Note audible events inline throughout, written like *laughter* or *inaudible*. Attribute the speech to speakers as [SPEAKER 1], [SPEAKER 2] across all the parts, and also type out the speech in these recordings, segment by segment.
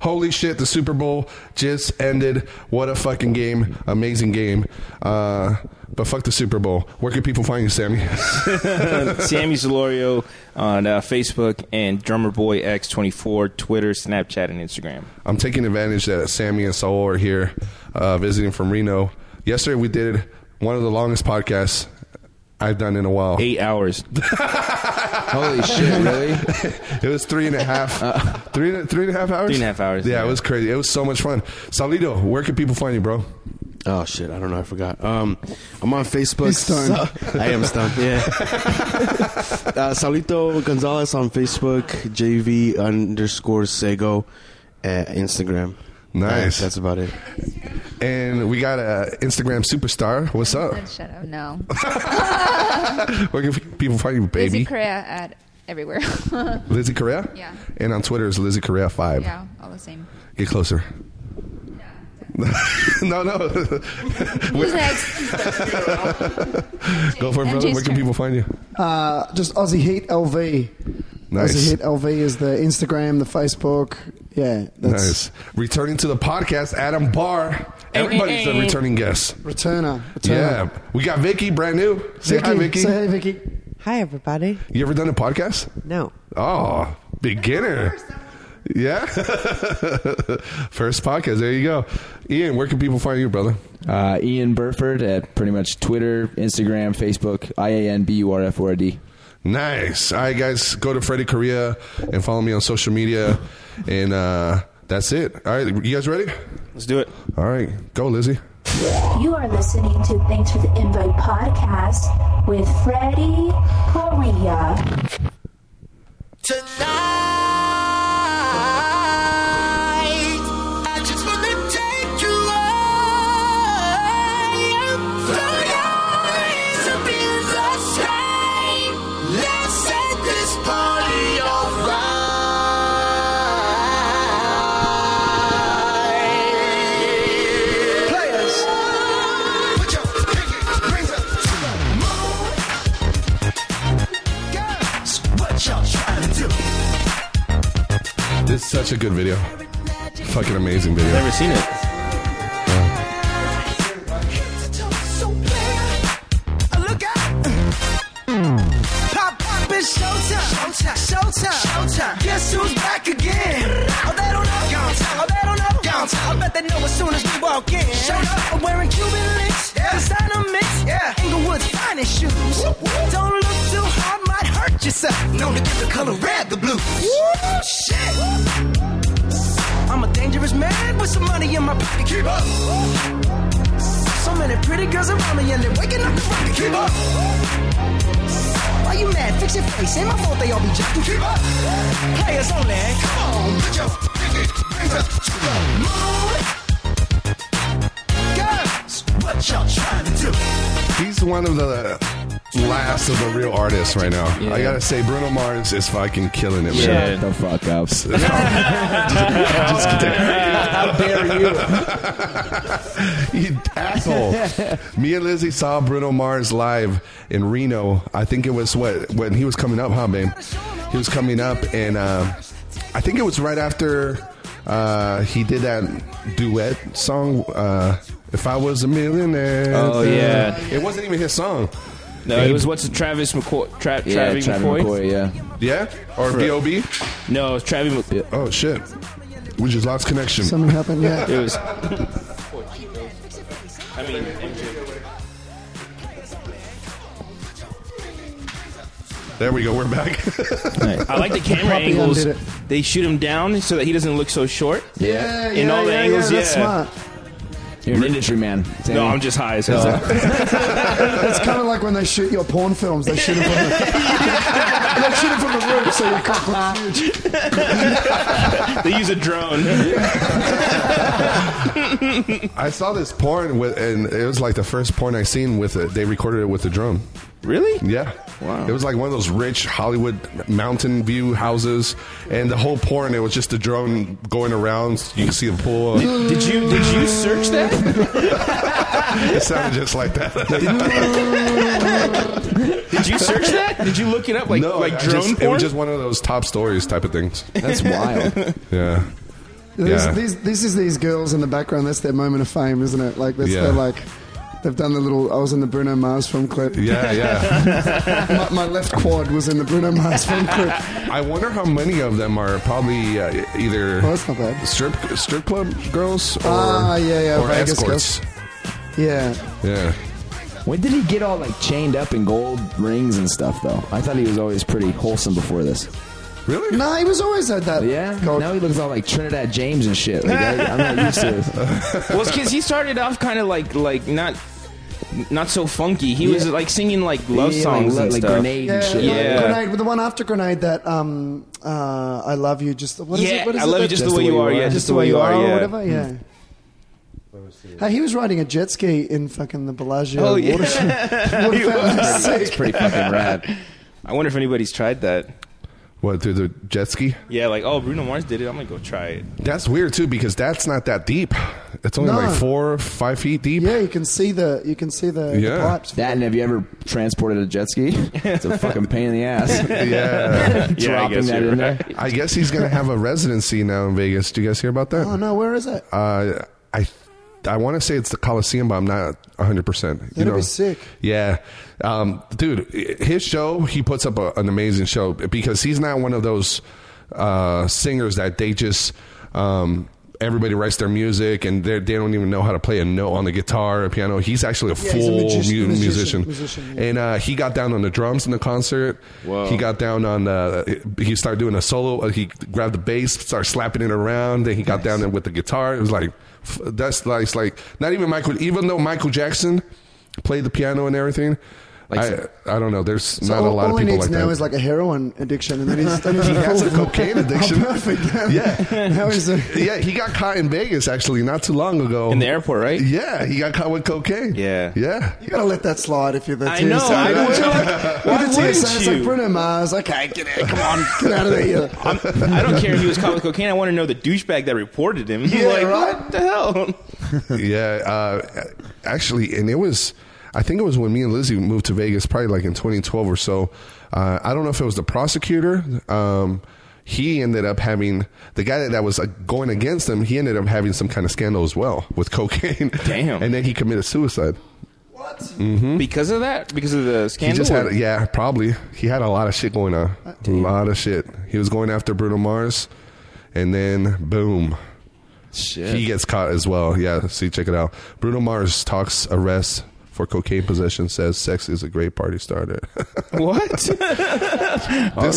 [SPEAKER 1] Holy shit, the Super Bowl just ended. What a fucking game. Amazing game. Uh, but fuck the Super Bowl. Where can people find
[SPEAKER 2] *laughs*
[SPEAKER 1] you,
[SPEAKER 3] *laughs*
[SPEAKER 1] Sammy?
[SPEAKER 3] Sammy Zalorio on uh, Facebook and Drummer Boy X24, Twitter, Snapchat, and Instagram.
[SPEAKER 1] I'm taking advantage that Sammy and Saul are here uh, visiting from Reno. Yesterday, we did one of the longest podcasts I've done in a while. *laughs*
[SPEAKER 3] Eight hours.
[SPEAKER 2] Holy shit, really?
[SPEAKER 1] It was three and a half, three and a- three and a half hours.
[SPEAKER 3] Uh, Three and a half hours,
[SPEAKER 1] Yeah, it
[SPEAKER 3] yeah.
[SPEAKER 1] was crazy. It was so much fun. Salito, where can people find you, bro?
[SPEAKER 2] Oh shit, I don't know, I forgot. Um, I'm
[SPEAKER 1] *laughs*
[SPEAKER 2] on Facebook.
[SPEAKER 4] He's stoned.
[SPEAKER 2] So- I am stoned. Yeah. uh, Salito Gonzalez on Facebook, JV underscore Sego, at Instagram.
[SPEAKER 1] Nice.
[SPEAKER 2] Uh, that's about it.
[SPEAKER 1] And we got a *laughs* Instagram superstar. What's up?
[SPEAKER 5] Shut up. No.
[SPEAKER 1] *laughs* Where can people find you,
[SPEAKER 5] Lizzie
[SPEAKER 1] baby?
[SPEAKER 5] Korea at everywhere.
[SPEAKER 1] Lizzie Correa.
[SPEAKER 5] Yeah.
[SPEAKER 1] And on Twitter is Lizzie Correa five.
[SPEAKER 5] yeah, all the same. *laughs*
[SPEAKER 1] Get closer. *laughs* no, no.
[SPEAKER 5] Who's next?
[SPEAKER 1] Go for it, brother.
[SPEAKER 5] MJ's
[SPEAKER 1] Where can
[SPEAKER 5] turn.
[SPEAKER 1] people find you?
[SPEAKER 4] Uh, just Aussie Heat LV.
[SPEAKER 1] Nice.
[SPEAKER 4] Aussie Heat LV is the Instagram, the Facebook. Yeah, that's
[SPEAKER 1] Nice. Returning to the podcast, Adam Barr. Everybody's a returning guest.
[SPEAKER 4] returner.
[SPEAKER 1] Yeah.
[SPEAKER 4] returner.
[SPEAKER 1] We got Vicky, brand new. Say hi, Vicky.
[SPEAKER 4] Say hey, Vicky.
[SPEAKER 6] Hi, everybody.
[SPEAKER 1] You ever done a podcast?
[SPEAKER 6] No.
[SPEAKER 1] Oh, beginner. Yeah. *laughs* First podcast. There you go. Ian, where can people find you, brother?
[SPEAKER 7] Uh, Ian Burford at pretty much Twitter, Instagram, Facebook, I A N B U R F O R D.
[SPEAKER 1] Nice. All right, guys. Go to Freddy Korea and follow me on social media. And uh, that's it. All right. You guys ready?
[SPEAKER 3] Let's do it.
[SPEAKER 1] All right. Go, Lizzie.
[SPEAKER 8] You are listening to Thanks for the Invite podcast with Freddie Correa.
[SPEAKER 9] Tonight, I just wanna take you away from your eyes and be the same. Let's set this party off right. Players, put your pinky rings up to the moon. Girls, what y'all trying to do?
[SPEAKER 1] This is such a good video. Fucking amazing video.
[SPEAKER 3] Never seen it.
[SPEAKER 9] Guess who's back again? Oh, they don't know. Oh, they don't know. I bet they know as soon as we walk in. Showed up I'm wearing Cuban links. Yeah. Designer mix. Yeah. Inglewood's finest shoes. Don't look too hard, might hurt yourself. Known to give the color red the blues. Woo, shit. I'm a dangerous man with some money in my pocket. Keep up. So many pretty girls around me and they're waking up the rocket. Keep up. Why you mad? Fix your face. Ain't my fault they all be jacking. Keep up. Players only. Come on, put your pinky rings up to the moon. Girls, what y'all trying to do?
[SPEAKER 1] He's one of the last of the real artists right now. I gotta say, Bruno Mars is fucking killing it, man.
[SPEAKER 7] Shut
[SPEAKER 3] Yeah.
[SPEAKER 7] the fuck up.
[SPEAKER 1] Just kidding.
[SPEAKER 7] How dare
[SPEAKER 3] *laughs*
[SPEAKER 7] you?
[SPEAKER 1] you asshole. Me and Lizzie saw Bruno Mars live in Reno. I think it was what when he was coming up, huh, babe? He was coming up, and uh, I think it was right after uh, he did that duet song. Uh, if I was a millionaire. Uh,
[SPEAKER 3] Oh, yeah.
[SPEAKER 1] It wasn't even his song.
[SPEAKER 3] No, it was what's Travis McCoy? Tra-
[SPEAKER 7] Yeah,
[SPEAKER 3] Travis
[SPEAKER 7] Travis
[SPEAKER 3] McCoy?
[SPEAKER 7] McCoy, yeah.
[SPEAKER 1] Yeah? Or B.O.B.?
[SPEAKER 3] No, it was Travis McCoy.
[SPEAKER 1] Oh, shit. We just lost connection.
[SPEAKER 4] Something happened. Yeah.
[SPEAKER 3] It was. I mean,
[SPEAKER 1] There we go. We're back.
[SPEAKER 3] I like the camera
[SPEAKER 4] Poppy
[SPEAKER 3] angles.
[SPEAKER 4] undid
[SPEAKER 3] They shoot him down so that he doesn't look so short.
[SPEAKER 7] Yeah.
[SPEAKER 3] In all the angles,
[SPEAKER 4] that's
[SPEAKER 3] yeah.
[SPEAKER 4] smart.
[SPEAKER 7] You're an industry man.
[SPEAKER 3] No, I'm just high as hell.
[SPEAKER 4] It's kind of like when they shoot your porn films. They shoot it
[SPEAKER 3] *laughs*
[SPEAKER 4] from the, they shoot it from the roof, so you can't look huge.
[SPEAKER 3] they use a *laughs* drone.
[SPEAKER 1] I saw this porn with, and it was like the first porn I seen with it. They recorded it with the drone.
[SPEAKER 3] really?
[SPEAKER 1] Yeah. Wow. It was like one of those rich Hollywood mountain view houses, and the whole porn it was just the drone going around. You can see the pool.
[SPEAKER 3] Did you did you search that?
[SPEAKER 1] *laughs* it sounded just like that.
[SPEAKER 3] Did you search *laughs* that? Did you look it up like
[SPEAKER 1] no,
[SPEAKER 3] like
[SPEAKER 1] I
[SPEAKER 3] drone
[SPEAKER 1] just-
[SPEAKER 3] porn?
[SPEAKER 1] It was just one of those top stories type of things.
[SPEAKER 7] That's wild.
[SPEAKER 1] Yeah.
[SPEAKER 4] These,
[SPEAKER 1] Yeah.
[SPEAKER 4] these, this is these girls in the background. That's their moment of fame, isn't it? Like that's
[SPEAKER 1] Yeah.
[SPEAKER 4] they're like. They've done the little. I was in the Bruno Mars film clip.
[SPEAKER 1] Yeah, yeah.
[SPEAKER 4] *laughs* My, my left quad was in the Bruno Mars film clip.
[SPEAKER 1] I wonder how many of them are probably uh, either
[SPEAKER 4] Well, that's not bad.
[SPEAKER 1] strip strip club girls or,
[SPEAKER 4] Ah, *laughs* yeah, yeah,
[SPEAKER 1] or
[SPEAKER 4] Vegas
[SPEAKER 1] escorts.
[SPEAKER 4] Yeah,
[SPEAKER 1] Yeah.
[SPEAKER 7] When did he get all like chained up in gold rings and stuff? Though I thought he was always pretty wholesome before this.
[SPEAKER 1] Really?
[SPEAKER 4] no, he was always at that.
[SPEAKER 7] Yeah,
[SPEAKER 4] gold-
[SPEAKER 7] now he looks all like Trinidad James and
[SPEAKER 1] *laughs*
[SPEAKER 7] shit. Like, I, I'm not used to this.
[SPEAKER 3] Well, because he started off kind of like like not not so funky. He was
[SPEAKER 7] Yeah.
[SPEAKER 3] like singing like love
[SPEAKER 7] Yeah,
[SPEAKER 3] songs
[SPEAKER 7] like,
[SPEAKER 3] and
[SPEAKER 7] like
[SPEAKER 3] stuff.
[SPEAKER 7] grenade
[SPEAKER 4] yeah,
[SPEAKER 7] and shit.
[SPEAKER 4] yeah.
[SPEAKER 3] Yeah. *laughs*
[SPEAKER 4] Grenade, the one after Grenade that um, uh, I love you. Just what is
[SPEAKER 3] yeah,
[SPEAKER 4] it? What is
[SPEAKER 3] I
[SPEAKER 4] it
[SPEAKER 3] love
[SPEAKER 4] that-
[SPEAKER 3] you just, the way you are. Yeah, just, the way you are.
[SPEAKER 4] or
[SPEAKER 3] yeah.
[SPEAKER 4] whatever. Yeah.
[SPEAKER 1] Hmm.
[SPEAKER 4] Hey, he was riding a jet ski in fucking the Bellagio
[SPEAKER 3] Oh, yeah.
[SPEAKER 4] water show.
[SPEAKER 1] *laughs*
[SPEAKER 4] Water
[SPEAKER 7] *laughs*
[SPEAKER 4] fountain.
[SPEAKER 3] *laughs*
[SPEAKER 4] Sick.
[SPEAKER 7] Pretty fucking rad.
[SPEAKER 3] I wonder if anybody's tried that.
[SPEAKER 1] What through the jet ski?
[SPEAKER 3] Yeah, like oh, Bruno Mars did it. I'm gonna go try it.
[SPEAKER 1] That's weird too because that's not that deep. It's only
[SPEAKER 4] No.
[SPEAKER 1] like four, five feet deep.
[SPEAKER 4] Yeah, you can see the you can see the, the
[SPEAKER 1] Yeah.
[SPEAKER 4] pipes.
[SPEAKER 7] That and have you ever transported a jet ski? It's a fucking pain in the *laughs* ass.
[SPEAKER 1] *laughs* Yeah.
[SPEAKER 3] Yeah, I guess you're
[SPEAKER 7] there.
[SPEAKER 1] I guess he's gonna have a residency now in Vegas. Do you guys hear about that?
[SPEAKER 4] Oh no, where is it?
[SPEAKER 1] Uh, I I want to say it's the Coliseum, but I'm not 100. percent You
[SPEAKER 4] That'd
[SPEAKER 1] know,
[SPEAKER 4] be sick.
[SPEAKER 1] Yeah, um, dude, i- his show he puts up a, an amazing show because he's not one of those uh, singers that they just. Um, Everybody writes their music, and they they don't even know how to play a note on the guitar or piano. He's actually a
[SPEAKER 4] Yeah, he's a
[SPEAKER 1] full
[SPEAKER 4] magician-
[SPEAKER 1] mu-
[SPEAKER 4] musician-
[SPEAKER 1] musician,
[SPEAKER 4] musician, yeah.
[SPEAKER 1] and uh, he got down on the drums in the concert. He got down on the. He started doing a solo. Uh, he grabbed the bass, started slapping it around. Then he got down there with the guitar. It was like f- that's like, it's like not even Michael. Even though Michael Jackson played the piano and everything, I I don't know. There's not
[SPEAKER 4] all,
[SPEAKER 1] a lot
[SPEAKER 4] all
[SPEAKER 1] of people
[SPEAKER 4] he needs
[SPEAKER 1] like
[SPEAKER 4] now
[SPEAKER 1] that.
[SPEAKER 4] is like a heroin addiction, and then he's, then
[SPEAKER 1] *laughs*
[SPEAKER 4] he's
[SPEAKER 1] he has a
[SPEAKER 4] full.
[SPEAKER 1] cocaine addiction.
[SPEAKER 4] *laughs* Oh, perfect. *laughs*
[SPEAKER 1] Yeah.
[SPEAKER 4] How is it?
[SPEAKER 1] *laughs* yeah, he got caught in Vegas actually not too long ago
[SPEAKER 3] In the airport, right?
[SPEAKER 1] Yeah, he got caught with cocaine.
[SPEAKER 3] Yeah.
[SPEAKER 1] yeah.
[SPEAKER 4] You gotta let that slide if *laughs* you're the
[SPEAKER 3] I
[SPEAKER 4] TSA.
[SPEAKER 3] know, I
[SPEAKER 4] don't
[SPEAKER 3] would.
[SPEAKER 4] you?
[SPEAKER 3] *laughs*
[SPEAKER 4] Like,
[SPEAKER 3] Why
[SPEAKER 4] you're the TSA,
[SPEAKER 3] wouldn't
[SPEAKER 4] It's like
[SPEAKER 3] you?
[SPEAKER 4] Bruno Mars. Okay, get out. Come on, get out
[SPEAKER 1] *laughs*
[SPEAKER 4] of there.
[SPEAKER 3] I'm, I do not care if he was caught with cocaine. I want to know the douchebag that reported him.
[SPEAKER 4] Yeah,
[SPEAKER 3] like,
[SPEAKER 4] right?
[SPEAKER 3] What the hell?
[SPEAKER 1] *laughs* yeah, uh, actually, and it was. I think it was when me and Lizzie moved to Vegas, probably like in 2012 or so. Uh, I don't know if it was the prosecutor. Um, he ended up having the guy that was uh, going against him. He ended up having some kind of scandal as well with *laughs* cocaine.
[SPEAKER 3] Damn.
[SPEAKER 1] and then he committed suicide. Mm-hmm.
[SPEAKER 3] Because of that? Because of the
[SPEAKER 1] He
[SPEAKER 3] scandal?
[SPEAKER 1] just
[SPEAKER 3] or-
[SPEAKER 1] had, yeah, probably. He had a lot of shit going on. A lot of shit. He was going after Bruno Mars, and then boom,
[SPEAKER 7] Shit.
[SPEAKER 1] he gets caught as well. Yeah, see, check it out. Bruno Mars talks arrest for cocaine possession. Says sex is a great party starter. *laughs*
[SPEAKER 3] What? *laughs*
[SPEAKER 1] this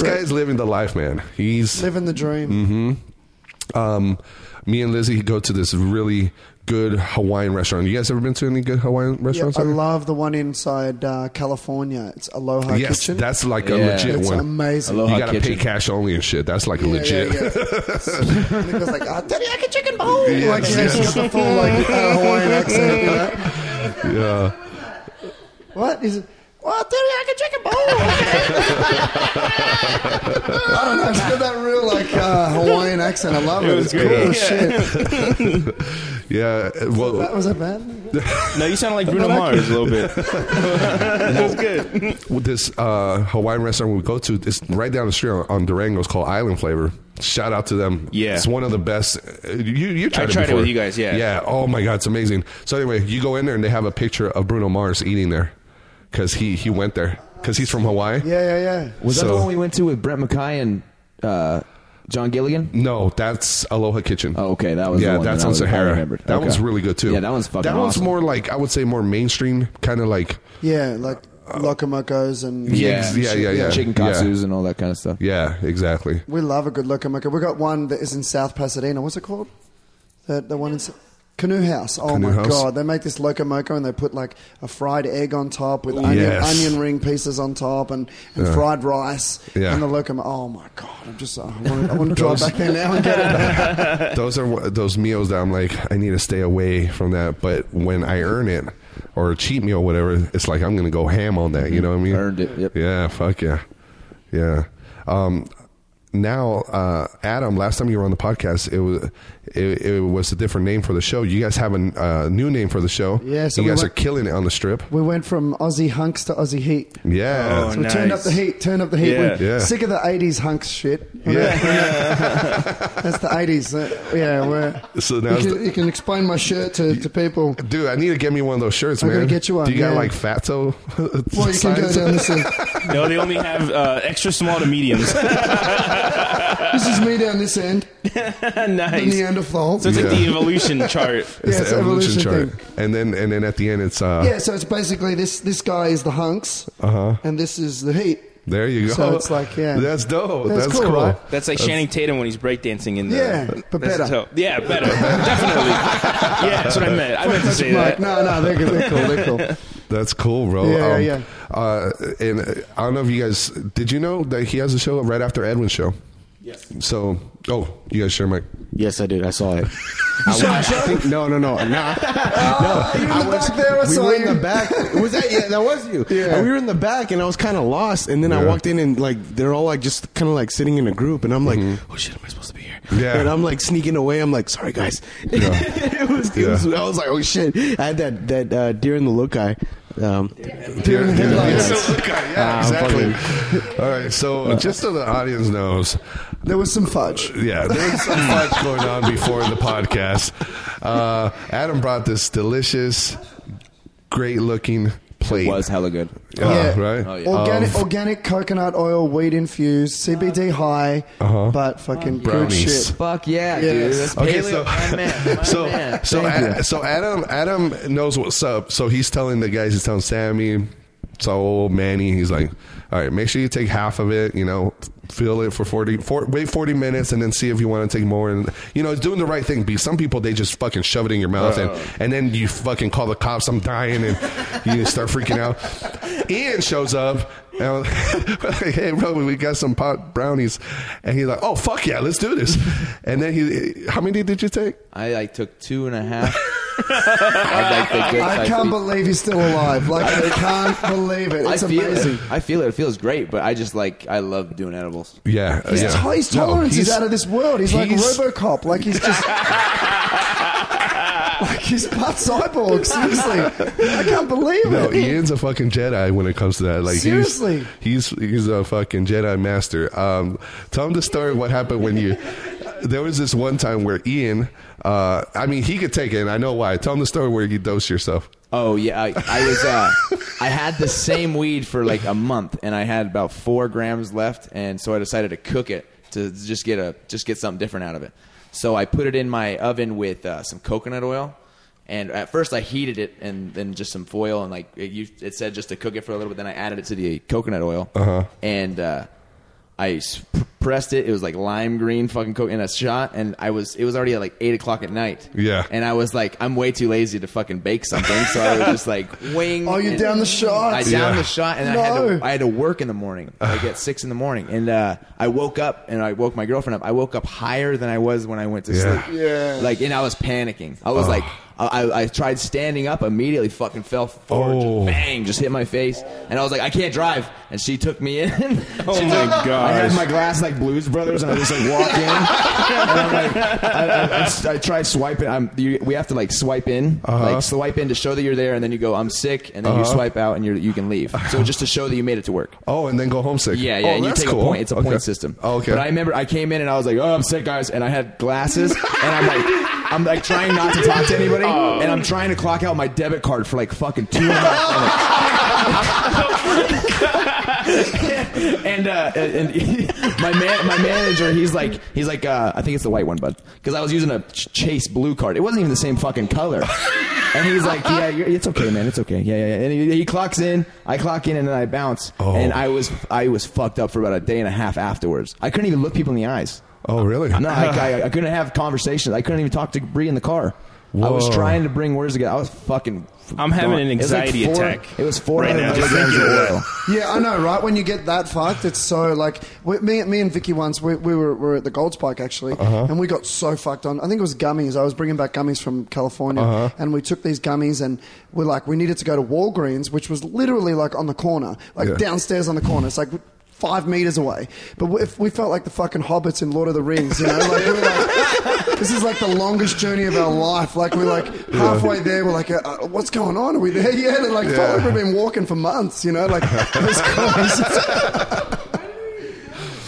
[SPEAKER 1] guy is living the life, man. He's
[SPEAKER 4] Living the dream.
[SPEAKER 1] um, me and Lizzie go to this really good Hawaiian restaurant. You guys ever been to any good Hawaiian
[SPEAKER 4] Yeah,
[SPEAKER 1] restaurants?
[SPEAKER 4] I
[SPEAKER 1] there?
[SPEAKER 4] love the one inside uh, California. It's Aloha
[SPEAKER 1] yes,
[SPEAKER 4] Kitchen.
[SPEAKER 1] that's like a
[SPEAKER 7] Yeah.
[SPEAKER 1] legit
[SPEAKER 4] it's
[SPEAKER 1] one.
[SPEAKER 4] amazing.
[SPEAKER 7] Aloha
[SPEAKER 1] You gotta
[SPEAKER 7] Kitchen.
[SPEAKER 1] pay cash only and shit. That's like
[SPEAKER 4] Yeah,
[SPEAKER 1] legit.
[SPEAKER 4] Yeah, yeah.
[SPEAKER 3] *laughs*
[SPEAKER 4] and it goes like, ah, teriyaki chicken bowl.
[SPEAKER 1] Yeah,
[SPEAKER 4] like, yeah,
[SPEAKER 1] yeah.
[SPEAKER 4] she got the full *laughs* like uh, Hawaiian accent. You know?
[SPEAKER 1] yeah.
[SPEAKER 4] What is it? Well, teriyaki chicken bowl. *laughs* Okay.
[SPEAKER 7] *laughs*
[SPEAKER 4] I don't know. It's got that real like uh, Hawaiian accent. I love it.
[SPEAKER 3] was
[SPEAKER 4] it's
[SPEAKER 3] great.
[SPEAKER 4] cool as
[SPEAKER 3] Yeah.
[SPEAKER 4] shit.
[SPEAKER 1] *laughs* Yeah,
[SPEAKER 4] That
[SPEAKER 1] well,
[SPEAKER 4] *laughs* was a bad.
[SPEAKER 3] no, you
[SPEAKER 4] *laughs*
[SPEAKER 3] sound like Bruno Mars a little bit. that was good.
[SPEAKER 1] with this uh, Hawaiian restaurant we go to it's right down the street on, on Durango. It's called Island Flavor. Shout out to them.
[SPEAKER 3] Yeah.
[SPEAKER 1] it's one of the best. You you tried,
[SPEAKER 3] tried it
[SPEAKER 1] before.
[SPEAKER 3] with you guys, yeah.
[SPEAKER 1] yeah. Oh my god, it's amazing. So anyway, you go in there and they have a picture of Bruno Mars eating there because he he went there because he's from Hawaii.
[SPEAKER 4] Yeah, yeah, yeah.
[SPEAKER 7] Was that the
[SPEAKER 1] So-
[SPEAKER 7] one we went to with Brett McKay and uh, John Gilligan?
[SPEAKER 1] No, that's Aloha Kitchen.
[SPEAKER 7] Oh, okay, that was
[SPEAKER 1] yeah,
[SPEAKER 7] the one
[SPEAKER 1] that's
[SPEAKER 7] that I
[SPEAKER 1] on
[SPEAKER 7] was- I
[SPEAKER 1] Sahara.
[SPEAKER 7] remembered.
[SPEAKER 1] That
[SPEAKER 7] Okay.
[SPEAKER 1] one's really good too.
[SPEAKER 7] Yeah, that one's fucking
[SPEAKER 1] That one's
[SPEAKER 7] awesome.
[SPEAKER 1] more like I would say more mainstream, kind of like
[SPEAKER 4] Yeah, like locomocos and
[SPEAKER 1] Yeah, yeah, yeah, yeah.
[SPEAKER 7] Chicken katsus and all that kind of stuff.
[SPEAKER 1] yeah, exactly.
[SPEAKER 4] We love a good locomoco. We got one that is in South Pasadena. What's it called? The the one in S- Canoe House. Oh
[SPEAKER 1] Canoe
[SPEAKER 4] my
[SPEAKER 1] House.
[SPEAKER 4] god! They make this locomoco and they put like a fried egg on top with onion,
[SPEAKER 1] Yes.
[SPEAKER 4] onion ring pieces on top and, and
[SPEAKER 1] Yeah.
[SPEAKER 4] fried rice
[SPEAKER 1] Yeah.
[SPEAKER 4] and the locomoco. Oh my god! I'm just I want, I want to drive back *laughs* there now and get
[SPEAKER 3] *laughs*
[SPEAKER 4] it.
[SPEAKER 1] those are wha- those meals that I'm like I need to stay away from that. But when I earn it or a cheat meal, whatever, it's like I'm gonna go ham on that. You know what I mean?
[SPEAKER 7] Earned it, yep.
[SPEAKER 1] Yeah. Fuck yeah. Yeah. Um, now, uh, Adam, last time you were on the podcast, it was it, it was a different name for the show. You guys have a n- uh, new name for the show.
[SPEAKER 4] Yeah, so
[SPEAKER 1] you
[SPEAKER 4] we
[SPEAKER 1] guys
[SPEAKER 4] went-
[SPEAKER 1] are killing it on the strip.
[SPEAKER 4] We went from Aussie hunks to Aussie heat.
[SPEAKER 1] Yeah.
[SPEAKER 3] Oh,
[SPEAKER 4] So we turned up
[SPEAKER 3] nice.
[SPEAKER 4] the heat, turned up the heat.
[SPEAKER 3] Yeah.
[SPEAKER 4] We're
[SPEAKER 1] Yeah.
[SPEAKER 4] Sick of the 80s hunks shit.
[SPEAKER 1] *laughs*
[SPEAKER 4] That's the 80s. Uh, yeah, we're,
[SPEAKER 1] So now
[SPEAKER 4] you,
[SPEAKER 1] it's
[SPEAKER 4] can,
[SPEAKER 1] the-
[SPEAKER 4] you can explain my shirt to, to people.
[SPEAKER 1] Dude, I need to get me one of those shirts,
[SPEAKER 4] I'm
[SPEAKER 1] man.
[SPEAKER 4] gonna get you one,
[SPEAKER 1] Do you got
[SPEAKER 4] yeah.
[SPEAKER 1] like fatso?
[SPEAKER 4] Well, you can go
[SPEAKER 1] size?
[SPEAKER 4] down this. uh,
[SPEAKER 1] *laughs*
[SPEAKER 4] end.
[SPEAKER 3] No, they only have uh, extra small to *laughs* mediums.
[SPEAKER 4] This is me down this end, the
[SPEAKER 3] *laughs* nice.
[SPEAKER 4] Neanderthal.
[SPEAKER 3] So it's like the
[SPEAKER 1] Yeah. *laughs*
[SPEAKER 3] evolution chart.
[SPEAKER 1] It's
[SPEAKER 4] oh. Yeah,
[SPEAKER 1] the evolution,
[SPEAKER 4] evolution
[SPEAKER 1] chart, and then and then at the end, it's uh,
[SPEAKER 4] yeah, so it's basically this. This guy is the hunks,
[SPEAKER 1] Uh-huh.
[SPEAKER 4] and this is the heat.
[SPEAKER 1] there you go.
[SPEAKER 4] So it's like, yeah.
[SPEAKER 1] that's dope.
[SPEAKER 4] That's
[SPEAKER 1] That's,
[SPEAKER 4] cool,
[SPEAKER 1] cool.
[SPEAKER 4] right?
[SPEAKER 3] That's like Channing Tatum when he's breakdancing in the.
[SPEAKER 4] Yeah, but
[SPEAKER 3] That's
[SPEAKER 4] better.
[SPEAKER 3] dope. Yeah, better. *laughs* Definitely. Yeah, that's what I meant. I meant to say
[SPEAKER 4] Like,
[SPEAKER 3] that.
[SPEAKER 4] no, no, they're, they're cool. They're cool.
[SPEAKER 1] *laughs* That's cool, bro.
[SPEAKER 4] Yeah, yeah,
[SPEAKER 1] Uh, and uh, I don't know if you guys did you know that he has a show right after Edwin's show. Yes. So, oh, you guys share mic.
[SPEAKER 2] Yes, I did. I saw
[SPEAKER 1] *laughs*
[SPEAKER 2] it. I, I think, no, no, no, nah.
[SPEAKER 4] you were in
[SPEAKER 2] I
[SPEAKER 4] the
[SPEAKER 2] was-
[SPEAKER 4] back there. I
[SPEAKER 2] we
[SPEAKER 4] saw
[SPEAKER 2] were
[SPEAKER 4] you.
[SPEAKER 2] in the back. Was that? Yeah, that was you.
[SPEAKER 4] Yeah.
[SPEAKER 2] And we were in the back, and I was kind of lost. And then I
[SPEAKER 1] Yeah.
[SPEAKER 2] walked in, and like they're all like just kind of like sitting in a group, and I'm like, oh shit, am I supposed to be here?
[SPEAKER 1] Mm-hmm. Yeah.
[SPEAKER 2] And I'm like sneaking away. I'm like, sorry guys. *laughs* it was, it was-
[SPEAKER 1] Yeah.
[SPEAKER 2] I was like, oh shit. I had that that uh, deer in the look eye. Um,
[SPEAKER 1] Deer in the
[SPEAKER 2] headlights.
[SPEAKER 4] Ah,
[SPEAKER 2] Uh,
[SPEAKER 1] Yeah, exactly. *laughs* All right, so just so the audience knows,
[SPEAKER 4] There was some fudge.
[SPEAKER 1] yeah, there's some much going on before the podcast. Uh, Adam brought this delicious, great-looking plate.
[SPEAKER 7] It was hella good.
[SPEAKER 1] yeah, Ah, right.
[SPEAKER 7] Oh, yeah.
[SPEAKER 4] Organic, organic coconut oil, weed infused, CBD high, but fucking good
[SPEAKER 1] Uh-huh. Brownies.
[SPEAKER 4] shit.
[SPEAKER 7] Fuck yeah,
[SPEAKER 4] Yes.
[SPEAKER 7] dude. That's
[SPEAKER 1] Okay,
[SPEAKER 7] paleo.
[SPEAKER 1] so
[SPEAKER 7] my man,
[SPEAKER 1] *laughs*
[SPEAKER 7] my
[SPEAKER 1] so
[SPEAKER 7] *laughs* man.
[SPEAKER 1] so
[SPEAKER 7] Thank
[SPEAKER 1] Ad- so Adam Adam knows what's up. So he's telling the guys. He's telling Sammy, so old Manny. He's like, all right, make sure you take half of it. You know, fill it for 40, for, wait forty minutes, and then see if you want to take more. And you know, it's doing the right thing. Because some people they just fucking shove it in your mouth, and and then you fucking call the cops. I'm dying, and you start freaking out. Ian shows up. And I was *laughs* like, hey, bro, we got some pot brownies. And he's like, oh, fuck yeah, let's do this. And then he, how many did you take?
[SPEAKER 7] I like took two and a half. I, like, the good
[SPEAKER 4] I
[SPEAKER 7] type
[SPEAKER 4] can't
[SPEAKER 7] of-
[SPEAKER 4] believe he's still alive. Like
[SPEAKER 7] *laughs*
[SPEAKER 4] I can't believe it.
[SPEAKER 7] I
[SPEAKER 4] It's
[SPEAKER 7] feel
[SPEAKER 4] amazing.
[SPEAKER 7] it. I feel it. It feels great, but I just like I love doing edibles.
[SPEAKER 1] Yeah,
[SPEAKER 4] His,
[SPEAKER 1] yeah.
[SPEAKER 4] to- his
[SPEAKER 1] No,
[SPEAKER 4] tolerance is
[SPEAKER 1] he's-
[SPEAKER 4] out of this world. He's, like
[SPEAKER 1] he's-
[SPEAKER 4] RoboCop. Like he's
[SPEAKER 7] *laughs*
[SPEAKER 4] just like he's part cyborg. Seriously, I can't believe
[SPEAKER 1] No,
[SPEAKER 4] it.
[SPEAKER 1] Ian's a fucking Jedi when it comes to that. Like, he's-
[SPEAKER 4] Seriously.
[SPEAKER 1] he's he's, a fucking Jedi master. Um, tell him the story. of What happened when you? There was this one time where Ian. Uh, I mean, he could take it, and I know why. Tell him the story where you dosed yourself.
[SPEAKER 7] Oh yeah, I, I was. Uh, I had the same weed for like a month, and I had about four grams left, and so I decided to cook it to just get a just get something different out of it. So I put it in my oven with uh, some coconut oil, and at first I heated it, and then just some foil, and like it, used, it said, just to cook it for a little bit. Then I added it to the coconut oil, uh-huh. and uh, I s- pressed it. It was like lime green, fucking coke in a shot, and I was it was already at like eight o'clock at night.
[SPEAKER 1] Yeah.
[SPEAKER 7] and I was like, I'm way too lazy to fucking bake something, so I was just like, wing.
[SPEAKER 4] Oh, you
[SPEAKER 7] and-
[SPEAKER 4] down the shots.
[SPEAKER 7] I
[SPEAKER 1] Yeah.
[SPEAKER 7] downed the shot, and I
[SPEAKER 4] No.
[SPEAKER 7] had to I had to work in the morning. Like at six in the morning, and uh, I woke up and I woke my girlfriend up. I woke up higher than I was when I went to
[SPEAKER 1] Yeah.
[SPEAKER 7] sleep. Yeah, like and I was panicking. I was like. I, I- I tried standing up immediately, fucking fell forward,
[SPEAKER 1] Oh.
[SPEAKER 7] just bang, just hit my face, and I was like, I can't drive. And she took me in.
[SPEAKER 3] Oh
[SPEAKER 7] *laughs* She's
[SPEAKER 3] my
[SPEAKER 7] like- I had
[SPEAKER 3] gosh.
[SPEAKER 7] my glass like Blues Brothers, and I just like walk
[SPEAKER 10] *laughs*
[SPEAKER 7] in. and I'm like, I, I- I s- I tried swiping. I'm, you, we have to like swipe in,
[SPEAKER 1] Uh-huh.
[SPEAKER 7] like swipe in to show that you're there, and then you go, "I'm sick," and then you swipe out, and you you can leave. So just to show that you made it to work.
[SPEAKER 1] Uh-huh. Oh, and then go homesick.
[SPEAKER 7] Yeah, yeah.
[SPEAKER 1] Oh,
[SPEAKER 7] and you
[SPEAKER 1] that's
[SPEAKER 7] take
[SPEAKER 1] cool.
[SPEAKER 7] a point. It's a
[SPEAKER 1] Okay.
[SPEAKER 7] point system.
[SPEAKER 1] Oh, okay.
[SPEAKER 7] But I remember I came in and I was like, "Oh, I'm sick, guys," and I had glasses, and I'm like, I'm like trying not to talk to anybody,
[SPEAKER 1] Oh.
[SPEAKER 7] and I'm trying to clock out my debit card for like fucking two and a half minutes. *laughs* and uh, and and *laughs* my man, my manager, he's like, he's like, uh, I think it's the white one, bud, because I was using a Ch- Chase blue card. It wasn't even the same fucking color. And he's like, yeah, you're, it's okay, man. It's okay. Yeah, yeah, yeah. And he, he clocks in, I clock in, and then I bounce.
[SPEAKER 1] Oh.
[SPEAKER 7] And I was I was fucked up for about a day and a half afterwards. I couldn't even look people in the eyes.
[SPEAKER 1] Oh, really?
[SPEAKER 7] No, I, I, I couldn't have conversations. I couldn't even talk to Bree in the car. I was
[SPEAKER 1] Whoa.
[SPEAKER 7] trying to bring words together. I was fucking.
[SPEAKER 3] I'm having an
[SPEAKER 7] It was like
[SPEAKER 3] anxiety
[SPEAKER 7] four-
[SPEAKER 3] attack
[SPEAKER 7] It was four
[SPEAKER 3] right
[SPEAKER 7] hundred
[SPEAKER 3] now. Just
[SPEAKER 7] milligrams of oil.
[SPEAKER 3] thinking of
[SPEAKER 4] Yeah, I know, right? When you get that fucked, it's so like we, me, me and Vicky once we, we were, were at the Gold Spike actually,
[SPEAKER 7] Uh-huh.
[SPEAKER 4] and we got so fucked on. I think it was gummies. I was bringing back gummies from California,
[SPEAKER 7] Uh-huh.
[SPEAKER 4] and we took these gummies, and we're like, we needed to go to Walgreens, which was literally like on the corner, like
[SPEAKER 1] Yeah.
[SPEAKER 4] downstairs on the corner. It's like five meters away. But w- if we felt like the fucking hobbits in Lord of the Rings, you know, like, we were like *laughs* this is like the longest journey of our life. Like we're like halfway there, we're like, uh, uh, what's going on? Are we there yet? And like, felt like we've been walking for months, you know, like *laughs* this course.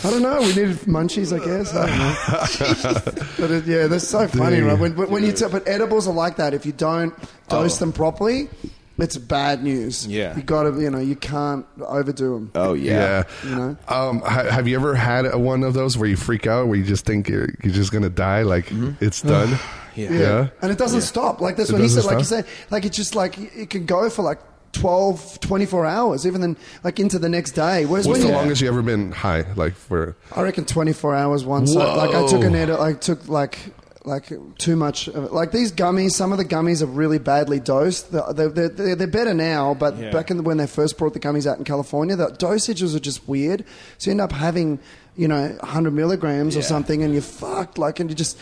[SPEAKER 4] I don't know. We needed munchies, I guess. I don't know. But it, yeah, that's so funny, right? When, when when you t- but edibles are like that. If you don't dose them properly, it's bad news.
[SPEAKER 3] Yeah.
[SPEAKER 4] you got to you know you can't overdo them.
[SPEAKER 7] Oh yeah.
[SPEAKER 4] You know?
[SPEAKER 1] Um, ha- have you ever had a- one of those where you freak out, where you just think you're, you're just gonna die, like it's
[SPEAKER 4] *sighs*
[SPEAKER 1] done? yeah.
[SPEAKER 4] Mm-hmm. and it doesn't stop. Like that's what he
[SPEAKER 1] doesn't
[SPEAKER 4] said. Like you
[SPEAKER 1] stop?
[SPEAKER 4] said, like it's just like it can go for like 12, 24 hours, even then like into the next day. Whereas
[SPEAKER 1] What's
[SPEAKER 4] when
[SPEAKER 1] the
[SPEAKER 4] you,
[SPEAKER 1] longest you ever been high? Like for
[SPEAKER 4] I reckon twenty four hours once. I, like I took an edit. I took like like too much. Of it. Like these gummies. Some of the gummies are really badly dosed. They're, they're, they're, they're better now, but
[SPEAKER 3] Yeah.
[SPEAKER 4] back in the, when they first brought the gummies out in California, the dosages are just weird. So you end up having you know 100 milligrams or something, and you're fucked. Like and you just.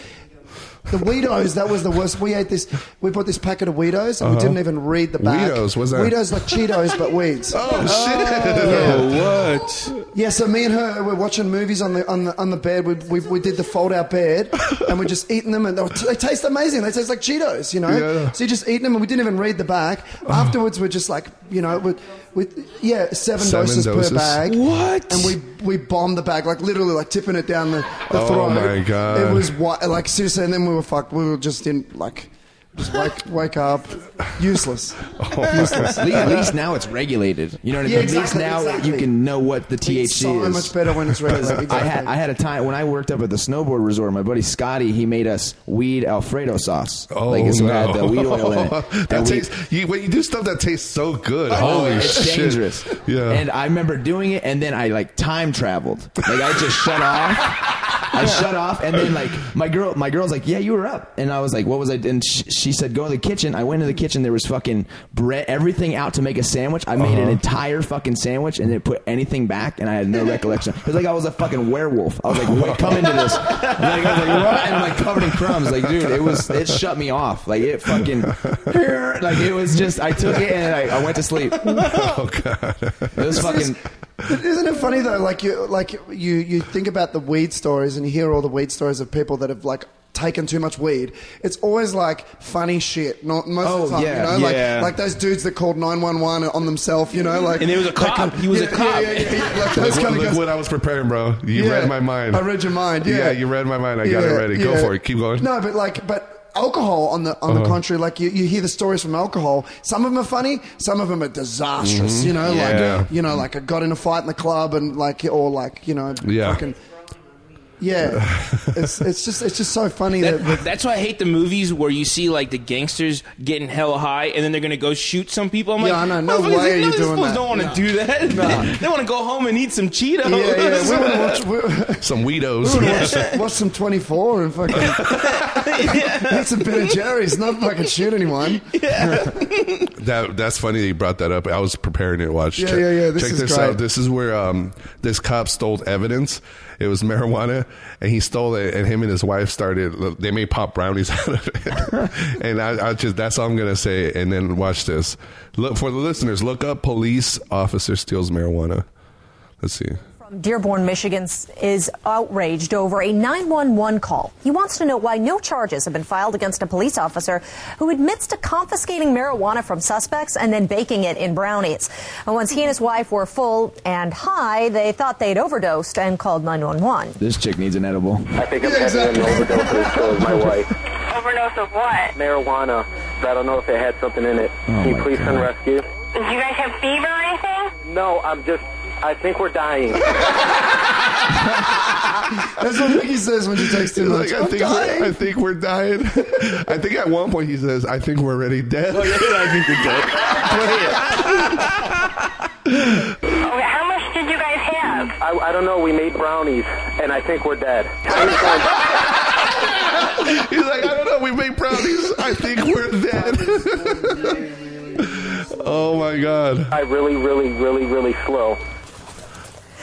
[SPEAKER 4] The Weedos, that was the worst. We ate this. We bought this packet of Weedos, and we didn't even read the back.
[SPEAKER 1] Uh-huh. Weedos, what's that?
[SPEAKER 4] Weedos like Cheetos, but weeds.
[SPEAKER 1] *laughs* oh shit!
[SPEAKER 3] Oh, what?
[SPEAKER 4] Yeah, so me and her were watching movies on the on the, on the bed. We, we, we did the fold out bed, and we're just eating them, and they, were- they taste amazing. They taste like Cheetos, you know.
[SPEAKER 1] Yeah. Uh-huh.
[SPEAKER 4] So you just eating them, and we didn't even read the back. Afterwards, we're just like, you know, with with yeah, seven,
[SPEAKER 1] Seven
[SPEAKER 4] doses,
[SPEAKER 1] doses.
[SPEAKER 4] per bag.
[SPEAKER 3] What?
[SPEAKER 4] And we we bombed the bag, like literally, like tipping it down the, the
[SPEAKER 1] Oh
[SPEAKER 4] throat.
[SPEAKER 1] my God.
[SPEAKER 4] It was wi- like seriously, and then we were fucked. We were just in like. Just wake, wake up,
[SPEAKER 1] *laughs*
[SPEAKER 4] useless.
[SPEAKER 1] Oh
[SPEAKER 7] Useless. at least- at least now it's regulated. You know what I mean?
[SPEAKER 4] Yeah,
[SPEAKER 7] at least
[SPEAKER 4] exactly,
[SPEAKER 7] now
[SPEAKER 4] exactly.
[SPEAKER 7] you can know what the THC
[SPEAKER 4] It's so
[SPEAKER 7] is.
[SPEAKER 4] much better
[SPEAKER 7] *laughs*
[SPEAKER 4] when it's regulated.
[SPEAKER 7] I
[SPEAKER 4] Exactly.
[SPEAKER 7] had I had a time when I worked up at the snowboard resort. My buddy Scotty, he made us weed Alfredo sauce.
[SPEAKER 1] Oh
[SPEAKER 7] like it's
[SPEAKER 1] no!
[SPEAKER 7] had the weed
[SPEAKER 1] *laughs*
[SPEAKER 7] oil in
[SPEAKER 4] *laughs*
[SPEAKER 7] it.
[SPEAKER 1] that
[SPEAKER 7] And we-
[SPEAKER 1] tastes. you, when you do stuff that tastes so good,
[SPEAKER 7] Oh,
[SPEAKER 1] holy
[SPEAKER 7] it's
[SPEAKER 1] shit!
[SPEAKER 7] dangerous.
[SPEAKER 1] Yeah.
[SPEAKER 7] And I remember doing it, and then I like time traveled. Like I just shut off. I shut off, and then like my girl, my girl's like, "Yeah, you were up," and I was like, "What was I?" And sh- she said, "Go to the kitchen." I went to the kitchen. There was fucking bread, everything out to make a sandwich. I made an
[SPEAKER 1] Uh-huh.
[SPEAKER 7] entire fucking sandwich, and didn't put anything back, and I had no recollection. It was like I was a fucking werewolf. I was like, "What? Come into this." And, like, I was like, "What?" And I'm like covered in crumbs. Like, dude, it was it shut me off. Like it fucking like it was just. I took it and I, I went to sleep.
[SPEAKER 1] oh god!
[SPEAKER 7] It was fucking.
[SPEAKER 4] But isn't it funny though? Like you, like you, you think about the weed stories and you hear all the weed stories of people that have like taken too much weed. It's always like funny shit. Not most
[SPEAKER 7] Oh,
[SPEAKER 4] of the time,
[SPEAKER 7] yeah,
[SPEAKER 4] you know,
[SPEAKER 3] yeah.
[SPEAKER 4] like like those dudes that called nine one one on themselves. You know, like
[SPEAKER 3] And he was a
[SPEAKER 4] they
[SPEAKER 3] cop.
[SPEAKER 4] come-
[SPEAKER 3] He was a
[SPEAKER 4] yeah,
[SPEAKER 1] *laughs*
[SPEAKER 3] cop.
[SPEAKER 4] Yeah, yeah, yeah, like
[SPEAKER 1] Look,
[SPEAKER 4] those kind
[SPEAKER 1] look
[SPEAKER 4] of guys.
[SPEAKER 1] what I was preparing, bro. You
[SPEAKER 4] Yeah.
[SPEAKER 1] read my mind.
[SPEAKER 4] I read your mind. Yeah,
[SPEAKER 1] you read my mind. I got it
[SPEAKER 4] Yeah,
[SPEAKER 1] ready. Go
[SPEAKER 4] yeah.
[SPEAKER 1] for it. Keep going. Uh-huh.
[SPEAKER 4] No, but like, but alcohol on the on the contrary, like you, you hear the stories from alcohol. Some of them are funny, some of them are disastrous. You know,
[SPEAKER 1] Mm-hmm. Yeah.
[SPEAKER 4] like you know, like I got in a fight in the club and like, or like you know,
[SPEAKER 1] Yeah.
[SPEAKER 4] fucking,
[SPEAKER 1] *laughs*
[SPEAKER 4] yeah. it's it's just it's just so funny that.
[SPEAKER 3] That, that's why I hate the movies where you see like the gangsters getting hella high and then they're gonna go shoot some people. I'm
[SPEAKER 4] Yeah,
[SPEAKER 3] like,
[SPEAKER 4] I know. No
[SPEAKER 3] "Motherfuckers,
[SPEAKER 4] way are you
[SPEAKER 3] these
[SPEAKER 4] doing
[SPEAKER 3] fools
[SPEAKER 4] that."
[SPEAKER 3] don't want to do that. *laughs* They, want to go home and eat some Cheetos.
[SPEAKER 4] yeah, yeah, we want to watch. We, we
[SPEAKER 1] *laughs* Some weedos.
[SPEAKER 4] want to
[SPEAKER 1] *laughs*
[SPEAKER 4] watch, watch some Twenty Four and fucking eat some Ben and Jerry's. Not fucking shoot anyone.
[SPEAKER 1] That that's funny that you brought that up. I was preparing to watch.
[SPEAKER 4] Yeah, yeah, yeah, this
[SPEAKER 1] check
[SPEAKER 4] is
[SPEAKER 1] this
[SPEAKER 4] great.
[SPEAKER 1] out. This is where um this cop stole evidence. It was marijuana, and he stole it. And him and his wife started. They made pop brownies *laughs* out of
[SPEAKER 4] *laughs*
[SPEAKER 1] it. and I, I just that's all I'm gonna say. And then watch this. Look for the listeners. Look up police officer steals marijuana. Let's see.
[SPEAKER 11] Dearborn, Michigan is outraged over a 911 call. He wants to know why no charges have been filed against a police officer who admits to confiscating marijuana from suspects and then baking it in brownies. And once he and his wife were full and high, they thought they'd overdosed and called 911.
[SPEAKER 7] This chick needs an edible.
[SPEAKER 12] I think I'm having an overdose that kills my wife.
[SPEAKER 10] Overdose of what?
[SPEAKER 12] Marijuana. I don't know if it had something in it. Can you
[SPEAKER 7] Oh, my
[SPEAKER 12] please send
[SPEAKER 7] God.
[SPEAKER 12] rescue?
[SPEAKER 10] Do you guys have fever or anything?
[SPEAKER 12] No, I'm just. I think we're
[SPEAKER 10] *laughs*
[SPEAKER 12] dying.
[SPEAKER 4] That's what Mickey says when she takes too much.
[SPEAKER 1] Like, I
[SPEAKER 4] I'm
[SPEAKER 1] think we're, I
[SPEAKER 4] dying.
[SPEAKER 1] think we're dying. *laughs* I think at one point he says, "I think we're already dead."
[SPEAKER 10] Okay, how much did you guys have?
[SPEAKER 12] I, I don't know. We made brownies, and I think we're dead. I'm just going-
[SPEAKER 1] He's like, I don't know. We make brownies. I think we're dead. oh my god.
[SPEAKER 12] I really, really, really, really slow.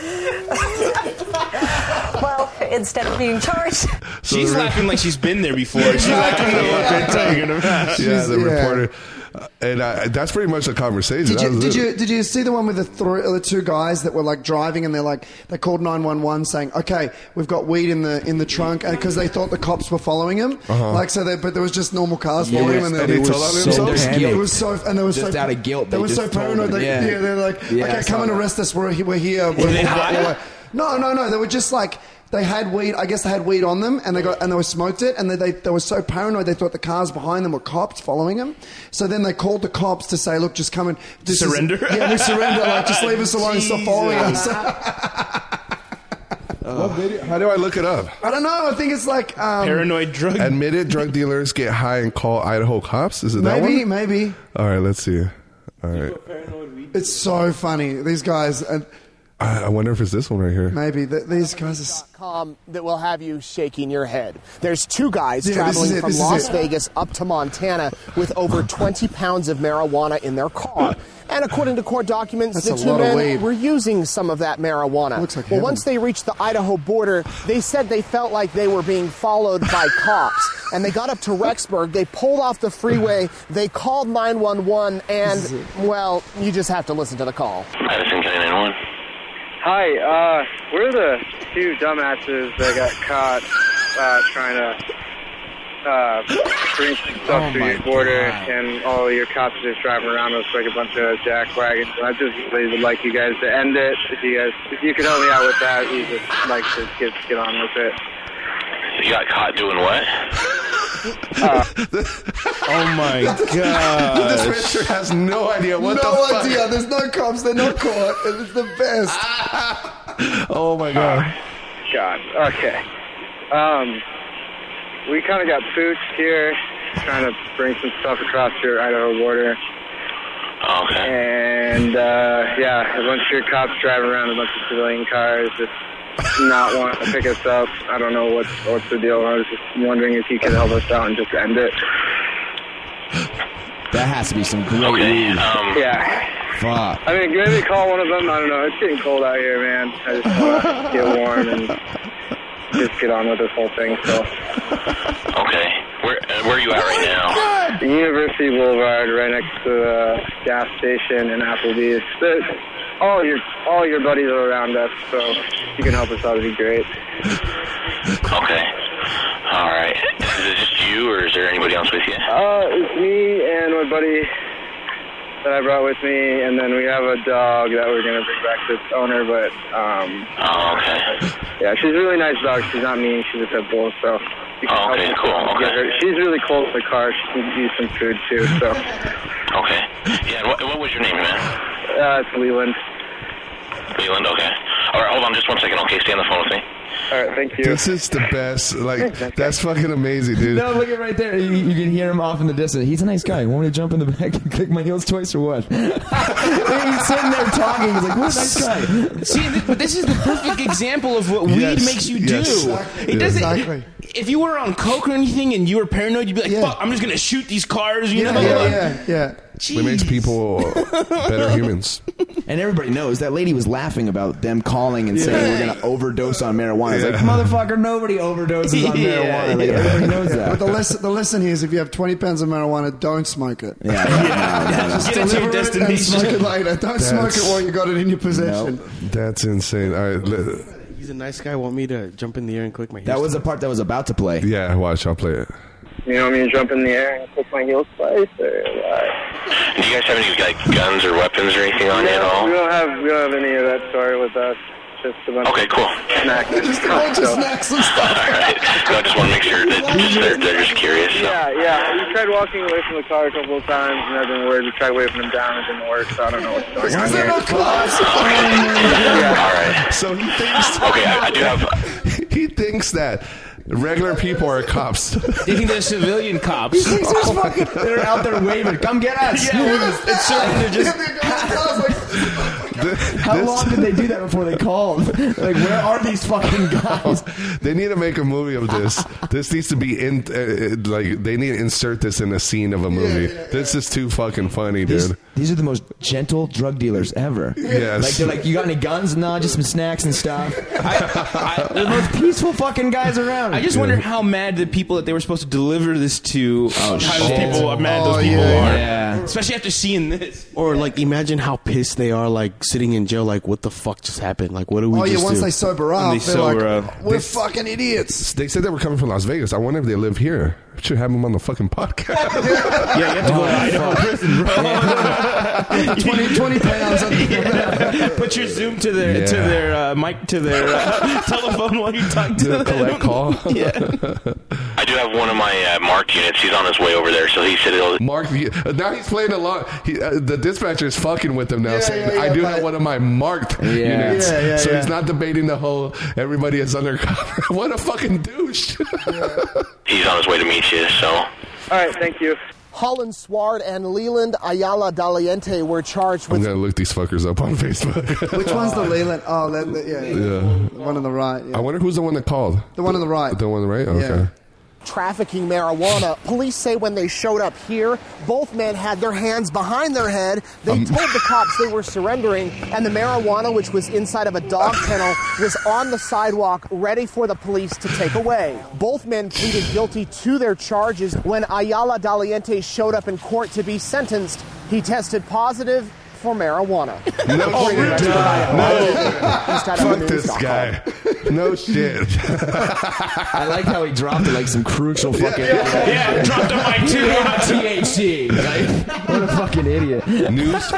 [SPEAKER 11] *laughs* Well, instead of being charged,
[SPEAKER 1] So
[SPEAKER 3] She's
[SPEAKER 1] the re-
[SPEAKER 3] *laughs*
[SPEAKER 4] *laughs*
[SPEAKER 3] laughing like she's been there before. She's like, I know what they're talking about.
[SPEAKER 1] Yeah, the
[SPEAKER 4] yeah.
[SPEAKER 1] reporter. Uh, and I, that's pretty much the conversation.
[SPEAKER 4] Did
[SPEAKER 1] That
[SPEAKER 4] you,
[SPEAKER 1] was it.
[SPEAKER 4] did you did you see the one with the three, the two guys that were like driving and they're like they called nine one one saying okay we've got weed in the in the trunk because they thought the cops were following him
[SPEAKER 1] Uh-huh.
[SPEAKER 4] like so they but there was just normal cars
[SPEAKER 1] Yes,
[SPEAKER 4] following him and
[SPEAKER 1] and
[SPEAKER 4] they,
[SPEAKER 1] they told on
[SPEAKER 4] so
[SPEAKER 1] themselves?
[SPEAKER 4] panicked.
[SPEAKER 7] Guilt.
[SPEAKER 4] it was so and they were
[SPEAKER 7] Just
[SPEAKER 4] so
[SPEAKER 7] out of guilt,
[SPEAKER 4] they,
[SPEAKER 7] they
[SPEAKER 4] were so
[SPEAKER 7] just told
[SPEAKER 4] paranoid
[SPEAKER 7] them.
[SPEAKER 4] they, yeah.
[SPEAKER 7] Yeah.
[SPEAKER 4] they're like
[SPEAKER 7] Yeah, I
[SPEAKER 4] okay
[SPEAKER 7] saw
[SPEAKER 4] come and
[SPEAKER 7] that.
[SPEAKER 4] arrest us we're he- we're here
[SPEAKER 7] Were they
[SPEAKER 4] We're-
[SPEAKER 7] high?
[SPEAKER 4] we're- no, no, no. They were just like they had weed. I guess they had weed on them, and they got and they were smoked it, and they they, they were so paranoid they thought the cars behind them were cops following them. So then they called the cops to say, "Look, just come and this is-
[SPEAKER 3] Surrender?
[SPEAKER 4] yeah, we surrender. Like, just leave us alone. Stop following us."
[SPEAKER 1] What video- How do I look it up?
[SPEAKER 4] *laughs* I don't know. I think it's like Oh. um,
[SPEAKER 3] Paranoid drug.
[SPEAKER 1] Admitted drug dealers get high and call Idaho cops. Is it that
[SPEAKER 4] Maybe,
[SPEAKER 1] one?
[SPEAKER 4] maybe
[SPEAKER 1] All right, let's see. All right,
[SPEAKER 4] it's so funny. These guys, and
[SPEAKER 1] I, I wonder if it's this one right here.
[SPEAKER 4] maybe th- these guys. Are, s-
[SPEAKER 13] com that will have you shaking your head. There's two guys
[SPEAKER 4] Yeah, this
[SPEAKER 13] traveling
[SPEAKER 4] is it,
[SPEAKER 13] from
[SPEAKER 4] this is
[SPEAKER 13] Las
[SPEAKER 4] it.
[SPEAKER 13] Vegas up to Montana with over 20 pounds of marijuana in their car. And according to court documents,
[SPEAKER 4] That's a
[SPEAKER 13] the two
[SPEAKER 4] lot of
[SPEAKER 13] men
[SPEAKER 4] weed.
[SPEAKER 13] were using some of that marijuana.
[SPEAKER 4] Looks like
[SPEAKER 13] well,
[SPEAKER 4] heaven.
[SPEAKER 13] once they reached the Idaho border, they said they felt like they were being followed by *laughs* cops. And they got up to Rexburg, they pulled off the freeway, they called 911, and, well, you just have to listen to the call.
[SPEAKER 14] Madison County one.
[SPEAKER 15] Hi, uh, we're the two dumbasses that got caught uh, trying to uh, bring some stuff
[SPEAKER 14] Oh
[SPEAKER 15] through
[SPEAKER 14] my
[SPEAKER 15] your border,
[SPEAKER 14] God.
[SPEAKER 15] and all your cops are just driving around us like a bunch of jack wagons. And I just really would like you guys to end it. If you guys, if you could help me out with that, we just like to get get on with it.
[SPEAKER 14] You got caught doing what?
[SPEAKER 3] oh
[SPEAKER 1] *laughs*
[SPEAKER 3] my
[SPEAKER 1] this
[SPEAKER 3] god.
[SPEAKER 1] rancher has no idea what
[SPEAKER 4] no
[SPEAKER 1] the fuck.
[SPEAKER 4] idea. There's no cops. They're not caught. and It's the best.
[SPEAKER 1] Ah. Oh my god.
[SPEAKER 15] God. Okay. Um, we kind of got pooched here, trying to bring some stuff across your Idaho border.
[SPEAKER 14] Okay.
[SPEAKER 15] And uh, yeah, a bunch of your cops driving around a bunch of civilian cars, just not wanting to pick us up. I don't know what's what's the deal. I was just wondering if you could help us out and just end it.
[SPEAKER 7] That has to be some great
[SPEAKER 14] Okay,
[SPEAKER 7] weed.
[SPEAKER 14] um,
[SPEAKER 15] Yeah.
[SPEAKER 7] Fuck.
[SPEAKER 15] I mean, maybe call one of them. I don't know. It's getting cold out here, man. I just want to get warm and just get on with this whole thing. So.
[SPEAKER 14] Okay. Where uh, where are you at right now?
[SPEAKER 15] University Boulevard, right next to the gas station and Applebee's. The, all your all your buddies are around us, so if you can help us out, it'd be great.
[SPEAKER 14] *laughs* Okay. All right. Is it just you, or is there anybody else with you?
[SPEAKER 15] Uh, it's me and my buddy that I brought with me, and then we have a dog that we're gonna bring back to its owner, but um,
[SPEAKER 14] Oh, okay.
[SPEAKER 15] yeah, she's a really nice dog. She's not mean. She's a pit bull, so. you can
[SPEAKER 14] Oh, okay,
[SPEAKER 15] help us
[SPEAKER 14] cool,
[SPEAKER 15] get
[SPEAKER 14] okay.
[SPEAKER 15] her- She's really cold in the car. She needs to eat some food too. So,
[SPEAKER 14] Okay. Yeah. and What, what was your name, man?
[SPEAKER 15] uh, it's Leland.
[SPEAKER 14] Leland. Okay. All right. Hold on, just one second. Okay, stay on the phone with me.
[SPEAKER 15] All right, thank you.
[SPEAKER 1] This is the best. Like that's fucking amazing, dude.
[SPEAKER 7] No, look at right there. You, you can hear him off in the distance. He's a nice guy. You want me to jump in the *laughs* back and click my heels twice or what? He's sitting there talking. He's like, what a nice guy.
[SPEAKER 3] See, th- but this is the perfect example of what
[SPEAKER 1] Yes,
[SPEAKER 3] weed makes you
[SPEAKER 1] yes.
[SPEAKER 3] do.
[SPEAKER 1] Exactly.
[SPEAKER 3] It doesn't.
[SPEAKER 4] Exactly.
[SPEAKER 3] If you were on coke or anything and you were paranoid, you'd be like,
[SPEAKER 4] Yeah.
[SPEAKER 3] "Fuck, I'm just gonna shoot these cars." You
[SPEAKER 4] Yeah,
[SPEAKER 3] know,
[SPEAKER 4] yeah,
[SPEAKER 3] like,
[SPEAKER 4] yeah, yeah.
[SPEAKER 1] It makes
[SPEAKER 3] jeez.
[SPEAKER 1] people
[SPEAKER 7] *laughs*
[SPEAKER 1] better humans.
[SPEAKER 7] And everybody knows that lady was laughing about them calling and saying we're going to overdose on marijuana. It's like, motherfucker, nobody
[SPEAKER 4] *laughs*
[SPEAKER 7] overdoses on
[SPEAKER 3] Yeah,
[SPEAKER 7] marijuana. Like,
[SPEAKER 3] yeah.
[SPEAKER 7] everybody knows that.
[SPEAKER 4] But the lesson, the lesson here is if you have 20 pounds of marijuana, don't smoke it. *laughs*
[SPEAKER 7] yeah, yeah, yeah, yeah.
[SPEAKER 3] Get it to your
[SPEAKER 4] Deliver it and smoke
[SPEAKER 3] destination.
[SPEAKER 4] it later. Don't smoke it while you got it in your possession.
[SPEAKER 1] That's insane. All right, let-
[SPEAKER 2] He's a nice guy. Want me to jump in the air and click my heels?
[SPEAKER 7] That was the part that was about to play.
[SPEAKER 1] yeah, watch. I'll play it.
[SPEAKER 15] You know, I'm gonna jump in the air and click my heels twice, or what?
[SPEAKER 14] Do you guys have any like guns or weapons or anything on you at
[SPEAKER 15] Yeah, we
[SPEAKER 14] all?
[SPEAKER 15] don't have we don't have any of that story with us. Just a bunch
[SPEAKER 14] Okay.
[SPEAKER 15] of
[SPEAKER 14] Cool.
[SPEAKER 15] snacks.
[SPEAKER 4] Just a bunch of
[SPEAKER 15] So-
[SPEAKER 4] snacks
[SPEAKER 14] *laughs*
[SPEAKER 4] and
[SPEAKER 14] All
[SPEAKER 4] stuff.
[SPEAKER 14] right. No, I just want to make sure that they're, they're just curious. So.
[SPEAKER 15] Yeah, uh, yeah. We tried walking away from the car a couple of times, and I've been worried. We tried waving them down, it didn't work. So I don't know what's going on
[SPEAKER 4] Is there
[SPEAKER 15] here.
[SPEAKER 4] no cops?
[SPEAKER 14] All right.
[SPEAKER 1] So he thinks
[SPEAKER 14] Okay. I, I do have.
[SPEAKER 1] he thinks that regular people are
[SPEAKER 3] *laughs*
[SPEAKER 1] cops. Oh
[SPEAKER 3] They think they're civilian cops.
[SPEAKER 4] Things
[SPEAKER 1] *laughs*
[SPEAKER 4] are fucking-
[SPEAKER 7] They're out there waving, come get us.
[SPEAKER 1] *laughs*
[SPEAKER 3] Yeah, it's certain they're just
[SPEAKER 4] They're going to cars like-
[SPEAKER 16] How long did they do that before they called? like, where are these fucking
[SPEAKER 1] *laughs*
[SPEAKER 16] guys?
[SPEAKER 1] Oh, They need to make a movie of this. this needs to be in uh, uh, like they need to insert this in a scene of a movie. This is too fucking funny,
[SPEAKER 16] These,
[SPEAKER 1] dude.
[SPEAKER 16] these are the most gentle drug dealers ever.
[SPEAKER 1] Yes.
[SPEAKER 16] Like they're like, you got any guns? Nah, just some snacks and
[SPEAKER 1] *laughs*
[SPEAKER 16] stuff. They're the most peaceful fucking guys around.
[SPEAKER 3] I just wonder how mad the people that they were supposed to deliver this to. how those
[SPEAKER 2] shit.
[SPEAKER 3] people, how mad
[SPEAKER 2] Oh,
[SPEAKER 3] those people
[SPEAKER 2] yeah.
[SPEAKER 3] are.
[SPEAKER 2] Yeah.
[SPEAKER 3] Especially after seeing this.
[SPEAKER 2] Or like, imagine how pissed they are, like sitting in jail. Like, what the fuck just happened? Like, what do we?
[SPEAKER 4] oh yeah,
[SPEAKER 2] just
[SPEAKER 4] once
[SPEAKER 2] do?
[SPEAKER 4] they sober up, they're like, we're fucking idiots.
[SPEAKER 1] uh, They said they were coming from Las Vegas. I wonder if they live here. Should have them on the fucking podcast.
[SPEAKER 7] *laughs*
[SPEAKER 1] yeah,
[SPEAKER 3] you have to go to Idaho
[SPEAKER 1] prison,
[SPEAKER 3] *laughs* bro.
[SPEAKER 4] 20, 20 pounds.
[SPEAKER 3] Yeah. Put your Zoom to their to
[SPEAKER 1] Yeah.
[SPEAKER 3] their uh, mic to their uh, *laughs* telephone while you talk to
[SPEAKER 1] Do a collect
[SPEAKER 3] them.
[SPEAKER 1] call.
[SPEAKER 3] *laughs* yeah.
[SPEAKER 14] I do have one of my uh, marked units. He's on his way over there, so he said he'll.
[SPEAKER 1] *laughs* Mark, he- uh, now he's playing along. He, uh, the dispatcher is fucking with him now, saying,
[SPEAKER 14] yeah,
[SPEAKER 1] "I do
[SPEAKER 14] but-
[SPEAKER 1] have one of my marked
[SPEAKER 14] Yeah.
[SPEAKER 1] units."
[SPEAKER 14] Yeah, yeah,
[SPEAKER 1] so
[SPEAKER 14] yeah.
[SPEAKER 1] he's not debating the whole everybody is undercover. *laughs* what a fucking douche!
[SPEAKER 14] He's on his way to meet you. So.
[SPEAKER 15] All right, thank you.
[SPEAKER 13] Holland Sward and Leland Ayala Daliente were charged
[SPEAKER 1] *laughs* I'm
[SPEAKER 13] with
[SPEAKER 1] gonna look these fuckers up on *laughs* Facebook.
[SPEAKER 4] Which one's the Leland? Oh, that, that- yeah, yeah.
[SPEAKER 1] Yeah.
[SPEAKER 4] The one on the right. Yeah.
[SPEAKER 1] I wonder who's the one that called.
[SPEAKER 4] The one on the right.
[SPEAKER 1] The one on the right. Okay.
[SPEAKER 13] trafficking marijuana. Police say when they showed up here, both men had their hands behind their head. They
[SPEAKER 4] Um.
[SPEAKER 13] told the cops they were surrendering, and the marijuana, which was inside of a dog
[SPEAKER 4] Ah.
[SPEAKER 13] kennel, was on the sidewalk ready for the police to take away. Both men pleaded guilty to their charges. When Ayala Daliente showed up in court to be sentenced, he tested positive for marijuana. *laughs*
[SPEAKER 1] No
[SPEAKER 13] Oh,
[SPEAKER 1] shit.
[SPEAKER 13] we're
[SPEAKER 1] No.
[SPEAKER 13] done.
[SPEAKER 3] Oh.
[SPEAKER 1] Fuck this guy. No shit.
[SPEAKER 16] I like how he dropped it like some crucial fucking.
[SPEAKER 1] yeah, yeah. Dropped
[SPEAKER 16] it
[SPEAKER 1] like two.
[SPEAKER 16] THC. Like, what a fucking idiot.
[SPEAKER 1] news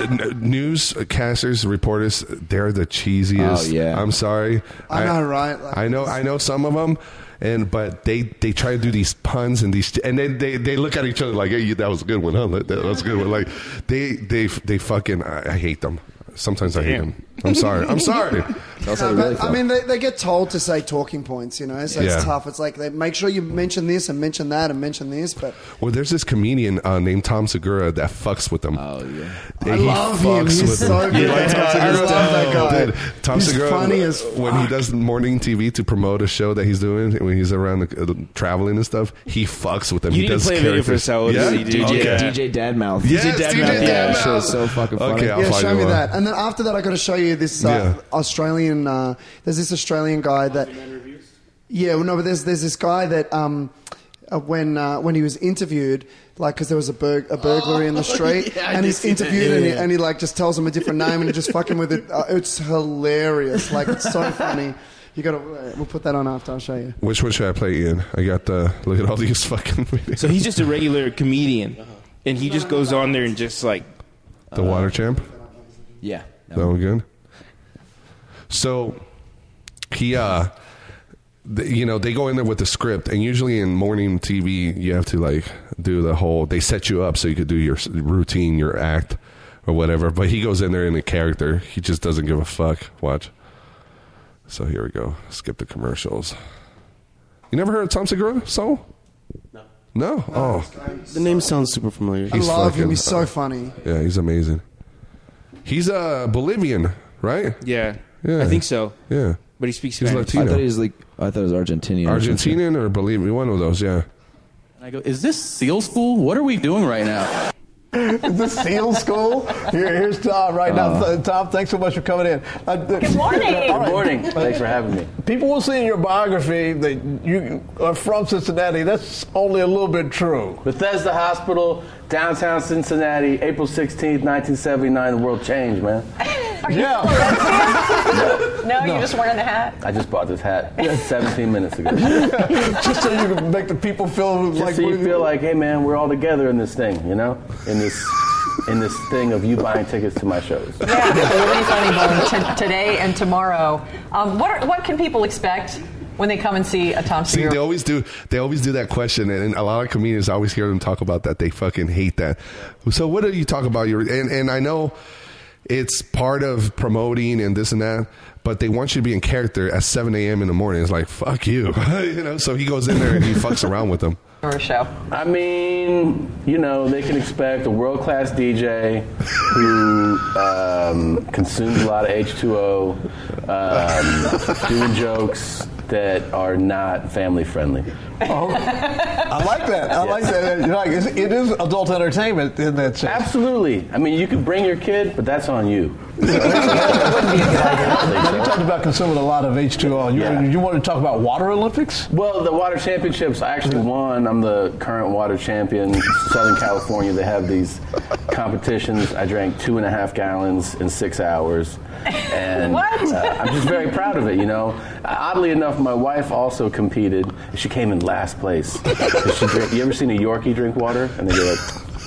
[SPEAKER 1] newscasters reporters they're the
[SPEAKER 16] Oh,
[SPEAKER 1] cheesiest
[SPEAKER 16] yeah.
[SPEAKER 1] i'm sorry
[SPEAKER 4] I know, right? Like-
[SPEAKER 1] i know i know some of them and but they they try to do these puns and these and then they, they look at each other like hey you- that was a good one huh that, that was a good one like they they they fucking i, I hate them sometimes i hate
[SPEAKER 3] Damn.
[SPEAKER 1] them i'm sorry i'm sorry
[SPEAKER 4] No, but, *laughs* I mean, they, they get told to say talking points, you know, so
[SPEAKER 1] Yeah.
[SPEAKER 4] it's tough. It's like, they make sure you mention this and mention that and mention this, but
[SPEAKER 1] well there's this comedian uh, named tom segura that fucks with them oh yeah
[SPEAKER 4] I love him. He's so good. I love that guy.
[SPEAKER 1] Dude, Tom
[SPEAKER 4] He's
[SPEAKER 1] Segura,
[SPEAKER 4] funny as
[SPEAKER 1] when he does morning TV to promote a show that he's doing, when he's around the, uh, traveling and stuff, he fucks with them.
[SPEAKER 3] You
[SPEAKER 1] he
[SPEAKER 3] need to
[SPEAKER 1] does
[SPEAKER 3] play a video for
[SPEAKER 1] characters. Oh,
[SPEAKER 3] us how it is he did.
[SPEAKER 1] Okay.
[SPEAKER 3] Yeah.
[SPEAKER 16] DJ Dadmouth.
[SPEAKER 1] Yes, DJ
[SPEAKER 16] Yeah,
[SPEAKER 1] Dadmouth.
[SPEAKER 16] show is so fucking funny.
[SPEAKER 1] Okay, I'll
[SPEAKER 4] yeah,
[SPEAKER 1] find
[SPEAKER 4] show
[SPEAKER 1] you
[SPEAKER 4] me
[SPEAKER 1] one.
[SPEAKER 4] that. And then after that, I got to show you this uh,
[SPEAKER 1] Yeah.
[SPEAKER 4] Australian. Uh, there's this Australian guy that. Yeah, well, no, but there's there's this guy that um, uh, when uh, when he was interviewed, like, because there was a, bur- a
[SPEAKER 13] *laughs*
[SPEAKER 4] burglary in the street,
[SPEAKER 13] Oh, yeah, I
[SPEAKER 4] and
[SPEAKER 13] did
[SPEAKER 4] he's
[SPEAKER 13] see that.
[SPEAKER 4] interviewed, and, he,
[SPEAKER 13] Yeah.
[SPEAKER 4] and he like just tells him a different name, and he just fucking
[SPEAKER 1] *laughs*
[SPEAKER 4] with it. Uh, it's hilarious. Like, it's so funny. You got to. We'll put that on after. I'll show you.
[SPEAKER 1] Which one should I play in? I got the look at all these *laughs* fucking videos.
[SPEAKER 3] So he's just a regular comedian, and he just goes on there and just like
[SPEAKER 1] the Water Champ.
[SPEAKER 3] yeah.
[SPEAKER 1] That one good. So he, uh, th- you know, they go in there with the script, and usually in morning TV, you have to like do the whole. They set you up so you could do your s- routine, your act, or whatever. But he goes in there in a character. He just doesn't give a fuck. Watch. So here we go. Skip the commercials. You never heard of Tom Segura? So. No. No. Oh.
[SPEAKER 2] the name sounds super familiar.
[SPEAKER 1] He's
[SPEAKER 4] I love
[SPEAKER 1] fucking-
[SPEAKER 4] him. He's so funny.
[SPEAKER 1] Yeah, he's amazing. He's uh, Bolivian, right?
[SPEAKER 3] Yeah.
[SPEAKER 1] Yeah.
[SPEAKER 3] I think so.
[SPEAKER 1] Yeah.
[SPEAKER 3] But he speaks
[SPEAKER 1] He's
[SPEAKER 3] Spanish.
[SPEAKER 1] Latino.
[SPEAKER 16] I thought he was like, I thought it was Argentinian.
[SPEAKER 1] Argentinian or Bolivian, one of those, yeah.
[SPEAKER 17] And I go, is this SEAL school? What are we doing right now?
[SPEAKER 18] the SEAL School. Here, here's Tom right now. Th- Tom, thanks so much for coming in. Uh, th-
[SPEAKER 17] Good morning.
[SPEAKER 18] All right.
[SPEAKER 17] Uh-huh.
[SPEAKER 18] Uh,
[SPEAKER 17] Good morning. Thanks for having me.
[SPEAKER 18] People will see in your biography that you are from Cincinnati. That's only a little bit true.
[SPEAKER 17] Bethesda Hospital, downtown Cincinnati, April 16th, 1979. The world changed, man.
[SPEAKER 9] No,
[SPEAKER 17] No.
[SPEAKER 9] you just wearing the hat.
[SPEAKER 17] I just bought this hat *laughs* 17
[SPEAKER 9] *laughs*
[SPEAKER 17] minutes ago.
[SPEAKER 18] Just so you can make the people feel
[SPEAKER 17] Just
[SPEAKER 18] like
[SPEAKER 17] so you
[SPEAKER 18] we-
[SPEAKER 17] feel like, hey, man, we're all together in this thing, you know? In this, in this thing of you buying tickets to my shows.
[SPEAKER 9] Yeah, so we're really funny bone t- today and tomorrow. Um, what are, what can people expect when they come and see a Tom
[SPEAKER 1] See,
[SPEAKER 9] Segura?
[SPEAKER 1] they always do. They always do that question, and a lot of comedians I always hear them talk about that. They fucking hate that. So, what do you talk about? Your and and I know it's part of promoting and this and that, but they want you to be *laughs* in character at seven a.m. in the morning. It's like fuck you, you know. So he goes in there and he fucks around with them.
[SPEAKER 9] or a show?
[SPEAKER 17] I mean, you know, they can expect a world class DJ who um, consumes a lot of H2O, um,
[SPEAKER 18] *laughs*
[SPEAKER 17] doing jokes that are not family friendly.
[SPEAKER 18] Oh, I like that. I like that. You're Like, it's- it is adult entertainment in that sense.
[SPEAKER 17] Absolutely. I mean, you can bring your kid, but that's on you.
[SPEAKER 18] *laughs* You talked about consuming a lot of H2O. You, you want to talk about water Olympics?
[SPEAKER 17] Well, the water championships, I actually won. I'm the current water champion. Southern California, they have these competitions. I drank two and a half gallons in six hours. And
[SPEAKER 9] What?
[SPEAKER 17] uh, I'm just very proud of it, you know. Oddly enough, my wife also competed. She came in last place. She drank- you ever seen a Yorkie drink water? And they go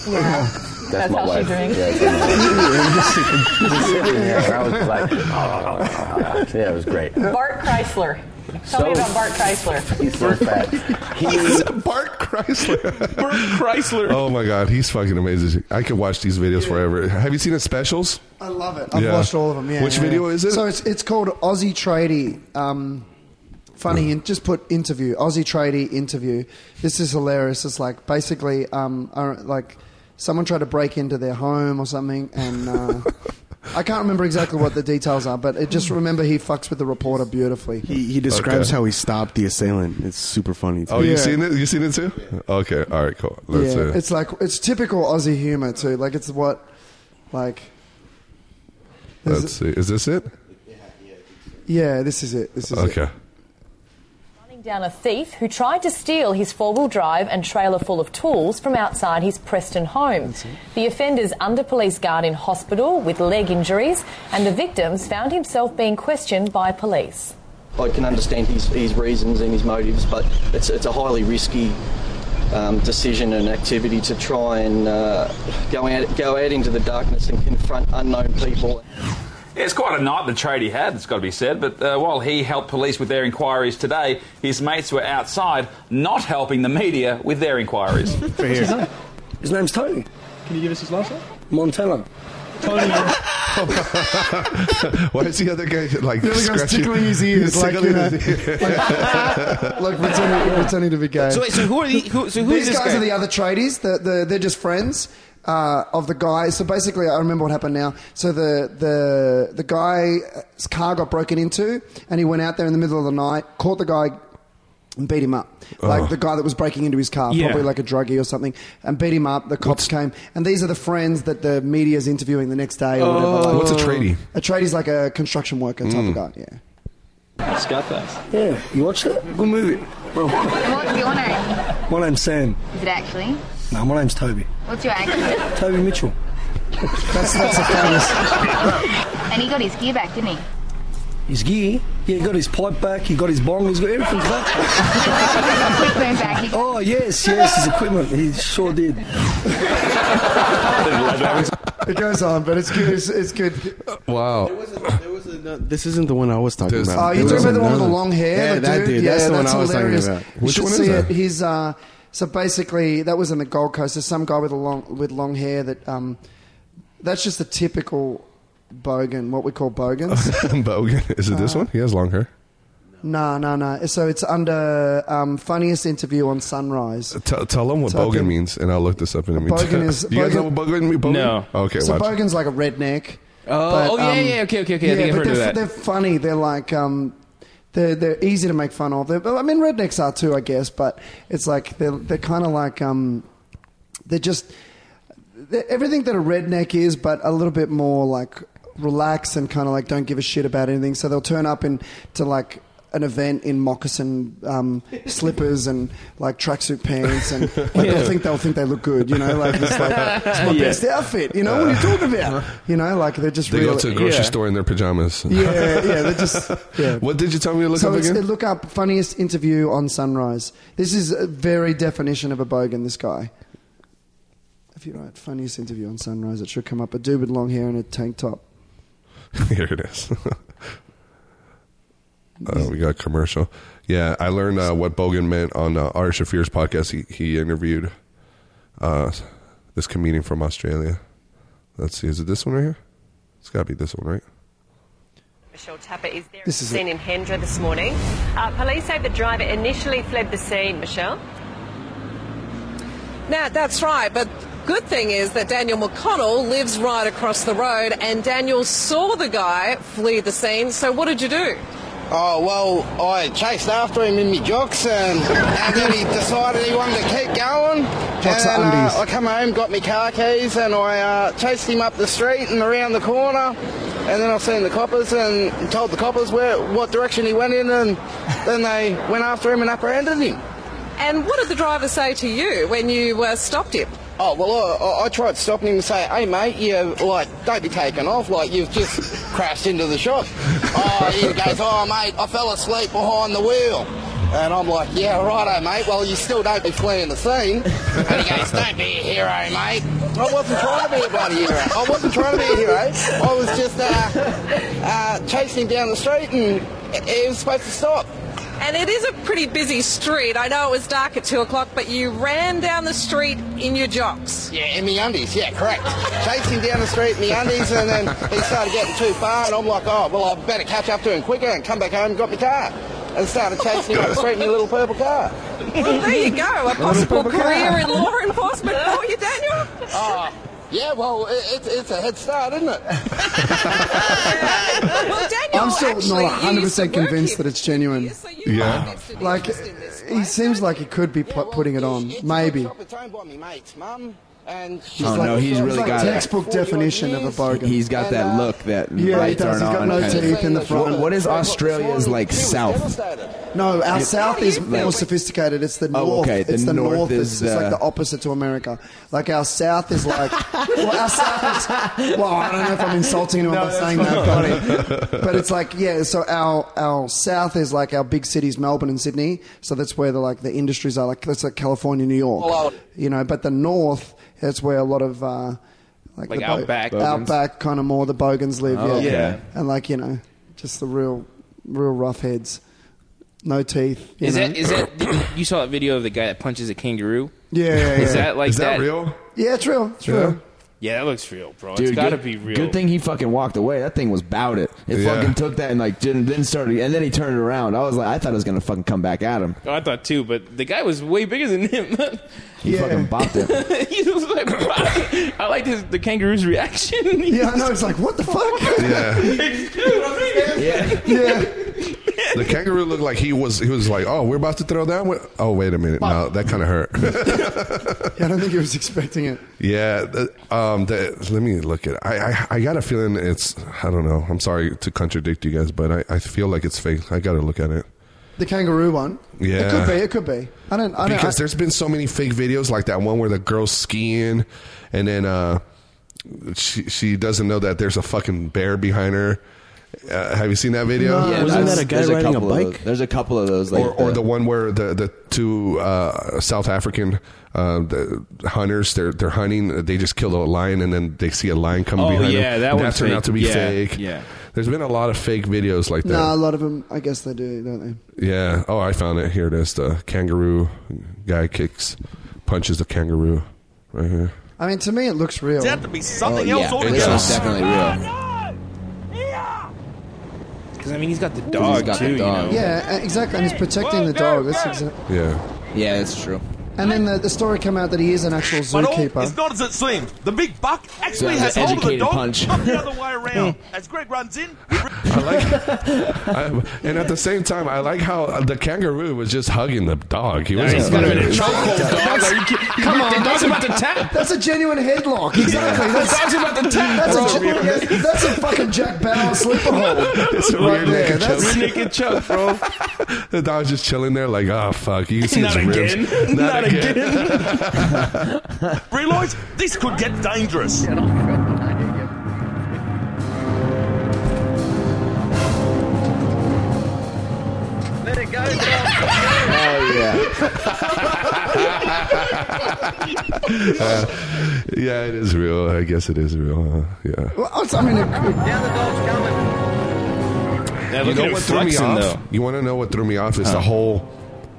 [SPEAKER 17] like, that's, my
[SPEAKER 9] how she
[SPEAKER 17] wife.
[SPEAKER 9] drinks.
[SPEAKER 17] Yeah, that's my *laughs* wife. Just sitting there. I was like, *laughs* "Oh, yeah, it was great.
[SPEAKER 9] Bart *laughs* Chrysler. Tell me
[SPEAKER 17] So-
[SPEAKER 9] about Bart Chrysler.
[SPEAKER 17] *laughs* He's so fat.
[SPEAKER 18] *laughs*
[SPEAKER 1] He's Bart
[SPEAKER 17] *laughs*
[SPEAKER 1] Chrysler. Bart Chrysler. Oh my God, he's fucking amazing. I could watch these videos forever. Have you seen his specials?
[SPEAKER 4] I love it. I've
[SPEAKER 1] Yeah.
[SPEAKER 4] watched all of them. Yeah.
[SPEAKER 1] Which
[SPEAKER 4] yeah,
[SPEAKER 1] video
[SPEAKER 4] yeah.
[SPEAKER 1] is it?
[SPEAKER 4] So it's it's called Aussie Tradie. Um, funny and just put interview Aussie Tradie interview. This is hilarious. It's like basically um uh, like someone tried to break into their home or something and.
[SPEAKER 1] *laughs*
[SPEAKER 4] Uh, I can't remember exactly what the details are, but it just
[SPEAKER 1] Hmm.
[SPEAKER 4] remember he fucks with the reporter beautifully.
[SPEAKER 2] He describes how he stopped the assailant. It's super funny.
[SPEAKER 1] Oh, you seen it? You seen it too? Okay. All right. Cool. Let's,
[SPEAKER 4] yeah,
[SPEAKER 1] uh,
[SPEAKER 4] it's like it's typical Aussie humor too. Like it's what, like
[SPEAKER 1] let's see. Is this it?
[SPEAKER 4] yeah, this is it. This is
[SPEAKER 1] Okay.
[SPEAKER 4] it.
[SPEAKER 19] down a thief who tried to steal his four-wheel drive and trailer full of tools from outside his Preston home. The offender's under police guard in hospital with leg injuries, and the victims found himself being questioned by police.
[SPEAKER 20] I can understand his, his reasons and his motives, but it's, it's a highly risky um, decision and activity to try and uh, go out go out into the darkness and confront unknown people.
[SPEAKER 21] Yeah, it's quite a night the trade he had, it's got to be said. But uh, while he helped police with their inquiries today, his mates were outside not helping the media with their inquiries.
[SPEAKER 22] What's his name? His name's Tony. Can you give us his last name? Montella.
[SPEAKER 4] *laughs*
[SPEAKER 22] Tony.
[SPEAKER 1] *laughs* Why is the other guy like
[SPEAKER 4] The other guy's
[SPEAKER 1] scratching
[SPEAKER 4] tickling his ears, like,
[SPEAKER 1] tickling
[SPEAKER 4] you know.
[SPEAKER 1] his ear. *laughs*
[SPEAKER 4] like pretending, pretending to be gay.
[SPEAKER 3] So wait, so who are the- who- so who
[SPEAKER 4] these
[SPEAKER 3] is this
[SPEAKER 4] guys
[SPEAKER 3] guy?
[SPEAKER 4] are the other tradies? The, the, they're just friends uh, of the guy. So basically, I remember what happened now. So the the the guy's car got broken into, and he went out there in the middle of the night, caught the guy. And beat him up, like
[SPEAKER 23] Oh.
[SPEAKER 4] the guy that was breaking into his car,
[SPEAKER 23] Yeah.
[SPEAKER 4] probably like a druggie or something, and beat him up. The cops came, and these are the friends that the media's interviewing the next day or
[SPEAKER 3] Oh.
[SPEAKER 4] whatever. Like,
[SPEAKER 1] What's a tradie?
[SPEAKER 4] A tradie's like a construction worker type
[SPEAKER 3] Mm.
[SPEAKER 4] of guy. Yeah.
[SPEAKER 18] Oh.
[SPEAKER 22] Scarface. Yeah, you watched it? Good movie. Bro,
[SPEAKER 5] What's your name?
[SPEAKER 22] *laughs* my name's Sam.
[SPEAKER 5] Is it actually?
[SPEAKER 22] No, my name's Toby.
[SPEAKER 5] What's your accent? *laughs*
[SPEAKER 22] Toby Mitchell.
[SPEAKER 4] that's, that's a famous.
[SPEAKER 5] and he got his gear
[SPEAKER 18] *laughs*
[SPEAKER 5] back, didn't he?
[SPEAKER 22] His gear. Yeah, he got his pipe back. He got his bong. He's got everything back.
[SPEAKER 5] Quick back.
[SPEAKER 22] Oh yes, yes, his equipment. He sure did.
[SPEAKER 4] It goes on, but it's good. It's, it's good.
[SPEAKER 1] Wow.
[SPEAKER 2] This isn't the one I was talking about.
[SPEAKER 4] Oh, you're
[SPEAKER 2] There was
[SPEAKER 4] talking about the one with the
[SPEAKER 2] Um, another-
[SPEAKER 4] long hair?
[SPEAKER 2] Yeah,
[SPEAKER 4] the
[SPEAKER 2] that dude.
[SPEAKER 4] Yeah,
[SPEAKER 2] that's the one I was
[SPEAKER 4] hilarious.
[SPEAKER 2] talking about.
[SPEAKER 4] You should see It. He's uh, so basically that was on the Gold Coast. There's some guy with a long with long hair that um, that's just a typical bogan, what we call
[SPEAKER 1] *laughs*
[SPEAKER 4] bogans.
[SPEAKER 2] *laughs*
[SPEAKER 1] Bogan. Is it this
[SPEAKER 4] Uh-huh.
[SPEAKER 1] one? He has long hair.
[SPEAKER 4] no, no, no. So it's under um, funniest interview on Sunrise.
[SPEAKER 1] Tell, tell them what
[SPEAKER 4] So I
[SPEAKER 1] bogan
[SPEAKER 4] can-
[SPEAKER 1] means, and I'll look this up in a minute.
[SPEAKER 4] Bogan is-
[SPEAKER 1] Do *laughs* you guys
[SPEAKER 4] bogan-
[SPEAKER 1] know what bogan means? Bogan?
[SPEAKER 3] No.
[SPEAKER 1] Okay.
[SPEAKER 4] so
[SPEAKER 1] watch.
[SPEAKER 4] bogan's like a redneck. um,
[SPEAKER 3] Oh, oh, yeah, yeah, okay, okay, okay. I
[SPEAKER 4] Yeah,
[SPEAKER 3] think I've heard
[SPEAKER 4] but they're,
[SPEAKER 3] of
[SPEAKER 4] f-
[SPEAKER 3] that.
[SPEAKER 4] they're funny. They're like um, they're they're easy to make fun of. They're, well, I mean, rednecks are too, I guess. But it's like they're they're kind of like um, they're just they're everything that a redneck is, but a little bit more like relaxed and kind of like don't give a shit about anything. So they'll turn up in to like. An event in moccasin um, slippers and like tracksuit
[SPEAKER 3] *laughs*
[SPEAKER 4] pants, and like, they'll think they'll think they look good, you know. Like it's like
[SPEAKER 3] *laughs*
[SPEAKER 4] it's my
[SPEAKER 1] Yeah.
[SPEAKER 4] best outfit, you know. what are you talking about? You know, like they're just
[SPEAKER 1] Uh-huh. they
[SPEAKER 4] really,
[SPEAKER 1] go to a grocery
[SPEAKER 4] Yeah.
[SPEAKER 1] store in their pajamas.
[SPEAKER 4] Yeah, yeah, they're
[SPEAKER 1] *laughs*
[SPEAKER 4] just. Yeah.
[SPEAKER 1] What did you tell me to look
[SPEAKER 4] so
[SPEAKER 1] up
[SPEAKER 4] it's,
[SPEAKER 1] again?
[SPEAKER 4] look up funniest interview on Sunrise. This is a very definition of a bogan. This guy. If you write funniest interview on Sunrise, it should come up. A dude with long hair and a tank top.
[SPEAKER 1] Here it is. *laughs* uh, we got a commercial. Yeah, I learned uh, what Bogan meant on uh, Ari Shafir's podcast. He he interviewed uh, this comedian from Australia. Let's see, is it this one right here? It's got to be this one, right?
[SPEAKER 24] Michelle Tapper is there
[SPEAKER 1] This is
[SPEAKER 24] at the scene in Hendra this morning. Uh, police say the driver initially fled the scene, Michelle.
[SPEAKER 25] Now, that's right, but good thing is that Daniel McConnell lives right across the road, and Daniel saw the guy flee the scene. So, what did you do?
[SPEAKER 26] Oh, well, I chased after him in my jocks and, and then he decided he wanted to keep going.
[SPEAKER 4] Jocks are
[SPEAKER 26] and uh,
[SPEAKER 4] undies.
[SPEAKER 26] I come home, got my car keys and I uh, chased him up the street and around the corner. And then I seen the coppers and told the coppers where what direction he went in and then they went after him and apprehended him.
[SPEAKER 25] And what did the driver say to you when you uh, stopped him?
[SPEAKER 26] Oh, well, I- I, I tried stopping him and say, hey, mate, you, like, don't be taking off, like, you've just crashed into the
[SPEAKER 25] *laughs*
[SPEAKER 26] shop. Oh, he goes, oh, mate, I fell asleep behind the wheel. And I'm like, yeah, righto, mate, well, you still don't be fleeing the scene.
[SPEAKER 5] *laughs*
[SPEAKER 26] And he goes, don't be a hero, mate. I wasn't trying to be a bloody hero. I wasn't trying to be a hero. I was just uh, uh, chasing him down the street and he was supposed to stop.
[SPEAKER 25] And it is a pretty busy street. I know it was dark at two o'clock, but you ran down the street in your jocks.
[SPEAKER 26] Yeah, in me undies. Yeah, correct. *laughs* Chased him down the street in the undies, and then he started getting too far, and I'm like, oh, well, I better catch up to him quicker and come back home and got my car. And started chasing him up the street in my little purple car.
[SPEAKER 25] Well, there you go, a possible career in law enforcement for you, Daniel.
[SPEAKER 26] Oh, yeah, well, it, it's it's a head start, isn't it?
[SPEAKER 25] well, Daniel,
[SPEAKER 4] I'm still
[SPEAKER 25] actually,
[SPEAKER 4] not 100
[SPEAKER 25] used to
[SPEAKER 4] percent
[SPEAKER 25] work here.
[SPEAKER 4] convinced that it's genuine.
[SPEAKER 1] Yeah.
[SPEAKER 4] Like he seems like he could be pu- putting it on. Maybe.
[SPEAKER 26] And she's
[SPEAKER 4] Oh,
[SPEAKER 26] like,
[SPEAKER 4] no, he's
[SPEAKER 26] "It's
[SPEAKER 4] really
[SPEAKER 26] like
[SPEAKER 4] got it.
[SPEAKER 26] textbook
[SPEAKER 4] definition of a bogan.
[SPEAKER 7] He's got that look that
[SPEAKER 4] Yeah, he
[SPEAKER 7] lights aren't
[SPEAKER 4] does. He's got
[SPEAKER 7] on
[SPEAKER 4] no
[SPEAKER 7] kind of-
[SPEAKER 4] teeth in the front.
[SPEAKER 7] What, what is Australia's like south?
[SPEAKER 4] No,
[SPEAKER 7] Yeah.
[SPEAKER 4] our south is
[SPEAKER 7] Like-
[SPEAKER 4] more sophisticated. It's the
[SPEAKER 7] Oh,
[SPEAKER 4] north.
[SPEAKER 7] okay, the
[SPEAKER 4] It's the
[SPEAKER 7] north
[SPEAKER 4] north.
[SPEAKER 7] is,
[SPEAKER 4] It's, it's
[SPEAKER 7] uh,
[SPEAKER 4] like the opposite to America. Like our south
[SPEAKER 7] *laughs*
[SPEAKER 4] is like. well, our south is. Well, I don't know if I'm insulting anyone
[SPEAKER 18] No,
[SPEAKER 4] by
[SPEAKER 18] that's
[SPEAKER 4] saying
[SPEAKER 18] fine.
[SPEAKER 4] that, Connie. But it's like yeah. So our our south is like our big cities, Melbourne and Sydney. So that's where the like the industries are. Like that's like California, New York.
[SPEAKER 26] Well, I-
[SPEAKER 4] you know, but the north that's where a lot of. Uh, like
[SPEAKER 3] Like
[SPEAKER 4] the
[SPEAKER 3] outback.
[SPEAKER 4] bo-
[SPEAKER 3] Bogans?
[SPEAKER 4] outback, kind of more the bogans live,
[SPEAKER 3] Oh,
[SPEAKER 4] yeah.
[SPEAKER 3] okay.
[SPEAKER 4] and like you know, just the real, real rough heads. No teeth. you
[SPEAKER 3] Is
[SPEAKER 4] know?
[SPEAKER 3] that *coughs* is
[SPEAKER 4] *coughs*
[SPEAKER 3] that you saw a video of the guy that punches a kangaroo?
[SPEAKER 4] Yeah, yeah,
[SPEAKER 3] Is
[SPEAKER 4] yeah.
[SPEAKER 3] that like
[SPEAKER 4] Is that real? Yeah, it's real. It's real.
[SPEAKER 3] Yeah, that looks real, bro. Oh, it's got to
[SPEAKER 7] good,
[SPEAKER 3] be real.
[SPEAKER 7] Good thing he fucking walked away. That thing was bowed it. It
[SPEAKER 3] Yeah.
[SPEAKER 7] fucking took that and like didn't, didn't start. it- And then he turned around. I was like, I thought it was gonna fucking come back at him.
[SPEAKER 3] Oh, I thought too, but the guy was way bigger than him. *laughs*
[SPEAKER 7] He fucking bopped it.
[SPEAKER 3] he was like, "Wow." I like this, the kangaroo's reaction. *laughs*
[SPEAKER 4] Yeah, I know. It's like, what the fuck?
[SPEAKER 1] Yeah.
[SPEAKER 3] yeah.
[SPEAKER 4] yeah.
[SPEAKER 1] *laughs* The kangaroo looked like he was. He was like, "Oh, we're about to throw that one." Oh, wait a minute. No, that kind of hurt.
[SPEAKER 4] Yeah, I don't think he was expecting it.
[SPEAKER 1] yeah. the- um, the, let me look at. It. I, I I got a feeling it's. I don't know. I'm sorry to contradict you guys, but I, I feel like it's fake. I got to look at it.
[SPEAKER 4] The kangaroo one.
[SPEAKER 1] Yeah.
[SPEAKER 4] It could be. It could be. I don't. I don't.
[SPEAKER 1] because
[SPEAKER 4] I,
[SPEAKER 1] there's been so many fake videos like that one where the girl's skiing and then uh, she she doesn't know that there's a fucking bear behind her. Uh, have you seen that video?
[SPEAKER 7] Yeah, that's- there's couple of those. There's a couple of those. Like
[SPEAKER 1] or, or the one where the the two uh, South African uh, the hunters they're they're hunting they just kill a lion and then they see a lion coming
[SPEAKER 3] Oh,
[SPEAKER 1] behind
[SPEAKER 3] yeah,
[SPEAKER 1] them.
[SPEAKER 3] that
[SPEAKER 1] that
[SPEAKER 3] one's
[SPEAKER 1] turned
[SPEAKER 3] fake.
[SPEAKER 1] out to be
[SPEAKER 3] Yeah,
[SPEAKER 1] fake.
[SPEAKER 3] yeah.
[SPEAKER 1] there's been a lot of fake videos like that.
[SPEAKER 4] no, a lot of them. I guess they do, don't they?
[SPEAKER 1] Yeah. Oh, I found it. Here it is. The kangaroo guy kicks, punches the kangaroo right here.
[SPEAKER 4] I mean, to me, it looks real.
[SPEAKER 10] That to be something
[SPEAKER 7] Oh,
[SPEAKER 10] else altogether.
[SPEAKER 1] It's
[SPEAKER 7] That's definitely
[SPEAKER 3] Oh,
[SPEAKER 7] real.
[SPEAKER 3] Because I mean, he's got the
[SPEAKER 7] He's
[SPEAKER 3] dog
[SPEAKER 7] got the
[SPEAKER 3] too.
[SPEAKER 7] dog.
[SPEAKER 3] You know?
[SPEAKER 4] Yeah, uh, exactly. And he's protecting the dog. That's exactly.
[SPEAKER 1] Yeah.
[SPEAKER 7] Yeah, that's true.
[SPEAKER 4] And then the, the story came out that he is an actual
[SPEAKER 10] But all
[SPEAKER 4] zookeeper.
[SPEAKER 10] is *laughs* not as it seems. The big buck actually
[SPEAKER 7] Yeah,
[SPEAKER 10] has
[SPEAKER 7] the
[SPEAKER 10] hold of the
[SPEAKER 7] educated
[SPEAKER 10] dog,
[SPEAKER 7] punch.
[SPEAKER 10] not the other way
[SPEAKER 4] *laughs*
[SPEAKER 10] around. As Greg runs in,
[SPEAKER 1] I like, I, and at the same time, I like how the kangaroo was just hugging the dog. He was
[SPEAKER 3] he's got him in a chokehold, dog.
[SPEAKER 4] That's-
[SPEAKER 3] Are you kidding?
[SPEAKER 4] Come
[SPEAKER 3] The
[SPEAKER 4] on,
[SPEAKER 3] dog's
[SPEAKER 4] that's a-
[SPEAKER 3] about to tap.
[SPEAKER 4] That's a genuine headlock. Exactly.
[SPEAKER 3] The
[SPEAKER 4] That's,
[SPEAKER 3] dog's about to tap,
[SPEAKER 4] That's,
[SPEAKER 3] bro.
[SPEAKER 4] a, gen- that's- that's a fucking Jack Bauer sleeper hold.
[SPEAKER 1] It's a rear naked choke.
[SPEAKER 3] Rear naked choke, bro.
[SPEAKER 1] the dog's just chilling there, like, oh fuck,
[SPEAKER 10] *laughs*
[SPEAKER 1] you can see
[SPEAKER 10] Not
[SPEAKER 1] his ribs.
[SPEAKER 4] *laughs*
[SPEAKER 10] again.
[SPEAKER 1] Not,
[SPEAKER 10] Not
[SPEAKER 1] again. *laughs*
[SPEAKER 10] realise this could get dangerous.
[SPEAKER 12] Let it go,
[SPEAKER 7] Oh yeah. *laughs*
[SPEAKER 1] Uh, yeah, it is real. I guess it is real. Huh? Yeah.
[SPEAKER 4] Well, also, I mean, it-
[SPEAKER 3] Yeah, look at him flexing,
[SPEAKER 1] off?
[SPEAKER 3] though.
[SPEAKER 1] You want to know what threw me off? It's
[SPEAKER 3] Huh.
[SPEAKER 1] the whole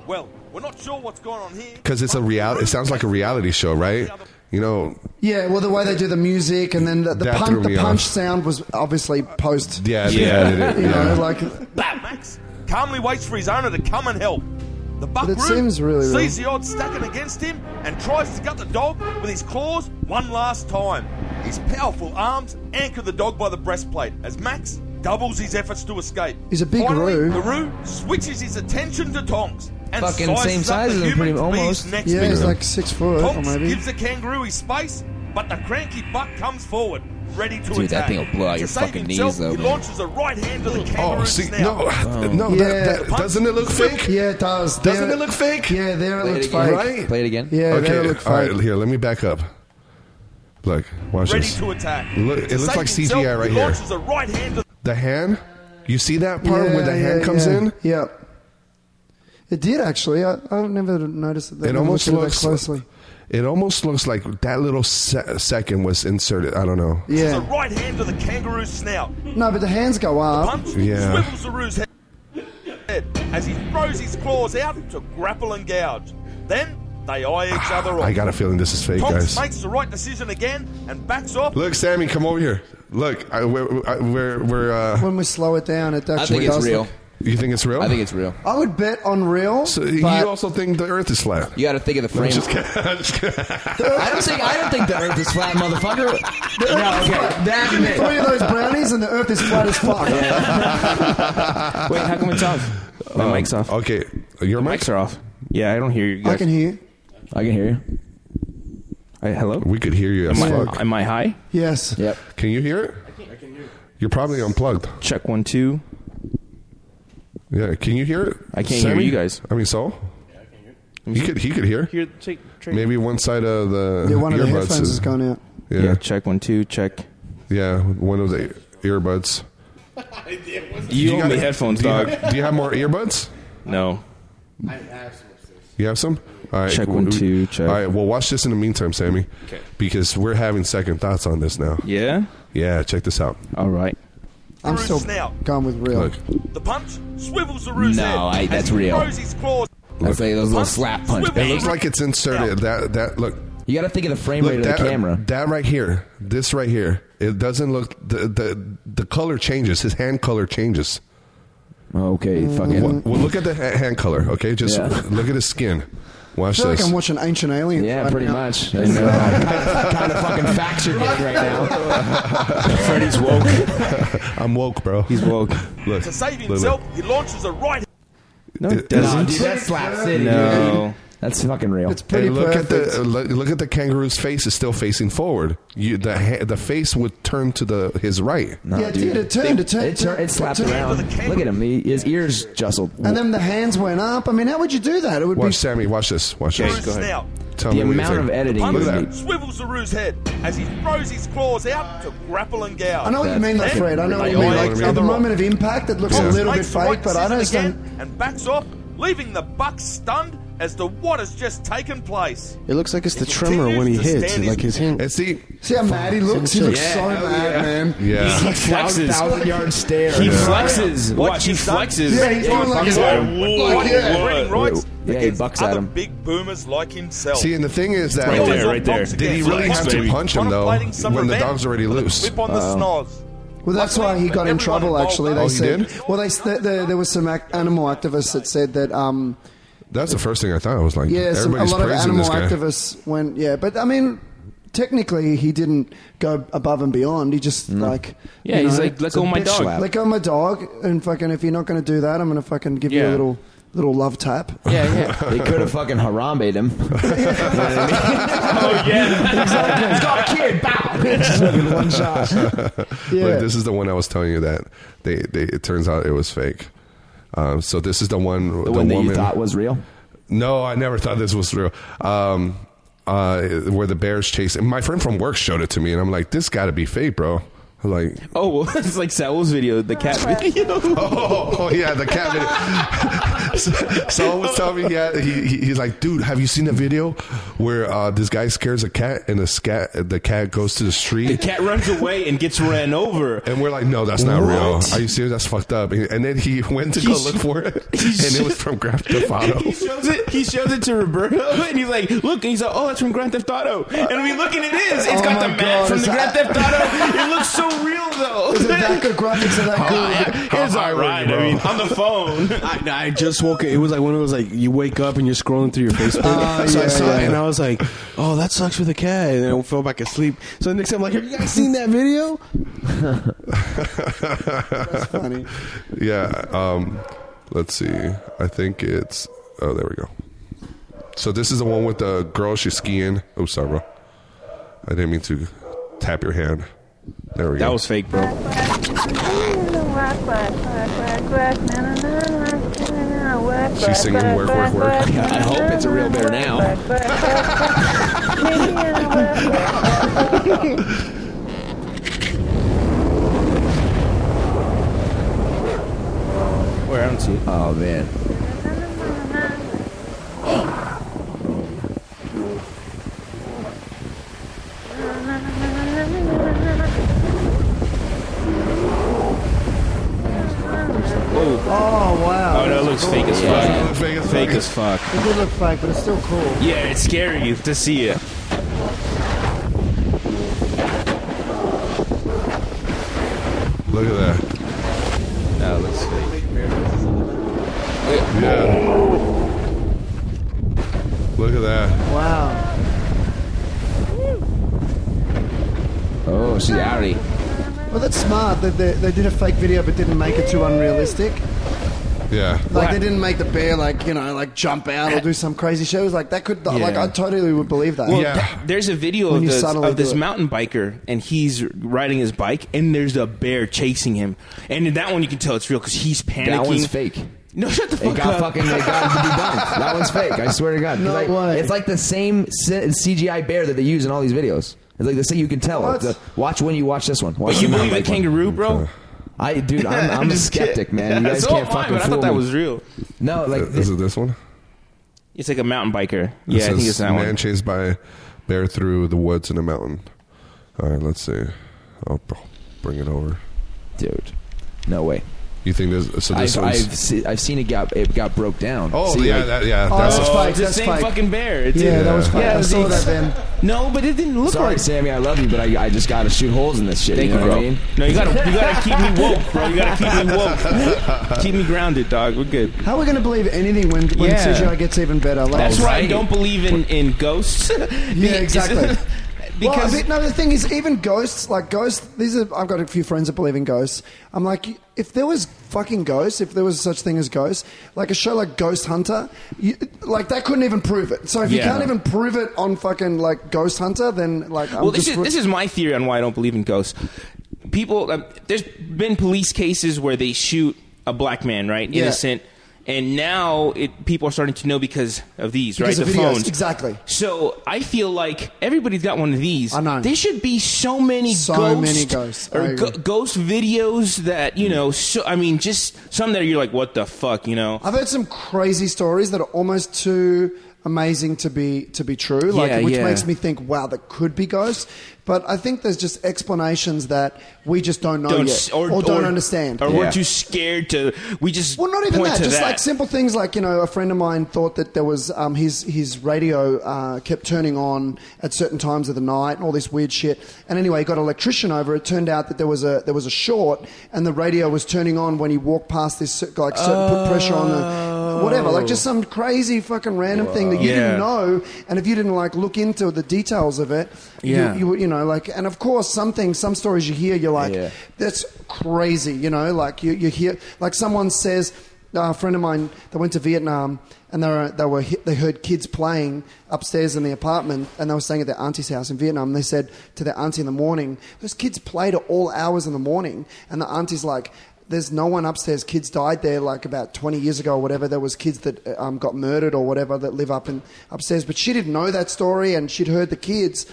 [SPEAKER 10] Well, we're not sure what's going on here.
[SPEAKER 1] because it's a real. It sounds like a reality show, right? You know,
[SPEAKER 4] yeah, well, the way they do the music and then the, the
[SPEAKER 1] That threw
[SPEAKER 4] punch,
[SPEAKER 1] me
[SPEAKER 4] the
[SPEAKER 1] off.
[SPEAKER 4] punch sound was obviously post.
[SPEAKER 1] Yeah, they Yeah. added it,
[SPEAKER 4] You know,
[SPEAKER 1] yeah.
[SPEAKER 4] like
[SPEAKER 10] Max calmly waits for his owner to come and help. The buck
[SPEAKER 4] But it seems really real.
[SPEAKER 10] sees the odds stacking against him and tries to gut the dog with his claws one last time. His powerful arms anchor the dog by the breastplate as Max doubles his efforts to escape.
[SPEAKER 4] He's a big
[SPEAKER 10] Finally,
[SPEAKER 4] Roo.
[SPEAKER 10] The Roo switches his attention to Tongs and
[SPEAKER 4] Fucking
[SPEAKER 10] sizes
[SPEAKER 4] same
[SPEAKER 10] up
[SPEAKER 4] size as
[SPEAKER 10] the
[SPEAKER 4] him,
[SPEAKER 10] human
[SPEAKER 4] pretty-
[SPEAKER 10] to be his
[SPEAKER 4] almost.
[SPEAKER 10] next
[SPEAKER 4] Yeah, he's
[SPEAKER 10] victim.
[SPEAKER 4] like six foot,
[SPEAKER 10] Tongs
[SPEAKER 4] or maybe.
[SPEAKER 10] gives the kangaroo his space, but the cranky buck comes forward, ready to
[SPEAKER 7] Dude, that
[SPEAKER 10] attack.
[SPEAKER 7] thing'll blow out
[SPEAKER 10] To
[SPEAKER 7] your
[SPEAKER 10] save
[SPEAKER 7] fucking
[SPEAKER 10] himself,
[SPEAKER 7] knees, though,
[SPEAKER 10] He
[SPEAKER 7] man.
[SPEAKER 10] launches a right hand to the kangaroo.
[SPEAKER 1] Oh, see,
[SPEAKER 10] snout.
[SPEAKER 1] no, no, that, that, doesn't it look fake?
[SPEAKER 4] Yeah, it does.
[SPEAKER 1] Doesn't
[SPEAKER 4] There-
[SPEAKER 1] it look fake?
[SPEAKER 4] Yeah, there it looks fake.
[SPEAKER 1] Right?
[SPEAKER 7] Play it again.
[SPEAKER 4] Yeah, there it looked
[SPEAKER 1] all right,
[SPEAKER 4] fake.
[SPEAKER 1] here, let me back up. Look, watch
[SPEAKER 10] ready
[SPEAKER 1] this.
[SPEAKER 10] to attack.
[SPEAKER 1] Look, it
[SPEAKER 10] To
[SPEAKER 1] looks
[SPEAKER 10] save
[SPEAKER 1] like
[SPEAKER 10] himself,
[SPEAKER 1] CGI right
[SPEAKER 10] he
[SPEAKER 1] here.
[SPEAKER 10] Launches a right hand to
[SPEAKER 1] The hand? You see that part
[SPEAKER 4] Yeah,
[SPEAKER 1] where the
[SPEAKER 4] yeah,
[SPEAKER 1] hand comes
[SPEAKER 4] yeah.
[SPEAKER 1] in?
[SPEAKER 4] Yeah. It did actually. I, I've never noticed that.
[SPEAKER 1] It
[SPEAKER 4] Never
[SPEAKER 1] almost
[SPEAKER 4] looked at
[SPEAKER 1] looks
[SPEAKER 4] that closely.
[SPEAKER 1] It almost looks like that little se- second was inserted. I don't know.
[SPEAKER 10] Launches a right hand to the kangaroo's snout.
[SPEAKER 4] No, but the hands go up.
[SPEAKER 1] Yeah.
[SPEAKER 10] Swivels the roo's head as he throws his claws out to grapple and gouge. Then they eye each other off.
[SPEAKER 1] Ah, I got a feeling this is fake,
[SPEAKER 10] Tonks
[SPEAKER 1] guys.
[SPEAKER 10] makes the right decision again and backs off.
[SPEAKER 1] Look, Sammy, come over here. Look, I, we're, I, we're, we're uh,
[SPEAKER 4] When we slow it down, it actually does look-
[SPEAKER 1] You think it's real? I think
[SPEAKER 7] it's real.
[SPEAKER 4] I would bet on real.
[SPEAKER 1] So you
[SPEAKER 4] but-
[SPEAKER 1] also think the Earth is flat?
[SPEAKER 7] You got to think of the
[SPEAKER 1] No,
[SPEAKER 7] frame.
[SPEAKER 1] I'm just kidding. I'm just kidding. *laughs*
[SPEAKER 7] I don't think I don't think the Earth is flat, motherfucker.
[SPEAKER 4] *laughs* The Earth
[SPEAKER 7] No,
[SPEAKER 4] is
[SPEAKER 7] okay,
[SPEAKER 4] flat.
[SPEAKER 7] that
[SPEAKER 4] Give me
[SPEAKER 7] admit-
[SPEAKER 4] three of those brownies, and the Earth is flat
[SPEAKER 7] *laughs*
[SPEAKER 4] as fuck.
[SPEAKER 3] Wait, how come it's off? My mic's off.
[SPEAKER 1] Um, Okay, your
[SPEAKER 3] mics are off. Yeah, I don't hear you. Guys.
[SPEAKER 4] I can hear you.
[SPEAKER 3] I can hear you. Hey, hello.
[SPEAKER 1] We could hear you.
[SPEAKER 3] Am
[SPEAKER 1] As
[SPEAKER 3] I,
[SPEAKER 1] fuck.
[SPEAKER 3] am I high?
[SPEAKER 4] Yes.
[SPEAKER 7] Yep.
[SPEAKER 1] Can you hear it? I can hear You're probably unplugged.
[SPEAKER 3] Check one two.
[SPEAKER 1] Yeah. Can you hear it?
[SPEAKER 3] I can't hear you guys.
[SPEAKER 1] I mean, so. He could. He could hear.
[SPEAKER 3] Here, take, take.
[SPEAKER 1] Maybe one side of the
[SPEAKER 4] Yeah, one of the
[SPEAKER 1] earbuds
[SPEAKER 4] headphones is gone out.
[SPEAKER 1] Yeah.
[SPEAKER 3] Check one two. Check.
[SPEAKER 1] Yeah, one of the earbuds.
[SPEAKER 4] *laughs*
[SPEAKER 3] You, own
[SPEAKER 1] got-
[SPEAKER 3] the headphones,
[SPEAKER 1] do you
[SPEAKER 3] dog.
[SPEAKER 1] have- do you have more earbuds?
[SPEAKER 3] No.
[SPEAKER 1] You have some? All right.
[SPEAKER 3] Check one,
[SPEAKER 1] we-
[SPEAKER 3] two, check.
[SPEAKER 1] All right. Well, watch this in the meantime, Sammy.
[SPEAKER 3] Okay.
[SPEAKER 1] Because we're having second thoughts on this now.
[SPEAKER 3] Yeah.
[SPEAKER 1] Yeah. Check this out.
[SPEAKER 3] All right.
[SPEAKER 4] I'm still going with real.
[SPEAKER 1] Look.
[SPEAKER 10] The punch
[SPEAKER 1] *laughs*
[SPEAKER 10] swivels the roo's
[SPEAKER 1] No,
[SPEAKER 10] head.
[SPEAKER 1] I-
[SPEAKER 10] as
[SPEAKER 1] that's
[SPEAKER 10] he
[SPEAKER 1] real.
[SPEAKER 10] Throws his claws.
[SPEAKER 7] That's like those little slap punch.
[SPEAKER 1] It looks like it's inserted. That that look.
[SPEAKER 7] You got to think of the frame
[SPEAKER 1] Look,
[SPEAKER 7] rate of
[SPEAKER 1] that,
[SPEAKER 7] the camera.
[SPEAKER 1] that right here, this right here, it doesn't look. The the, the color changes. His hand color changes.
[SPEAKER 7] Okay, fucking.
[SPEAKER 1] Well, well, look at the ha- hand color. Okay, just
[SPEAKER 7] Yeah.
[SPEAKER 1] look at his skin.
[SPEAKER 4] I
[SPEAKER 1] Watch
[SPEAKER 4] feel like
[SPEAKER 1] this.
[SPEAKER 4] I'm watching Ancient Aliens.
[SPEAKER 7] Yeah,
[SPEAKER 4] right
[SPEAKER 7] pretty
[SPEAKER 4] now.
[SPEAKER 1] *laughs*
[SPEAKER 7] much.
[SPEAKER 4] *laughs*
[SPEAKER 7] I know. *laughs*
[SPEAKER 9] *laughs*
[SPEAKER 7] kind of fucking facts you're getting right now. Freddy's woke.
[SPEAKER 1] I'm woke, bro. He's
[SPEAKER 3] woke.
[SPEAKER 1] Look.
[SPEAKER 10] To
[SPEAKER 1] look,
[SPEAKER 10] save
[SPEAKER 1] look.
[SPEAKER 10] himself, he launches a right.
[SPEAKER 3] No, it
[SPEAKER 7] No,
[SPEAKER 3] doesn't.
[SPEAKER 7] dude, that's
[SPEAKER 4] *laughs*
[SPEAKER 7] Slap City.
[SPEAKER 3] No.
[SPEAKER 7] dude. That's fucking real. It's
[SPEAKER 1] Hey, look at the look, look at the kangaroo's face is still facing forward. You, the ha- the face would turn to the his right.
[SPEAKER 4] Yeah, it did. It turned. It turned.
[SPEAKER 7] It, tur- it slapped
[SPEAKER 4] turned.
[SPEAKER 7] around. Look at him. He, his ears jostled.
[SPEAKER 4] And then the hands went up. I mean, how would you do that? It would
[SPEAKER 1] Watch Sammy. Watch this. Watch
[SPEAKER 10] Okay,
[SPEAKER 1] this.
[SPEAKER 10] go ahead.
[SPEAKER 1] Tell
[SPEAKER 7] The
[SPEAKER 1] me what you
[SPEAKER 7] amount
[SPEAKER 1] think.
[SPEAKER 7] of editing
[SPEAKER 1] Look
[SPEAKER 7] you
[SPEAKER 1] at
[SPEAKER 7] need.
[SPEAKER 1] that.
[SPEAKER 10] swivels the roo's head as he throws his claws out to grapple and gouge.
[SPEAKER 4] I know what you mean, though,
[SPEAKER 10] Then
[SPEAKER 4] Fred. I know what you
[SPEAKER 10] they
[SPEAKER 4] mean.
[SPEAKER 10] eye
[SPEAKER 4] Like,
[SPEAKER 10] each
[SPEAKER 4] at
[SPEAKER 10] other
[SPEAKER 4] the
[SPEAKER 10] off.
[SPEAKER 4] moment of impact, it looks a
[SPEAKER 10] Tonks
[SPEAKER 4] little bit
[SPEAKER 10] makes the right
[SPEAKER 4] fake, but I don't
[SPEAKER 10] decision
[SPEAKER 4] understand.
[SPEAKER 10] again And backs off, leaving the buck stunned as to what has just taken place.
[SPEAKER 2] It looks like it's the tremor when he hits, like his hand.
[SPEAKER 1] And see,
[SPEAKER 4] See how mad he looks? He looks so
[SPEAKER 2] Yeah.
[SPEAKER 4] mad, man.
[SPEAKER 1] Yeah.
[SPEAKER 2] He's like
[SPEAKER 3] flexes.
[SPEAKER 7] Thousand yard stare.
[SPEAKER 3] He
[SPEAKER 7] Yeah.
[SPEAKER 3] flexes.
[SPEAKER 7] What
[SPEAKER 3] Watch, he
[SPEAKER 7] he's done-
[SPEAKER 3] flexes.
[SPEAKER 7] Yeah, he's doing like
[SPEAKER 3] Fucking
[SPEAKER 7] a-
[SPEAKER 3] whoa,
[SPEAKER 7] like, yeah.
[SPEAKER 3] whoa.
[SPEAKER 10] Bragging rights
[SPEAKER 7] Yeah, he
[SPEAKER 10] against
[SPEAKER 7] bucks at
[SPEAKER 10] other *laughs*
[SPEAKER 7] him.
[SPEAKER 10] big boomers like himself.
[SPEAKER 1] See, and the thing is that
[SPEAKER 3] Right there, right there.
[SPEAKER 1] did he really have to punch him though when the dog's already loose?
[SPEAKER 10] Whip on the snores.
[SPEAKER 4] Well, that's why he got in trouble. Actually, they
[SPEAKER 1] Oh, he
[SPEAKER 4] said.
[SPEAKER 1] did?
[SPEAKER 4] Well, they the, the, there was some ac- animal activists that said that. Um,
[SPEAKER 1] That's the first thing I thought. I was like,
[SPEAKER 4] yeah, some, a
[SPEAKER 1] everybody's
[SPEAKER 4] lot of
[SPEAKER 1] praising
[SPEAKER 4] animal
[SPEAKER 1] this guy.
[SPEAKER 4] activists went. Yeah, but I mean, technically, he didn't go above and beyond. He just like.
[SPEAKER 3] Yeah,
[SPEAKER 4] you
[SPEAKER 3] he's
[SPEAKER 4] know,
[SPEAKER 3] like, let
[SPEAKER 4] it's a
[SPEAKER 3] go of my
[SPEAKER 4] bitch
[SPEAKER 3] dog.
[SPEAKER 4] slap. Let go of my dog, and fucking. If you're not going to do that, I'm going to fucking give you
[SPEAKER 7] Yeah.
[SPEAKER 4] a little little love tap.
[SPEAKER 7] Yeah, *laughs*
[SPEAKER 4] *laughs*
[SPEAKER 7] yeah. They could have fucking harambe'd him. *laughs*
[SPEAKER 3] Oh, yeah.
[SPEAKER 7] He's got a kid. Bow.
[SPEAKER 1] *laughs*
[SPEAKER 7] One shot.
[SPEAKER 1] Look, this is the one I was telling you that they, they it turns out it was fake. Um, so this is the one the,
[SPEAKER 7] The one that
[SPEAKER 1] woman,
[SPEAKER 7] you thought was real.
[SPEAKER 1] No, I never thought this was real. Um, uh, where the bears chase. And my friend from work showed it to me, and I'm like, this got to be fake, bro. I'm like,
[SPEAKER 3] Oh, well, *laughs* it's like Saul's video, the cat video.
[SPEAKER 1] *laughs* oh, oh, yeah, the cat
[SPEAKER 3] *laughs*
[SPEAKER 1] video. Saul was telling me, yeah, he, he, he's like, dude, have you seen the video where uh, this guy scares a cat and the scat the cat goes to the street?
[SPEAKER 3] The cat runs away and gets ran over.
[SPEAKER 1] And we're like, no, that's not
[SPEAKER 3] What?
[SPEAKER 1] real. Are you serious? That's fucked up. And and then he *laughs* went to go
[SPEAKER 3] He's-
[SPEAKER 1] look for it, and it was from Grand Theft Auto.
[SPEAKER 3] He shows it. he shows it to Roberto, *laughs* and he's like, "Look," and he's like, "Oh, that's from Grand Theft Auto." And we look, and it is. It's
[SPEAKER 4] Oh
[SPEAKER 3] got
[SPEAKER 4] my
[SPEAKER 3] the map
[SPEAKER 4] God,
[SPEAKER 3] from
[SPEAKER 4] is
[SPEAKER 3] the Grand
[SPEAKER 4] that-
[SPEAKER 3] Theft
[SPEAKER 4] *laughs*
[SPEAKER 3] Auto. It looks so real, though. Oh,
[SPEAKER 4] Is it that good graphics? Is that good?
[SPEAKER 3] It's all right. I mean, on the phone.
[SPEAKER 2] I, no, *laughs* I just woke. It was like one of those like you wake up and you're scrolling
[SPEAKER 1] *laughs*
[SPEAKER 2] through your Facebook.
[SPEAKER 1] Ah,
[SPEAKER 2] so I
[SPEAKER 4] yeah,
[SPEAKER 2] saw it
[SPEAKER 4] yeah.
[SPEAKER 2] and I was like, "Oh, that sucks for the cat." And then I fell back asleep. So the next time, I'm like, "Have you guys seen that
[SPEAKER 1] *laughs*
[SPEAKER 2] video?"
[SPEAKER 1] That's funny. Yeah. Um, let's see. I think it's. Oh, there we go. So this is the one with the girl. She's skiing. Oh, sorry, bro. I didn't mean to tap your hand. There we go.
[SPEAKER 3] That was fake, bro.
[SPEAKER 21] She's singing work, work,
[SPEAKER 7] *laughs*
[SPEAKER 21] work.
[SPEAKER 7] I hope it's a real bear now.
[SPEAKER 3] Where I don't see it.
[SPEAKER 7] Oh man.
[SPEAKER 3] Oh,
[SPEAKER 4] wow.
[SPEAKER 3] Oh, that looks fake as fuck.
[SPEAKER 1] Fake as fuck.
[SPEAKER 3] Fake as fuck.
[SPEAKER 4] It did look fake, but it's still cool.
[SPEAKER 3] Yeah, it's scary to see it.
[SPEAKER 1] Look at that.
[SPEAKER 3] No, it looks fake.
[SPEAKER 1] Yeah. Look at that.
[SPEAKER 4] Wow.
[SPEAKER 7] Oh, she's outie.
[SPEAKER 4] Well, that's smart that they, they did a fake video but didn't make it too unrealistic.
[SPEAKER 1] Yeah.
[SPEAKER 4] Like they didn't make the bear like you know like jump out or do some crazy shit. It was like that could like
[SPEAKER 3] Yeah.
[SPEAKER 4] I totally would believe that.
[SPEAKER 3] Well, th- there's a video
[SPEAKER 4] When
[SPEAKER 3] of,
[SPEAKER 4] you
[SPEAKER 3] this,
[SPEAKER 4] subtly
[SPEAKER 3] of this
[SPEAKER 4] do it.
[SPEAKER 3] mountain biker, and he's riding his bike, and there's a bear chasing him. And in that one, you can tell it's real because he's panicking.
[SPEAKER 7] That one's *laughs* fake.
[SPEAKER 3] No, shut the fuck
[SPEAKER 7] It got
[SPEAKER 3] up.
[SPEAKER 7] fucking. It
[SPEAKER 4] *laughs*
[SPEAKER 7] got debunked. That one's fake. I swear to God. 'Cause
[SPEAKER 3] No
[SPEAKER 7] like,
[SPEAKER 3] way.
[SPEAKER 7] It's like the same C- CGI bear that they use in all these videos. It's like the same. You can tell.
[SPEAKER 3] What?
[SPEAKER 7] The- watch when you watch this one. Watch
[SPEAKER 3] But you
[SPEAKER 7] the
[SPEAKER 3] believe in
[SPEAKER 7] mountain bike one.
[SPEAKER 3] kangaroo, bro?
[SPEAKER 7] I, dude,
[SPEAKER 3] *laughs*
[SPEAKER 7] I'm, I'm,
[SPEAKER 3] I'm
[SPEAKER 7] a
[SPEAKER 3] just kidding.
[SPEAKER 7] skeptic, man. You guys
[SPEAKER 3] So
[SPEAKER 7] can't
[SPEAKER 3] am I,
[SPEAKER 7] fucking
[SPEAKER 3] but I thought
[SPEAKER 7] fool
[SPEAKER 3] that
[SPEAKER 7] me.
[SPEAKER 3] was real. Oh,
[SPEAKER 7] No, like
[SPEAKER 1] Is it Uh, this one?
[SPEAKER 3] It's like a mountain biker. Yeah,
[SPEAKER 1] It
[SPEAKER 3] I think
[SPEAKER 1] says,
[SPEAKER 3] it's that
[SPEAKER 1] man
[SPEAKER 3] one.
[SPEAKER 1] chased by bear through the woods in a mountain. All right, let's see. I'll br- bring it over,
[SPEAKER 7] dude. No way.
[SPEAKER 1] You think this? So this Oh,
[SPEAKER 7] I've,
[SPEAKER 1] one's.
[SPEAKER 7] I've, see, I've seen it got it got broke down.
[SPEAKER 1] Oh,
[SPEAKER 7] See,
[SPEAKER 1] yeah,
[SPEAKER 7] like-
[SPEAKER 1] that- yeah,
[SPEAKER 3] Oh, that's that's fake, the that's same fake. fucking bear. It Yeah, did. that was fake. I saw
[SPEAKER 7] it's-
[SPEAKER 3] that then.
[SPEAKER 7] *laughs*
[SPEAKER 3] No, but it didn't look
[SPEAKER 7] Sorry,
[SPEAKER 3] like-
[SPEAKER 7] Sammy. I love you, but I, I just gotta shoot holes in this shit.
[SPEAKER 3] Thank
[SPEAKER 7] you,
[SPEAKER 3] you,
[SPEAKER 7] know
[SPEAKER 3] bro.
[SPEAKER 7] What I mean?
[SPEAKER 3] No, you gotta you gotta
[SPEAKER 7] *laughs*
[SPEAKER 3] keep me *laughs* woke, bro. You gotta keep me woke. keep me grounded, dog. We're good.
[SPEAKER 4] How are we going to believe anything when, when
[SPEAKER 3] Yeah.
[SPEAKER 4] CGI gets even better? Like,
[SPEAKER 3] That's why I don't believe in, in ghosts.
[SPEAKER 4] Yeah,
[SPEAKER 3] *laughs*
[SPEAKER 4] exactly.
[SPEAKER 3] because
[SPEAKER 4] *laughs* well, I mean, no, the thing is, even ghosts, like ghosts, these are. I've got a few friends that believe in ghosts. I'm like, if there was fucking ghosts, if there was such thing as ghosts, like a show like Ghost Hunter, you, like that couldn't even prove it. So if you
[SPEAKER 3] Yeah.
[SPEAKER 4] can't even prove it on fucking like Ghost Hunter, then like, I'm
[SPEAKER 3] well, this
[SPEAKER 4] just
[SPEAKER 3] is this is my theory on why I don't believe in ghosts. People, um, there's been police cases where they shoot a black man, right,
[SPEAKER 4] Yeah.
[SPEAKER 3] innocent, and now it, people are starting to know because of these,
[SPEAKER 4] because
[SPEAKER 3] right,
[SPEAKER 4] of
[SPEAKER 3] the
[SPEAKER 4] videos.
[SPEAKER 3] phones.
[SPEAKER 4] exactly.
[SPEAKER 3] So I feel like everybody's got one of these.
[SPEAKER 4] I know.
[SPEAKER 3] There should be so many
[SPEAKER 4] So
[SPEAKER 3] ghosts,
[SPEAKER 4] many ghosts. I
[SPEAKER 3] or
[SPEAKER 4] agree.
[SPEAKER 3] go- ghost videos that you know. So I mean, just some that you're like, what the fuck, you know?
[SPEAKER 4] I've heard some crazy stories that are almost too amazing to be to be true, like
[SPEAKER 3] Yeah,
[SPEAKER 4] which
[SPEAKER 3] yeah.
[SPEAKER 4] makes me think, wow, that could be ghosts. But I think there's just explanations that we just don't know
[SPEAKER 3] Don't
[SPEAKER 4] yet
[SPEAKER 3] s-
[SPEAKER 4] or, don't understand,
[SPEAKER 3] or we're too scared to. We just
[SPEAKER 4] well, not even
[SPEAKER 3] point
[SPEAKER 4] that.
[SPEAKER 3] to
[SPEAKER 4] Just
[SPEAKER 3] that.
[SPEAKER 4] like simple things, like you know, a friend of mine thought that there was um, his his radio uh, kept turning on at certain times of the night and all this weird shit. And anyway, he got an electrician over. It turned out that there was a there was a short, and the radio was turning on when he walked past this cer- like certain put pressure on the whatever, like just some crazy fucking random thing that you
[SPEAKER 3] Oh. Yeah.
[SPEAKER 4] didn't know. And if you didn't like look into the details of it, you-
[SPEAKER 3] Yeah.
[SPEAKER 4] you, would- you know, like, and of course, some things, some stories you hear, you're like, that's crazy, you know, like you, you hear, like someone says, uh, a friend of mine that went to Vietnam and they were, they were hit, they heard kids playing upstairs in the apartment and they were staying at their auntie's house in Vietnam. And they said to their auntie in the morning, those kids played at all hours in the morning, and the auntie's like. There's no one upstairs. Kids died there like about 20 years ago or whatever. There was kids that uh, um, got murdered or whatever that live up in upstairs. But she didn't know that story and she'd heard the kids.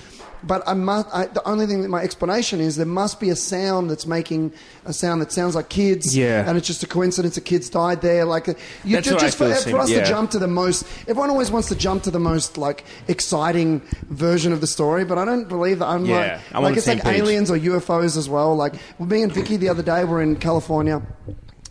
[SPEAKER 4] But I must. I, the only thing that my explanation is there must be a sound that's making a sound that sounds like kids.
[SPEAKER 3] Yeah.
[SPEAKER 4] And it's just a coincidence that kids died there. Like uh, you
[SPEAKER 3] That's
[SPEAKER 4] ju-
[SPEAKER 3] what I
[SPEAKER 4] just for, uh,
[SPEAKER 3] feel the
[SPEAKER 4] for
[SPEAKER 3] same,
[SPEAKER 4] us
[SPEAKER 3] yeah.
[SPEAKER 4] to jump to the most. Everyone always wants to jump to the most like exciting version of the story, but I don't believe that. I'm
[SPEAKER 3] Yeah,
[SPEAKER 4] like,
[SPEAKER 3] I'm on
[SPEAKER 4] like
[SPEAKER 3] the
[SPEAKER 4] it's
[SPEAKER 3] same
[SPEAKER 4] like
[SPEAKER 3] page.
[SPEAKER 4] aliens or UFOs as well. Like me and Vicky the other day were in California.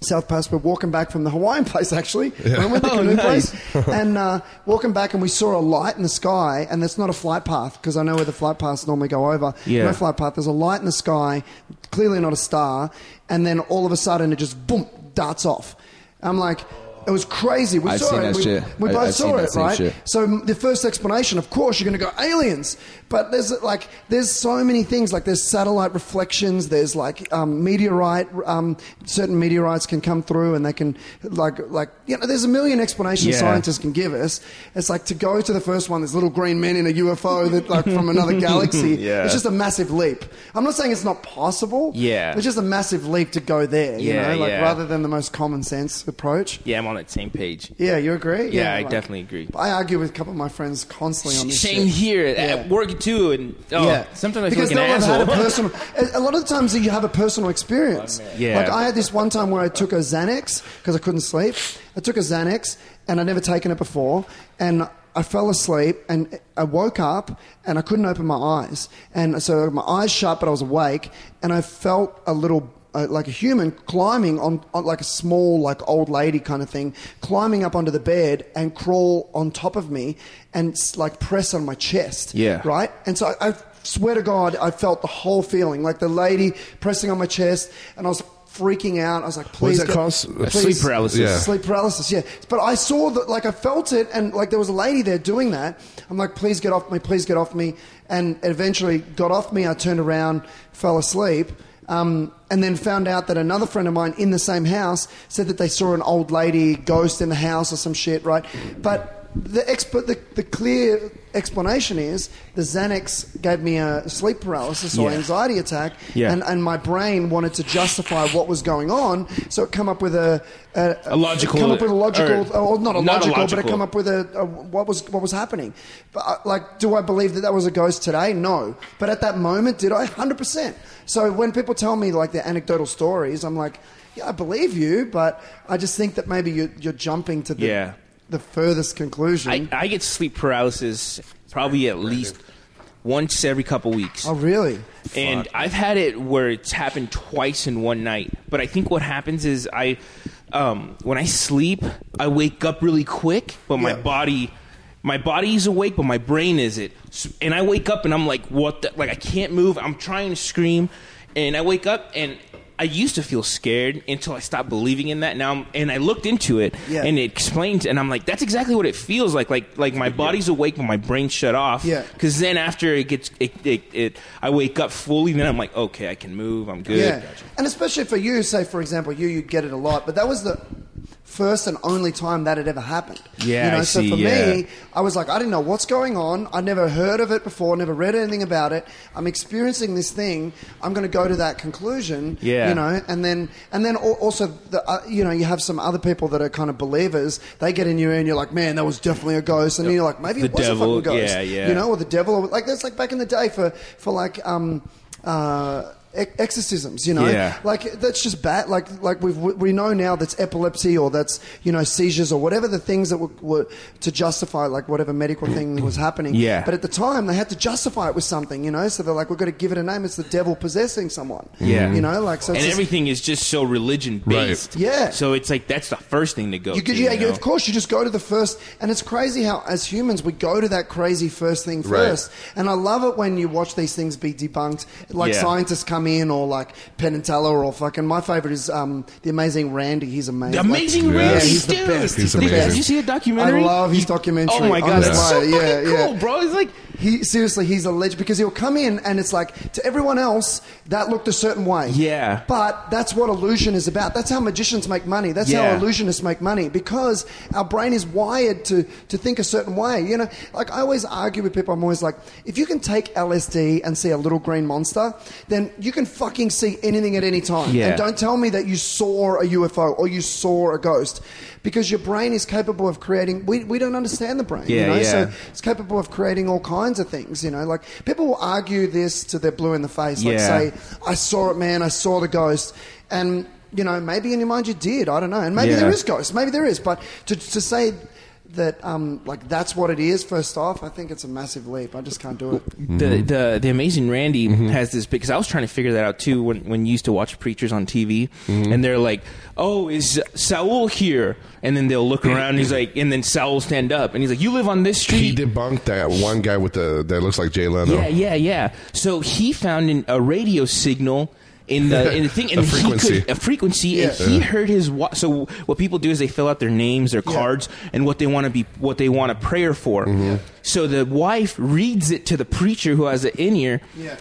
[SPEAKER 4] South Pass. We're walking back from the Hawaiian *laughs* place, actually.
[SPEAKER 1] Yeah.
[SPEAKER 4] Remember the
[SPEAKER 1] Oh,
[SPEAKER 4] canoe
[SPEAKER 1] nice.
[SPEAKER 3] *laughs*
[SPEAKER 7] *laughs*
[SPEAKER 4] place? and uh, walking back, and we saw a light in the sky, and it's not a flight path because I know where the flight paths normally go over.
[SPEAKER 3] Yeah.
[SPEAKER 4] No flight path. There's a light in the sky, clearly not a star, and then all of a sudden it just boom darts off. I'm like. It was crazy. We
[SPEAKER 7] I've
[SPEAKER 4] saw
[SPEAKER 7] seen
[SPEAKER 4] it.
[SPEAKER 7] that
[SPEAKER 4] we,
[SPEAKER 7] shit.
[SPEAKER 4] we
[SPEAKER 7] I-
[SPEAKER 4] both
[SPEAKER 7] I've
[SPEAKER 4] saw
[SPEAKER 7] seen
[SPEAKER 4] it,
[SPEAKER 7] that same
[SPEAKER 4] right?
[SPEAKER 7] shit.
[SPEAKER 4] So m- the first explanation, of course, you're going to go aliens, but there's like there's so many things like there's satellite reflections, there's like um, meteorite, um, certain meteorites can come through and they can like like you know there's a million explanations
[SPEAKER 3] Yeah.
[SPEAKER 4] scientists can give us. It's like to go to the first one, this little green men in a UFO that like
[SPEAKER 3] *laughs*
[SPEAKER 4] from another galaxy.
[SPEAKER 3] Yeah.
[SPEAKER 4] It's just a massive leap. I'm not saying it's not possible.
[SPEAKER 3] Yeah.
[SPEAKER 4] it's just a massive leap to go there. You
[SPEAKER 3] Yeah,
[SPEAKER 4] know, like
[SPEAKER 3] yeah.
[SPEAKER 4] rather than the most common sense approach.
[SPEAKER 3] Yeah, I'm on that same page.
[SPEAKER 4] Yeah, you agree?
[SPEAKER 3] Yeah, I
[SPEAKER 4] like-
[SPEAKER 3] definitely agree.
[SPEAKER 4] I argue with a couple of my friends constantly on this.
[SPEAKER 3] Same
[SPEAKER 4] shit.
[SPEAKER 3] here at,
[SPEAKER 4] Yeah.
[SPEAKER 3] at work too, and oh,
[SPEAKER 4] yeah,
[SPEAKER 3] sometimes I feel
[SPEAKER 4] because
[SPEAKER 3] like an
[SPEAKER 4] no
[SPEAKER 3] asshole. *laughs*
[SPEAKER 4] one
[SPEAKER 3] Oh,
[SPEAKER 4] Had a, personal, a- a lot of the times you have a personal experience.
[SPEAKER 3] Yeah.
[SPEAKER 4] Like I had this one time where I took a Xanax because I couldn't sleep. I took a Xanax and I'd never taken it before, and I fell asleep and I woke up and I couldn't open my eyes, and so my eyes shut, but I was awake, and I felt a little. Uh, like a human climbing on, on like a small like old lady kind of thing climbing up onto the bed and crawl on top of me and s- like press on my chest
[SPEAKER 3] Yeah.
[SPEAKER 4] right right? And so I, I swear to God, I felt the whole feeling, like the lady pressing on my chest, and I was freaking out. I was like,
[SPEAKER 1] What is
[SPEAKER 4] please.
[SPEAKER 1] that
[SPEAKER 4] God-
[SPEAKER 1] called?
[SPEAKER 4] please-
[SPEAKER 1] Sleep paralysis. Yeah.
[SPEAKER 4] Sleep paralysis, yeah. But I saw that, like, I felt it, and, like, there was a lady there doing that. I'm like, please get off me, please get off me. And eventually got off me. I turned around, fell asleep. Um, and then found out that another friend of mine in the same house said that they saw an old lady ghost in the house or some shit, right? But the, exp- the, the clear explanation is the Xanax gave me a sleep paralysis or
[SPEAKER 3] Yeah.
[SPEAKER 4] anxiety attack,
[SPEAKER 3] Yeah.
[SPEAKER 4] and, and my brain wanted to justify what was going on, so it come up with a, a,
[SPEAKER 3] A logical-
[SPEAKER 4] come up with a logical,
[SPEAKER 3] or-
[SPEAKER 4] or, not a
[SPEAKER 3] not a
[SPEAKER 4] logical, but it
[SPEAKER 3] logical.
[SPEAKER 4] come up with a, a what was what was happening. But uh, like, do I believe that that was a ghost today? No, but at that moment, did I? Hundred percent. So when people tell me like their anecdotal stories, I'm like, yeah, I believe you, but I just think that maybe you're, you're jumping to the
[SPEAKER 3] Yeah.
[SPEAKER 4] the furthest conclusion.
[SPEAKER 3] I, I get sleep paralysis probably at least once every couple weeks.
[SPEAKER 4] oh, really?
[SPEAKER 3] and I've had it where it's happened twice in one night. But I think what happens is I, um, when I sleep, I wake up really quick, but my body, my body's awake, but my brain isn't. S- And I wake up and I'm like, what? The, like I can't move. I'm trying to scream, and I wake up and. I used to feel scared until I stopped believing in that. Now, I'm, and I looked into it,
[SPEAKER 4] Yeah.
[SPEAKER 3] and it explains, and I'm like, that's exactly what it feels like. Like, like my body's awake, but my brain's shut off.
[SPEAKER 4] Yeah.
[SPEAKER 3] Because then after it gets, it, it, it, I wake up fully. Then I'm like, okay, I can move. I'm good.
[SPEAKER 4] Yeah. And especially for you, say for example, you you get it a lot, but that was the first and only time that had ever happened.
[SPEAKER 3] Yeah,
[SPEAKER 4] You know,
[SPEAKER 3] I
[SPEAKER 4] so
[SPEAKER 3] see,
[SPEAKER 4] for
[SPEAKER 3] yeah.
[SPEAKER 4] me, I was like, I didn't know what's going on. I'd never heard of it before, never read anything about it. I'm experiencing this thing. I'm going to go to that conclusion.
[SPEAKER 3] Yeah.
[SPEAKER 4] You know, and then and then al- also the, uh, you know you have some other people that are kind of believers. They get in your ear and you're like, man, that was definitely a ghost. And then you're like, maybe it
[SPEAKER 3] The
[SPEAKER 4] was
[SPEAKER 3] devil,
[SPEAKER 4] a fucking ghost.
[SPEAKER 3] yeah, yeah.
[SPEAKER 4] You know, or the devil, or like that's like back in the day for for like um uh e- exorcisms you know
[SPEAKER 3] Yeah.
[SPEAKER 4] like that's just bad like like we've we know now that's epilepsy or that's you know seizures or whatever the things that were, were to justify like whatever medical thing was happening
[SPEAKER 3] Yeah.
[SPEAKER 4] but at the time they had to justify it with something you know so they're like we've got to give it a name it's the devil possessing someone
[SPEAKER 3] Yeah.
[SPEAKER 4] Mm-hmm. you know like so
[SPEAKER 3] and
[SPEAKER 4] it's just-
[SPEAKER 3] everything is just so religion based.
[SPEAKER 4] Yeah.
[SPEAKER 3] So it's like that's the first thing to go.
[SPEAKER 4] you could,
[SPEAKER 3] to,
[SPEAKER 4] yeah,
[SPEAKER 3] you know?
[SPEAKER 4] of course, you just go to the first, and it's crazy how, as humans, we go to that crazy first thing
[SPEAKER 3] Right.
[SPEAKER 4] first. And I love it when you watch these things be debunked, like
[SPEAKER 3] Yeah.
[SPEAKER 4] scientists come in, or like Penn and Teller, or fucking. My favorite is um, the Amazing Randy. He's amazing.
[SPEAKER 3] The Amazing
[SPEAKER 4] Like,
[SPEAKER 3] Randy,
[SPEAKER 4] yeah, he's
[SPEAKER 3] dude.
[SPEAKER 4] The best.
[SPEAKER 3] He's
[SPEAKER 4] the
[SPEAKER 3] amazing.
[SPEAKER 4] best.
[SPEAKER 3] Did you see the documentary?
[SPEAKER 4] I love his documentary.
[SPEAKER 3] Oh my God,
[SPEAKER 4] I'm
[SPEAKER 3] it's so
[SPEAKER 4] inspired.
[SPEAKER 3] fucking cool, bro. It's like
[SPEAKER 4] he seriously, he's a legend because he'll come in and it's like to everyone else that looked a certain way.
[SPEAKER 3] Yeah.
[SPEAKER 4] But that's what illusion is about. That's how magicians make money. That's
[SPEAKER 3] Yeah.
[SPEAKER 4] how illusionists make money because our brain is wired to, to think a certain way. You know, like I always argue with people, I'm always like, if you can take LSD and see a little green monster, then you can fucking see anything at any time.
[SPEAKER 3] Yeah.
[SPEAKER 4] And don't tell me that you saw a UFO or you saw a ghost because your brain is capable of creating, we, we don't understand the brain. you
[SPEAKER 3] Yeah,
[SPEAKER 4] know?
[SPEAKER 3] yeah.
[SPEAKER 4] So it's capable of creating all kinds of things, you know. Like people will argue this to their blue in the face, like
[SPEAKER 3] Yeah.
[SPEAKER 4] say, I saw it, man, I saw the ghost. And, you know, maybe in your mind you did, I don't know. And maybe
[SPEAKER 3] Yeah.
[SPEAKER 4] there is ghosts, maybe there is. But to, to say that um, like that's what it is. First off, I think it's a massive leap. I just can't do it.
[SPEAKER 1] Mm-hmm.
[SPEAKER 3] The, the the amazing Randy has this because I was trying to figure that out too when when you used to watch preachers on TV
[SPEAKER 1] Mm-hmm.
[SPEAKER 3] and they're like, "Oh, is Saul here?" And then they'll look around. and he's like, and then Saul will stand up and he's like, "You live on this street."
[SPEAKER 1] He debunked that one guy with the that looks like Jay Leno.
[SPEAKER 3] Yeah, yeah, yeah. So he found an, a radio signal in the in the thing,
[SPEAKER 1] *laughs*
[SPEAKER 3] and
[SPEAKER 1] A
[SPEAKER 3] he
[SPEAKER 1] frequency.
[SPEAKER 3] could, a frequency, and
[SPEAKER 1] Yeah.
[SPEAKER 3] he
[SPEAKER 1] Yeah.
[SPEAKER 3] heard his. Wa- so what people do is they fill out their names, their cards, and what they want to be, what they want a prayer for. So the wife reads it to the preacher who has an in ear,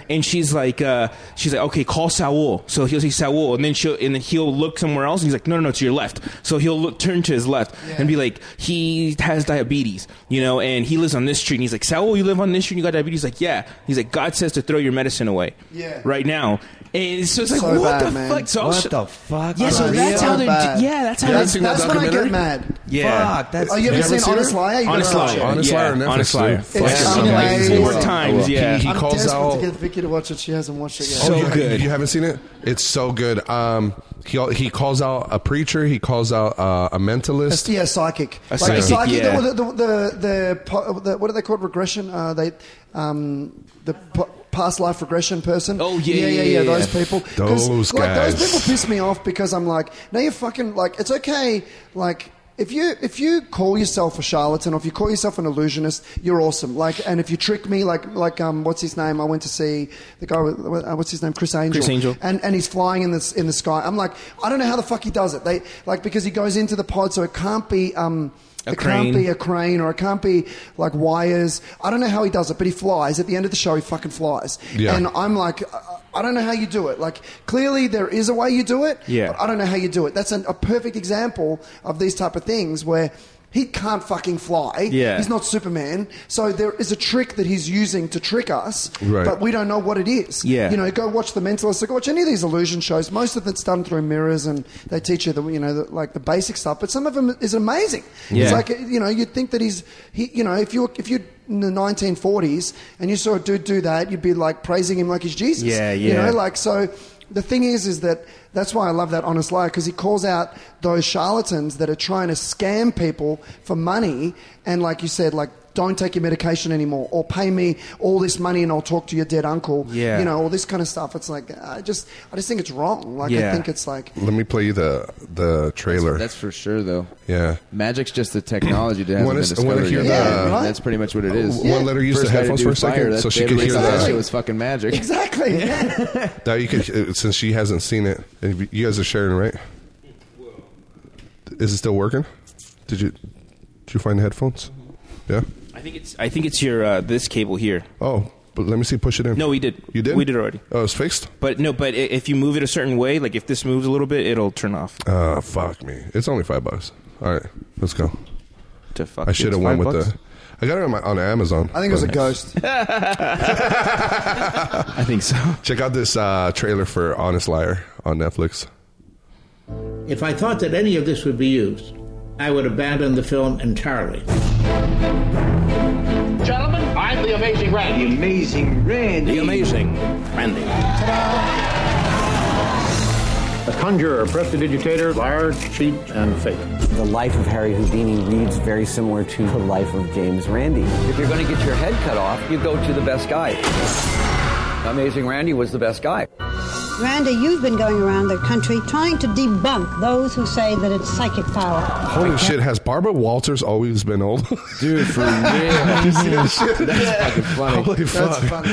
[SPEAKER 3] and she's like, uh, she's like, okay, call Saul. So he'll say Saul, and then she'll, and then he'll look somewhere else, and he's like, no, no, no, to your left. So he'll look, turn to his left, and be like, he has diabetes, you know, and he lives on this street, and he's like, Saul, you live on this street, and you got diabetes. He's like, yeah. He's like, God says to throw your medicine away,
[SPEAKER 4] Yeah.
[SPEAKER 3] right now. And so it's like,
[SPEAKER 4] So
[SPEAKER 3] what
[SPEAKER 4] bad,
[SPEAKER 3] the
[SPEAKER 4] man.
[SPEAKER 3] fuck? So I'll
[SPEAKER 4] What
[SPEAKER 3] sh-
[SPEAKER 4] the fuck?
[SPEAKER 3] Yeah, so
[SPEAKER 4] Really?
[SPEAKER 3] that's how
[SPEAKER 4] So
[SPEAKER 3] they're.
[SPEAKER 4] bad.
[SPEAKER 3] Yeah, that's how
[SPEAKER 4] Yeah,
[SPEAKER 3] they-
[SPEAKER 4] I've seen that That's when I get documentary. mad.
[SPEAKER 3] Yeah,
[SPEAKER 4] Fuck, that's- Oh, you haven't seen Honest Liar? You
[SPEAKER 3] Honest
[SPEAKER 4] gotta watch
[SPEAKER 3] Liar,
[SPEAKER 4] it. Honest
[SPEAKER 3] yeah.
[SPEAKER 4] Liar on Netflix,
[SPEAKER 3] Honest
[SPEAKER 4] dude.
[SPEAKER 3] Lier.
[SPEAKER 4] It's
[SPEAKER 3] I've seen it like
[SPEAKER 4] amazing.
[SPEAKER 3] four times. Yeah,
[SPEAKER 1] He
[SPEAKER 4] I'm
[SPEAKER 1] calls
[SPEAKER 4] desperate
[SPEAKER 1] out-
[SPEAKER 4] to get Vicky to watch it. She hasn't watched it yet.
[SPEAKER 1] oh, you, You haven't seen it? It's so good. Um, he he calls out a preacher. He calls out uh, a mentalist.
[SPEAKER 4] Yeah, psychic.
[SPEAKER 1] A
[SPEAKER 4] Like a
[SPEAKER 1] psychic,
[SPEAKER 4] psychic.
[SPEAKER 1] yeah.
[SPEAKER 4] The, the, the, the, po- the- what are they called? Regression. Uh, they um, the po- past life regression person. Oh
[SPEAKER 3] yeah,
[SPEAKER 4] yeah,
[SPEAKER 3] yeah,
[SPEAKER 4] yeah.
[SPEAKER 3] yeah,
[SPEAKER 4] those
[SPEAKER 3] yeah.
[SPEAKER 4] people. 'Cause,
[SPEAKER 1] Those
[SPEAKER 4] like,
[SPEAKER 1] guys.
[SPEAKER 4] Those people piss me off because I'm like, no, you're fucking like, it's okay, like. If you if you call yourself a charlatan or if you call yourself an illusionist, you're awesome. Like, and if you trick me, like like um, what's his name? I went to see the guy with uh, what's his name, Chris Angel.
[SPEAKER 3] Chris Angel.
[SPEAKER 4] And and he's flying in the in the sky. I'm like, I don't know how the fuck he does it. They like because he goes into the pod, so it can't be um
[SPEAKER 3] A
[SPEAKER 4] it
[SPEAKER 3] crane.
[SPEAKER 4] can't be a crane or it can't be like wires. I don't know how he does it, but he flies. At the end of the show, he fucking flies.
[SPEAKER 1] Yeah.
[SPEAKER 4] And I'm like, I- I don't know how you do it. Like clearly there is a way you do it.
[SPEAKER 1] Yeah.
[SPEAKER 4] But I don't know how you do it. That's an, a perfect example of these type of things where. He can't fucking fly.
[SPEAKER 3] Yeah.
[SPEAKER 4] He's not Superman. So there is a trick that he's using to trick us,
[SPEAKER 3] Right.
[SPEAKER 4] but we don't know what it is.
[SPEAKER 3] Yeah.
[SPEAKER 4] You know, go watch The Mentalist. Or go watch any of these illusion shows. Most of it's done through mirrors, and they teach you the you know the, like the basic stuff. But some of them is amazing.
[SPEAKER 3] Yeah.
[SPEAKER 4] It's like you know you'd think that he's he you know if you were- if you in the 1940s and you saw a dude do that, you'd be like praising him like he's Jesus.
[SPEAKER 3] Yeah,
[SPEAKER 4] You
[SPEAKER 3] yeah.
[SPEAKER 4] know, like so. The thing is, is that that's why I love that honest liar because he calls out those charlatans that are trying to scam people for money and, like you said, like don't take your medication anymore or pay me all this money and I'll talk to your dead uncle.
[SPEAKER 1] Yeah.
[SPEAKER 4] You know, all this kind of stuff. It's like I just, I just think it's wrong. Like I
[SPEAKER 1] Yeah.
[SPEAKER 4] think it's like
[SPEAKER 1] Let me play you the the trailer.
[SPEAKER 7] That's for sure, though.
[SPEAKER 1] Yeah.
[SPEAKER 7] Magic's just the technology that
[SPEAKER 1] *clears throat* Wanna
[SPEAKER 7] hasn't been
[SPEAKER 1] s- wanna
[SPEAKER 7] discovered
[SPEAKER 1] hear
[SPEAKER 7] yet.
[SPEAKER 1] the- Yeah, right.
[SPEAKER 7] That's pretty much what it is.
[SPEAKER 1] Wanna let her use
[SPEAKER 7] First
[SPEAKER 1] the
[SPEAKER 7] guy to
[SPEAKER 1] headphones
[SPEAKER 7] do
[SPEAKER 1] for a second
[SPEAKER 7] fire,
[SPEAKER 1] so
[SPEAKER 7] that's
[SPEAKER 1] she can
[SPEAKER 7] David
[SPEAKER 1] hear
[SPEAKER 7] Lynch.
[SPEAKER 1] the-
[SPEAKER 7] It was fucking magic.
[SPEAKER 4] Exactly.
[SPEAKER 1] Now you could uh, since she hasn't seen it. and You guys are sharing, right? Is it still working? Did you did you find the headphones? Yeah.
[SPEAKER 3] I think it's I think it's your uh, this cable here.
[SPEAKER 1] Oh, but let me see. Push it in.
[SPEAKER 3] No, we did.
[SPEAKER 1] You did.
[SPEAKER 3] We did already.
[SPEAKER 1] Oh, it's fixed.
[SPEAKER 3] But no, but i- if you move it a certain way, like if this moves a little bit, it'll turn off.
[SPEAKER 1] Uh, fuck me. It's only five bucks. All right, let's go.
[SPEAKER 3] To fuck
[SPEAKER 1] I
[SPEAKER 3] you,
[SPEAKER 1] should have
[SPEAKER 3] it's
[SPEAKER 1] went
[SPEAKER 3] five
[SPEAKER 1] with
[SPEAKER 3] bucks?
[SPEAKER 1] the. I got it on, my, on Amazon.
[SPEAKER 4] I think it was a
[SPEAKER 1] But-
[SPEAKER 4] ghost.
[SPEAKER 3] *laughs*
[SPEAKER 1] I
[SPEAKER 3] think so.
[SPEAKER 1] Check out this uh, trailer for Honest Liar on Netflix.
[SPEAKER 11] If I thought that any of this would be used, I would abandon the film entirely.
[SPEAKER 14] Gentlemen, I'm the amazing Randy. The amazing Randy. The amazing Randy.
[SPEAKER 15] A conjurer, prestidigitator, liar, cheat, and fake. The life of Harry Houdini reads very similar to the life of James Randi.
[SPEAKER 23] If you're going to get your head cut off, you go to the best guy. Amazing Randy was the best guy.
[SPEAKER 6] Randy, you've been going around the country trying to debunk those who say that it's psychic power.
[SPEAKER 1] Holy shit! Has Barbara Walters always been old?
[SPEAKER 7] Dude, for real.
[SPEAKER 1] Did *laughs* you see
[SPEAKER 3] *laughs*
[SPEAKER 1] that shit?
[SPEAKER 7] That's fucking funny.
[SPEAKER 1] Holy fuck!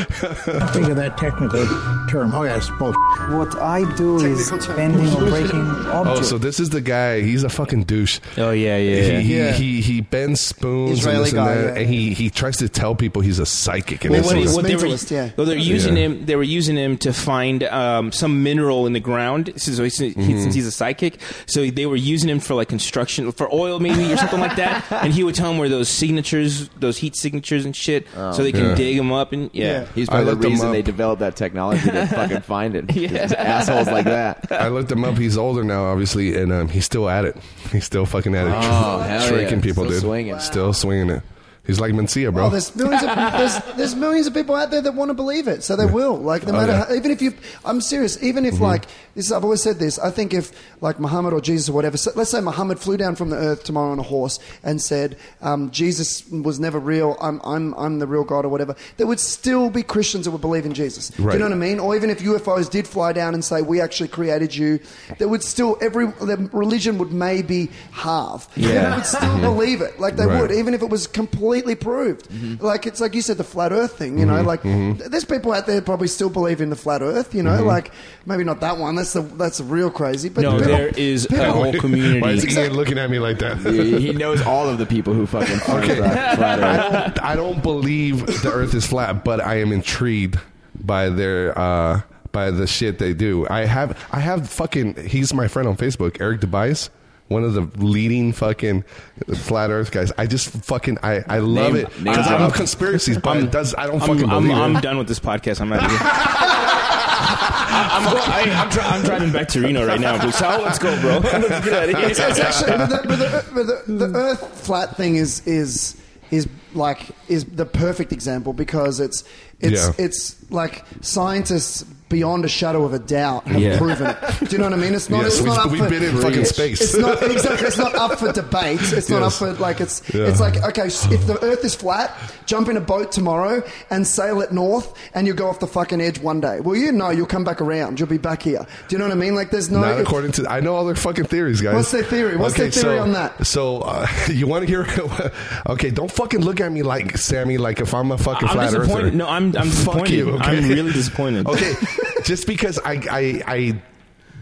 [SPEAKER 11] Think of that technical term. Oh, yes, bullshit. What I do is bending or breaking
[SPEAKER 1] Oh, so this is the guy. He's a fucking douche.
[SPEAKER 3] Oh yeah, yeah.
[SPEAKER 1] He, he,
[SPEAKER 3] Yeah.
[SPEAKER 1] he, he bends spoons
[SPEAKER 3] Israeli
[SPEAKER 1] and this
[SPEAKER 3] guy,
[SPEAKER 1] and that,
[SPEAKER 3] yeah.
[SPEAKER 1] and he, he tries to tell people he's a psychic. And
[SPEAKER 3] Well,
[SPEAKER 1] this
[SPEAKER 3] what-
[SPEAKER 1] is-
[SPEAKER 3] what they were- well, they're
[SPEAKER 1] *laughs*
[SPEAKER 3] using him. They were using him to find um, some mineral in the ground. Since, since-
[SPEAKER 1] Mhm.
[SPEAKER 3] since he's a psychic, so they were using him for like construction, for oil maybe or something like *laughs* that. And he would tell them where those signatures, those heat signatures and shit, so they can
[SPEAKER 7] Yeah.
[SPEAKER 3] dig him up and yeah.
[SPEAKER 7] He's probably the reason they developed that technology *laughs* to fucking find it. It's Assholes like that.
[SPEAKER 1] I looked him up. He's older now, obviously, and um, he's still at it. He's still fucking at it,
[SPEAKER 7] Oh, hell yeah.
[SPEAKER 1] tricking people,
[SPEAKER 7] Still
[SPEAKER 1] dude.
[SPEAKER 7] swinging.
[SPEAKER 1] Still swinging it. He's like Mencia, bro.
[SPEAKER 4] Oh, there's millions of there's, there's millions of people out there that want to believe it, so they will. Like no
[SPEAKER 1] Oh,
[SPEAKER 4] matter
[SPEAKER 1] yeah. Mm-hmm.
[SPEAKER 4] how, even if you, I'm serious. Even if like this, I've always said this. I think if like Muhammad or Jesus or whatever, so let's say Muhammad flew down from the earth tomorrow on a horse and said um, Jesus was never real. I'm I'm I'm the real God or whatever. There would still be Christians that would believe in Jesus. Do
[SPEAKER 13] Right.
[SPEAKER 4] you know what I mean? Or even if UFOs did fly down and say we actually created you, there would still every the religion would maybe halve.
[SPEAKER 13] Yeah.
[SPEAKER 4] People would still
[SPEAKER 13] Yeah.
[SPEAKER 4] believe it. Like they
[SPEAKER 13] Right.
[SPEAKER 4] would, even if it was completely proved.
[SPEAKER 3] Mm-hmm.
[SPEAKER 13] Mhm.
[SPEAKER 4] Like it's like you said, the flat Earth thing. You know,
[SPEAKER 13] Mhm,
[SPEAKER 4] like
[SPEAKER 13] mhm.
[SPEAKER 4] th- there's people out there probably still believe in the flat Earth. You know,
[SPEAKER 13] Mhm.
[SPEAKER 3] Mm-hmm.
[SPEAKER 4] like maybe not that one. That's the that's the real crazy. But
[SPEAKER 7] No,
[SPEAKER 4] people,
[SPEAKER 7] there is a
[SPEAKER 4] people- *laughs*
[SPEAKER 7] whole community.
[SPEAKER 1] Why is he
[SPEAKER 7] Exact-
[SPEAKER 1] looking at me like that?
[SPEAKER 7] He, he knows all of the people
[SPEAKER 1] *laughs*
[SPEAKER 7] who fucking.
[SPEAKER 1] Okay.
[SPEAKER 7] Flat- flat Earth.
[SPEAKER 1] I don't, I don't believe the Earth is flat, but I am intrigued by their uh, by the shit they do. I have I have fucking. He's my friend on Facebook, Eric Debice. One of the leading fucking flat Earth guys. I just fucking I, I love
[SPEAKER 3] Name-
[SPEAKER 1] it
[SPEAKER 3] name
[SPEAKER 1] because I
[SPEAKER 3] drop.
[SPEAKER 1] love conspiracies, but it does I don't
[SPEAKER 3] I'm,
[SPEAKER 1] fucking
[SPEAKER 3] I'm,
[SPEAKER 1] believe
[SPEAKER 3] I'm
[SPEAKER 1] it.
[SPEAKER 3] done with this
[SPEAKER 1] *laughs*
[SPEAKER 3] podcast. I'm out of here. I'm, go- I, I'm, dri- I'm driving back to Reno right now. Busao, let's go, bro. *laughs* Let's get out of here. Hmm.
[SPEAKER 4] it's, it's actually but the, but the, but the, the Earth flat thing is is is like is the perfect example because it's it's
[SPEAKER 13] Yeah.
[SPEAKER 4] it's like scientists beyond a shadow of a doubt have
[SPEAKER 13] Yeah.
[SPEAKER 4] proven it. Do you know what I mean? It's not.
[SPEAKER 13] Yes,
[SPEAKER 4] it's not
[SPEAKER 13] we've-
[SPEAKER 4] up
[SPEAKER 13] we've
[SPEAKER 4] for,
[SPEAKER 13] been in fucking space. *laughs*
[SPEAKER 4] It's not exactly. It's not up for debate. It's not up
[SPEAKER 13] Yes.
[SPEAKER 4] for like it's
[SPEAKER 13] Yeah.
[SPEAKER 4] it's like okay, s- if the Earth is flat, jump in a boat tomorrow and sail it north, and you'll go off the fucking edge one day. Will you? No, you'll come back around. You'll be back here. Do you know what I mean? Like there's no.
[SPEAKER 1] Not
[SPEAKER 4] *laughs*
[SPEAKER 1] according to I know all their fucking theories, guys.
[SPEAKER 4] What's their theory? What's their theory
[SPEAKER 1] so,
[SPEAKER 4] on that?
[SPEAKER 1] So uh, *laughs* you want to hear? okay, don't fucking look at me like Sammy. Like if I'm a fucking
[SPEAKER 3] I'm
[SPEAKER 1] flat
[SPEAKER 3] disappointed.
[SPEAKER 1] earther.
[SPEAKER 3] No, I'm- I'm
[SPEAKER 1] Fuck you,
[SPEAKER 3] disappointed.
[SPEAKER 1] okay?
[SPEAKER 3] I'm really
[SPEAKER 1] *laughs*
[SPEAKER 3] disappointed.
[SPEAKER 1] okay, just because I I I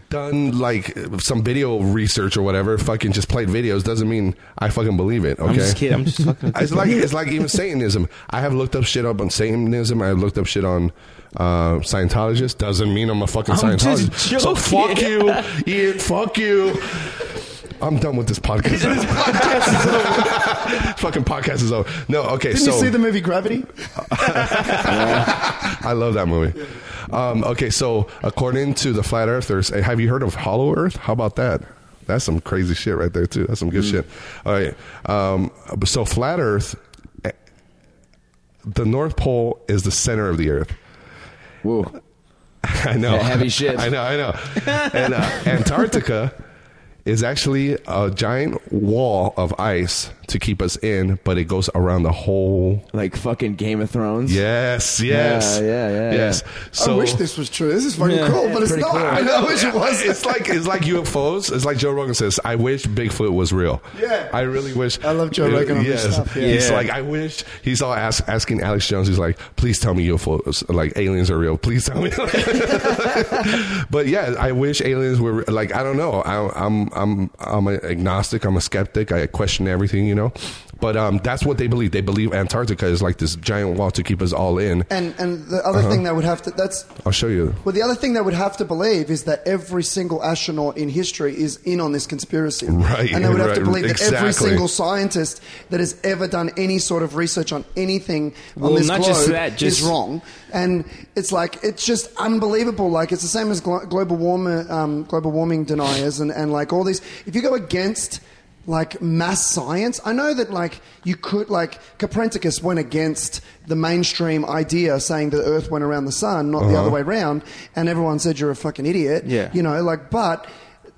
[SPEAKER 1] done like some video research or whatever, fucking just played videos doesn't mean I fucking believe it. Okay,
[SPEAKER 3] I'm just kidding. I'm just fucking.
[SPEAKER 1] *laughs* it's like it's like even Satanism. I have looked up shit up on Satanism. I have looked up shit on uh, Scientologist. Doesn't mean I'm a fucking
[SPEAKER 13] I'm just
[SPEAKER 1] Scientologist. So fuck
[SPEAKER 13] joking.
[SPEAKER 1] you, Ian. Fuck you. I'm done with this podcast. *laughs* fucking podcast is over. No, okay.
[SPEAKER 4] Didn't
[SPEAKER 1] so
[SPEAKER 4] you see the movie Gravity?
[SPEAKER 1] *laughs* I love that movie. Um, okay, so according to the flat earthers, eh, have you heard of Hollow Earth? How about that? That's some crazy shit right there too. That's some good shit. All right. Um, so flat Earth, eh, the North Pole is the center of the Earth. Whoa. *laughs* I know. *laughs*
[SPEAKER 7] Yeah, heavy shit.
[SPEAKER 1] I know. I know.
[SPEAKER 2] *laughs*
[SPEAKER 1] And uh, Antarctica is actually a giant wall of ice to keep us in, but it goes around the whole
[SPEAKER 7] like fucking Game of Thrones.
[SPEAKER 1] Yes, yes,
[SPEAKER 7] Yeah, yeah, yeah,
[SPEAKER 1] yes.
[SPEAKER 7] yeah.
[SPEAKER 4] I wish this was true. This is fucking
[SPEAKER 7] Yeah.
[SPEAKER 4] cool, but it's
[SPEAKER 7] Pretty
[SPEAKER 4] not.
[SPEAKER 7] cool.
[SPEAKER 4] *laughs* I know I wish it was.
[SPEAKER 1] *laughs* It's like it's like UFOs. It's like Joe Rogan says. I wish Bigfoot was real. Yeah, I really wish. I love
[SPEAKER 4] Joe Rogan on this stuff, yeah.
[SPEAKER 1] He's
[SPEAKER 4] Yeah.
[SPEAKER 1] like, I wish. He's all ask, asking Alex Jones. He's like, please tell me UFOs, like aliens are real. Please
[SPEAKER 4] *laughs*
[SPEAKER 1] tell me. but yeah, I wish aliens were like I don't know. I, I'm I'm I'm an agnostic. I'm a skeptic. I question everything, you know. But um, that's what they believe. They believe Antarctica is like this giant wall to keep us all in.
[SPEAKER 4] And and the other
[SPEAKER 1] Uh-huh.
[SPEAKER 4] thing that would have to that's
[SPEAKER 1] I'll show you.
[SPEAKER 4] well the other thing that would have to believe is that every single astronaut in history is in on this conspiracy,
[SPEAKER 1] Right,
[SPEAKER 4] And they would have to
[SPEAKER 1] right,
[SPEAKER 4] believe that every
[SPEAKER 1] exactly.
[SPEAKER 4] single scientist that has ever done any sort of research on anything on
[SPEAKER 3] Well,
[SPEAKER 4] this
[SPEAKER 3] not
[SPEAKER 4] globe
[SPEAKER 3] just that, just-
[SPEAKER 4] is wrong. And it's like it's just unbelievable. Like it's the same as glo- global warmer, um, global warming deniers, and, and like all these. If you go against like mass science, I know that like you could like Copernicus went against the mainstream idea, saying that the Earth went around the sun, not the
[SPEAKER 13] Uh-huh.
[SPEAKER 4] other way round, and everyone said you're a fucking idiot.
[SPEAKER 13] Yeah.
[SPEAKER 4] you know, like but.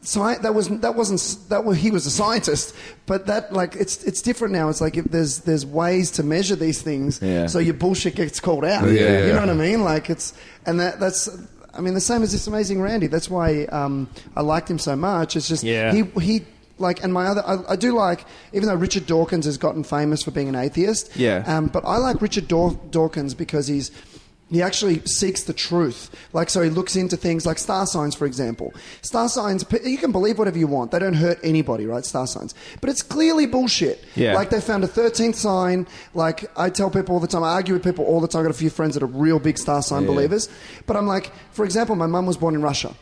[SPEAKER 4] Sci- that was that wasn't s- that was, he was a scientist, but that like it's it's different now. It's like if there's there's ways to measure these things,
[SPEAKER 13] Yeah.
[SPEAKER 4] so your bullshit gets called out out.
[SPEAKER 13] Yeah, yeah,
[SPEAKER 4] you
[SPEAKER 13] yeah.
[SPEAKER 4] know what I mean? Like it's and that that's. I mean, the same as this amazing Randy. That's why um, I liked him so much. It's just
[SPEAKER 13] Yeah.
[SPEAKER 4] he he like and my other I, I do like even though Richard Dawkins has gotten famous for being an atheist.
[SPEAKER 13] Yeah.
[SPEAKER 4] Um, but I like Richard Daw- Dawkins because he's he actually seeks the truth. Like so, he looks into things like star signs, for example. Star signs, p- you can believe whatever you want. They don't hurt anybody, right? Star signs, but it's clearly bullshit.
[SPEAKER 13] Yeah.
[SPEAKER 4] Like they found a 13th sign. Like I tell people all the time, I argue with people all the time. I've got a few friends that are real big star sign
[SPEAKER 13] Yeah.
[SPEAKER 4] believers. But I'm like, for example, my mum was born in Russia.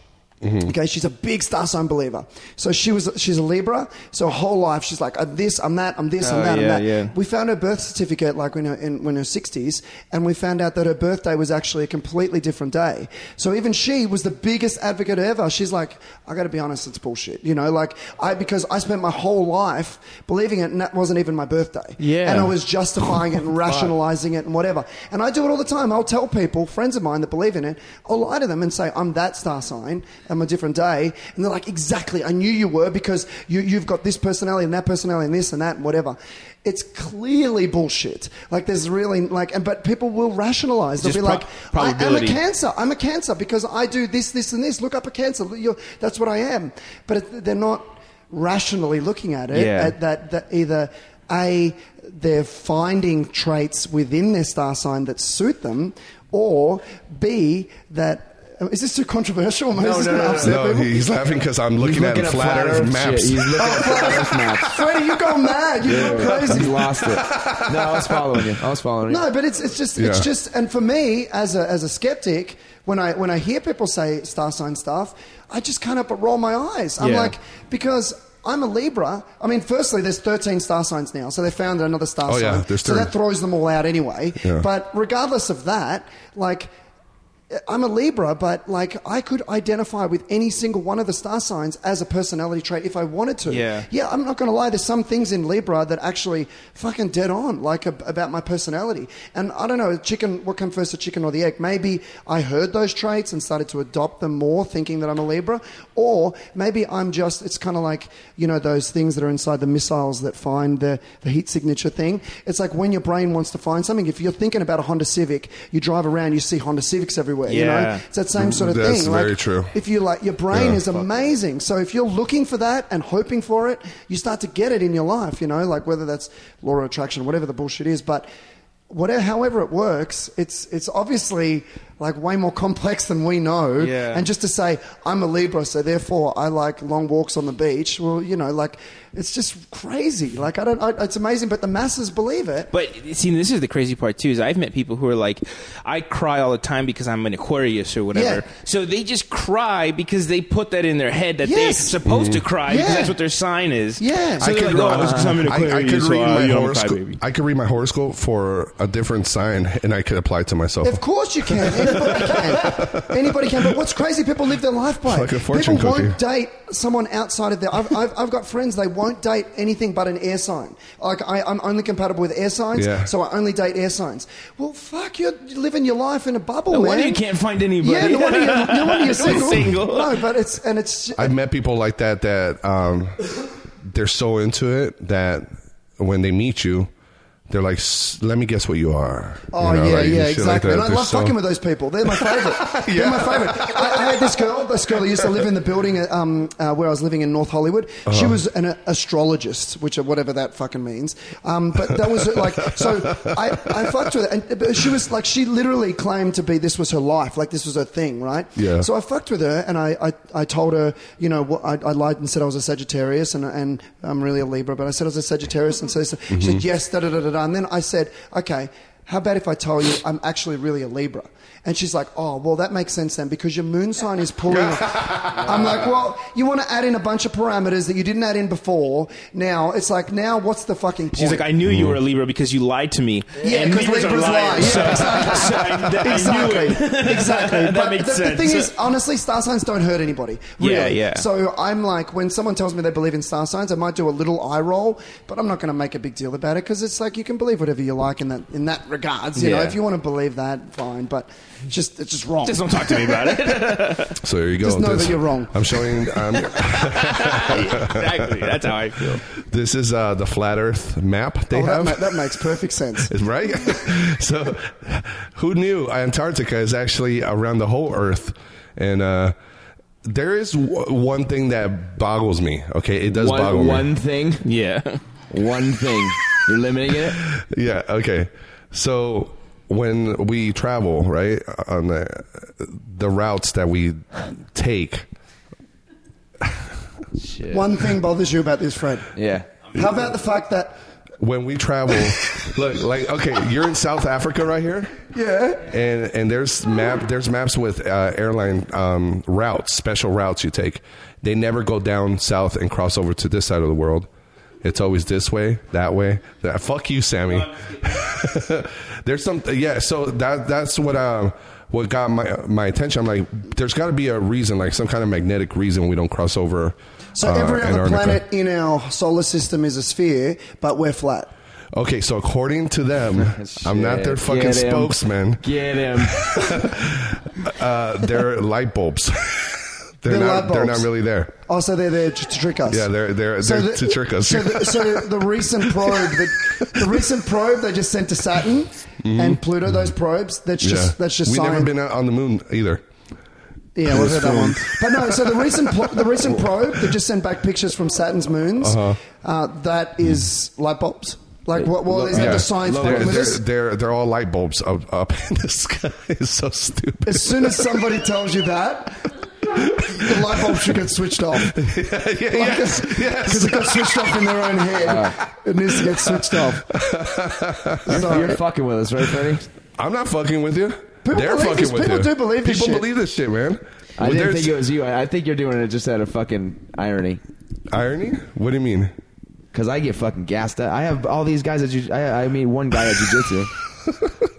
[SPEAKER 7] Mm.
[SPEAKER 1] Mhm.
[SPEAKER 4] Okay, she's a big star sign believer. So she was she's a Libra. So her whole life she's like I'm this, I'm that, I'm this,
[SPEAKER 7] Oh,
[SPEAKER 4] I'm that,
[SPEAKER 7] yeah,
[SPEAKER 4] I'm that.
[SPEAKER 7] yeah.
[SPEAKER 4] We found her birth certificate like when her in when her 60s, and we found out that her birthday was actually a completely different day. So even she was the biggest advocate ever. She's like, I got to be honest, it's bullshit. You know, like I because I spent my whole life believing it, and that wasn't even my birthday.
[SPEAKER 13] Yeah.
[SPEAKER 4] and I was justifying it
[SPEAKER 7] *laughs*
[SPEAKER 4] and rationalizing it and whatever. And I do it all the time. I'll tell people, friends of mine that believe in it, I'll lie to them and say, I'm that star sign, I'm a different day. And they're like, exactly, I knew you were because you, you've got this personality and that personality and this and that and whatever. It's clearly bullshit. Like there's really like, and but people will rationalize. They'll
[SPEAKER 7] Just
[SPEAKER 4] be
[SPEAKER 7] pro-
[SPEAKER 4] like, I am a
[SPEAKER 7] probability.
[SPEAKER 4] cancer. I'm a cancer because I do this, this, and this. Look up a cancer. You're, that's what I am. But it, they're not rationally looking at it.
[SPEAKER 7] Yeah.
[SPEAKER 4] At that, that either a they're finding traits within their star sign that suit them, or b that. Is this too controversial? Am I- is this gonna upset
[SPEAKER 1] No,
[SPEAKER 4] people?
[SPEAKER 1] he's laughing because I'm looking,
[SPEAKER 7] looking
[SPEAKER 1] at
[SPEAKER 7] at
[SPEAKER 1] flat
[SPEAKER 7] flat
[SPEAKER 1] Earth
[SPEAKER 7] Earth
[SPEAKER 1] maps.
[SPEAKER 7] shit. He's looking at flat Earth
[SPEAKER 1] *laughs*
[SPEAKER 7] maps.
[SPEAKER 4] Freddie, you go mad. You go crazy.
[SPEAKER 7] You lost *laughs* it. No, I was following you. I was following you.
[SPEAKER 4] No, but it's it's just it's
[SPEAKER 7] Yeah.
[SPEAKER 4] just and for me as a as a skeptic, when I when I hear people say star sign stuff, I just can't help but roll my eyes. I'm
[SPEAKER 13] Yeah.
[SPEAKER 4] like because I'm a Libra. I mean, firstly, there's 13 star signs now, so they found another star
[SPEAKER 1] Oh,
[SPEAKER 4] sign.
[SPEAKER 1] yeah, there's
[SPEAKER 4] so that
[SPEAKER 1] 13.
[SPEAKER 4] throws them all out anyway.
[SPEAKER 1] Yeah.
[SPEAKER 4] But regardless of that, like I'm a Libra, but like I could identify with any single one of the star signs as a personality trait if I wanted to.
[SPEAKER 3] Yeah.
[SPEAKER 4] Yeah, I'm not going to lie. There's some things in Libra that actually fucking dead on, like ab- about my personality. And I don't know, chicken, what come first, the chicken or the egg? Maybe I heard those traits and started to adopt them more, thinking that I'm a Libra. Or maybe I'm just, it's kind of like, you know, those things that are inside the missiles that find the, the heat signature thing. It's like when your brain wants to find something, if you're thinking about a Honda Civic, you drive around, you see Honda Civics everywhere, you know?
[SPEAKER 1] Yeah.
[SPEAKER 4] It's that same sort of
[SPEAKER 1] That's
[SPEAKER 4] thing.
[SPEAKER 1] very
[SPEAKER 4] like,
[SPEAKER 1] true.
[SPEAKER 4] If you like, your brain
[SPEAKER 1] Yeah.
[SPEAKER 4] is amazing. So if you're looking for that and hoping for it, you start to get it in your life, you know, like whether that's law of attraction, whatever the bullshit is. But whatever, however it works, it's, it's obviously like way more complex than we know.
[SPEAKER 3] Yeah.
[SPEAKER 4] And just to say, I'm a Libra, so therefore I like long walks on the beach. Well, you know, like it's just crazy. Like I don't, I, it's amazing, but the masses believe it.
[SPEAKER 3] But see, this is the crazy part too. Is I've met people who are like, I cry all the time because I'm an Aquarius or whatever.
[SPEAKER 4] Yeah.
[SPEAKER 3] So they just cry because they put that in their head that
[SPEAKER 4] Yes.
[SPEAKER 3] they're supposed to
[SPEAKER 1] Mhm.
[SPEAKER 3] cry because
[SPEAKER 1] Yeah.
[SPEAKER 3] that's what their sign is.
[SPEAKER 4] Yeah.
[SPEAKER 3] So I could, like, oh, it's 'cause I'm an
[SPEAKER 1] I- I
[SPEAKER 3] Aquarius.
[SPEAKER 1] could
[SPEAKER 3] so
[SPEAKER 1] read
[SPEAKER 3] I-
[SPEAKER 1] my
[SPEAKER 3] you know, I'm a
[SPEAKER 1] horoscope.
[SPEAKER 3] crybaby.
[SPEAKER 1] I could read my horoscope for a different sign, and I could apply it to myself.
[SPEAKER 4] Of course you can. Anybody can. Anybody can. But what's crazy, people live their life by.
[SPEAKER 1] It's like a fortune
[SPEAKER 4] people
[SPEAKER 1] cookie.
[SPEAKER 4] won't date someone outside of their. I've, I've, I've got friends, they won't date anything but an air sign. Like, I, I'm only compatible with air signs,
[SPEAKER 3] Yeah.
[SPEAKER 4] so I only date air signs. Well, fuck, you're living your life in a bubble,
[SPEAKER 3] No
[SPEAKER 4] man.
[SPEAKER 3] wonder you can't find anybody.
[SPEAKER 4] Oh, Yeah, no wonder you're, no wonder you're single.
[SPEAKER 3] *laughs* Single.
[SPEAKER 4] No, but it's. And it's.
[SPEAKER 1] I've met people like that that um, they're so into it that when they meet you, they're like, "S- "Let me guess what you are."
[SPEAKER 4] Oh
[SPEAKER 1] You know,
[SPEAKER 4] yeah,
[SPEAKER 1] like,
[SPEAKER 4] yeah,
[SPEAKER 1] shit like
[SPEAKER 4] exactly.
[SPEAKER 1] that.
[SPEAKER 4] and I
[SPEAKER 1] They're
[SPEAKER 4] love
[SPEAKER 1] so-
[SPEAKER 4] fucking with those people. They're my favorite.
[SPEAKER 1] *laughs*
[SPEAKER 4] They're my favorite. I, I had this girl. This girl that used to live in the building uh, um, uh, where I was living in North Hollywood. She
[SPEAKER 1] Uh-huh.
[SPEAKER 4] was an uh, astrologist, which uh, whatever that fucking means. Um, but that was uh, like so. I, I fucked with her, and uh, but she was like she literally claimed to be this was her life, like this was her thing, right?
[SPEAKER 13] Yeah.
[SPEAKER 4] So I fucked with her, and I, I, I told her, you know, what, I, I lied and said I was a Sagittarius, and, and I'm really a Libra, but I said I was a Sagittarius, and so she said,
[SPEAKER 3] Mm-hmm.
[SPEAKER 4] she said
[SPEAKER 13] Mhm.
[SPEAKER 4] yes, da da da da da. And then I said, okay, how about if I tell you I'm actually really a Libra? And she's like, oh, well, that makes sense then because your moon sign is pulling. I'm like, well, you want to add in a bunch of parameters that you didn't add in before. Now, it's like, now what's the fucking point?
[SPEAKER 3] She's like, I knew you
[SPEAKER 4] *laughs*
[SPEAKER 3] were a Libra because you lied to me.
[SPEAKER 4] Yeah,
[SPEAKER 3] And
[SPEAKER 4] 'cause
[SPEAKER 3] Libras are
[SPEAKER 4] Libras lie.
[SPEAKER 3] liars,
[SPEAKER 4] Yeah,
[SPEAKER 3] so-
[SPEAKER 4] exactly.
[SPEAKER 3] so I- I knew
[SPEAKER 4] exactly.
[SPEAKER 3] it.
[SPEAKER 4] Exactly.
[SPEAKER 3] That
[SPEAKER 4] but
[SPEAKER 3] makes
[SPEAKER 4] the,
[SPEAKER 3] sense.
[SPEAKER 4] the thing is, honestly, star signs don't hurt anybody. Really.
[SPEAKER 3] Yeah, yeah.
[SPEAKER 4] So I'm like, when someone tells me they believe in star signs, I might do a little eye roll, but I'm not going to make a big deal about it because it's like you can believe whatever you like in that in that regards. You know,
[SPEAKER 1] Yeah.
[SPEAKER 4] if you want to believe that, fine. But it's just it's just wrong. Oh,
[SPEAKER 3] Just don't talk to me
[SPEAKER 4] *laughs*
[SPEAKER 3] about it.
[SPEAKER 1] So there you go.
[SPEAKER 4] Just know that you're wrong.
[SPEAKER 1] I'm showing.
[SPEAKER 4] *laughs*
[SPEAKER 1] I'm, exactly.
[SPEAKER 3] That's how I feel.
[SPEAKER 1] This is uh, the flat Earth map they
[SPEAKER 4] Oh, that,
[SPEAKER 1] have.
[SPEAKER 4] ma- that makes perfect sense. *laughs*
[SPEAKER 1] right? *laughs* so, who knew Antarctica is actually around the whole Earth? And uh, there is w- one thing that boggles me. Okay, it does
[SPEAKER 7] one,
[SPEAKER 1] boggle me.
[SPEAKER 7] one thing.
[SPEAKER 3] Yeah.
[SPEAKER 7] One thing. You're limiting it.
[SPEAKER 1] yeah. Okay. So when we travel, right, on the the routes that we take,
[SPEAKER 4] One thing bothers you about this, Fred.
[SPEAKER 7] Yeah.
[SPEAKER 4] How about the fact that
[SPEAKER 1] when we
[SPEAKER 7] *laughs*
[SPEAKER 1] travel, look like okay, you're in South Africa right here.
[SPEAKER 4] Yeah.
[SPEAKER 1] and and there's map there's maps with uh, airline um, routes, special routes you take. They never go down south and cross over to this side of the world. It's always this way, that way. That, fuck you, Sammy. *laughs* there's something. Yeah. So that that's what um what got my my attention. I'm like, there's got to be a reason, like some kind of magnetic reason we don't cross over.
[SPEAKER 4] So
[SPEAKER 1] uh,
[SPEAKER 4] every other
[SPEAKER 1] Antarctica.
[SPEAKER 4] planet in our solar system is a sphere, but we're flat.
[SPEAKER 1] Okay, so according to
[SPEAKER 4] *laughs*
[SPEAKER 1] them, I'm not their
[SPEAKER 4] Get
[SPEAKER 1] fucking
[SPEAKER 4] him.
[SPEAKER 1] spokesman.
[SPEAKER 7] Get him.
[SPEAKER 1] *laughs* uh, they're light bulbs. *laughs* they're,
[SPEAKER 4] They're
[SPEAKER 1] not.
[SPEAKER 4] light
[SPEAKER 1] They're
[SPEAKER 4] bulbs.
[SPEAKER 1] not really there.
[SPEAKER 4] Also, they're there just to trick us.
[SPEAKER 1] Yeah, they're they're,
[SPEAKER 4] So
[SPEAKER 1] they're
[SPEAKER 4] the-
[SPEAKER 1] to trick us. *laughs*
[SPEAKER 4] So the, so the recent probe, the, the recent probe they just sent to Saturn
[SPEAKER 1] Mhm.
[SPEAKER 4] and Pluto, those probes, that's just that's just
[SPEAKER 1] We've
[SPEAKER 4] science.
[SPEAKER 1] never been out on the moon either.
[SPEAKER 4] yeah, we've heard that one. But no, so the recent pl- the recent probe that just sent back pictures from Saturn's moons,
[SPEAKER 1] Uh-huh. Hmm.
[SPEAKER 4] uh that is light bulbs. Like what? Well, there's
[SPEAKER 1] Yeah.
[SPEAKER 4] no just science
[SPEAKER 1] They're,
[SPEAKER 4] fucking with
[SPEAKER 1] they're,
[SPEAKER 4] us.
[SPEAKER 1] they're- they're all light bulbs up, up *laughs* in the sky. It's so stupid.
[SPEAKER 4] As soon as somebody tells you that, the light bulb should get
[SPEAKER 1] *laughs*
[SPEAKER 4] switched off.
[SPEAKER 1] yes, yes. Uh-huh.
[SPEAKER 4] Because it got switched off in their own head. *laughs* it needs to get switched off.
[SPEAKER 7] Uh, You're,
[SPEAKER 4] Sorry.
[SPEAKER 7] you're fucking with us, right, Freddie?
[SPEAKER 1] I'm not fucking with you.
[SPEAKER 7] People
[SPEAKER 1] they're
[SPEAKER 7] believe
[SPEAKER 1] fucking
[SPEAKER 7] this-
[SPEAKER 1] with
[SPEAKER 7] people
[SPEAKER 1] you.
[SPEAKER 7] do believe this
[SPEAKER 1] People
[SPEAKER 7] shit.
[SPEAKER 1] believe this shit, man.
[SPEAKER 7] I
[SPEAKER 1] Well,
[SPEAKER 7] didn't
[SPEAKER 1] there's-
[SPEAKER 7] think it was you. I, I think you're doing it just out of fucking irony.
[SPEAKER 1] Irony? What do you mean?
[SPEAKER 7] Because I get fucking gassed up. I have all these guys at jiu- I, I mean, one guy at
[SPEAKER 1] *laughs*
[SPEAKER 7] jujitsu.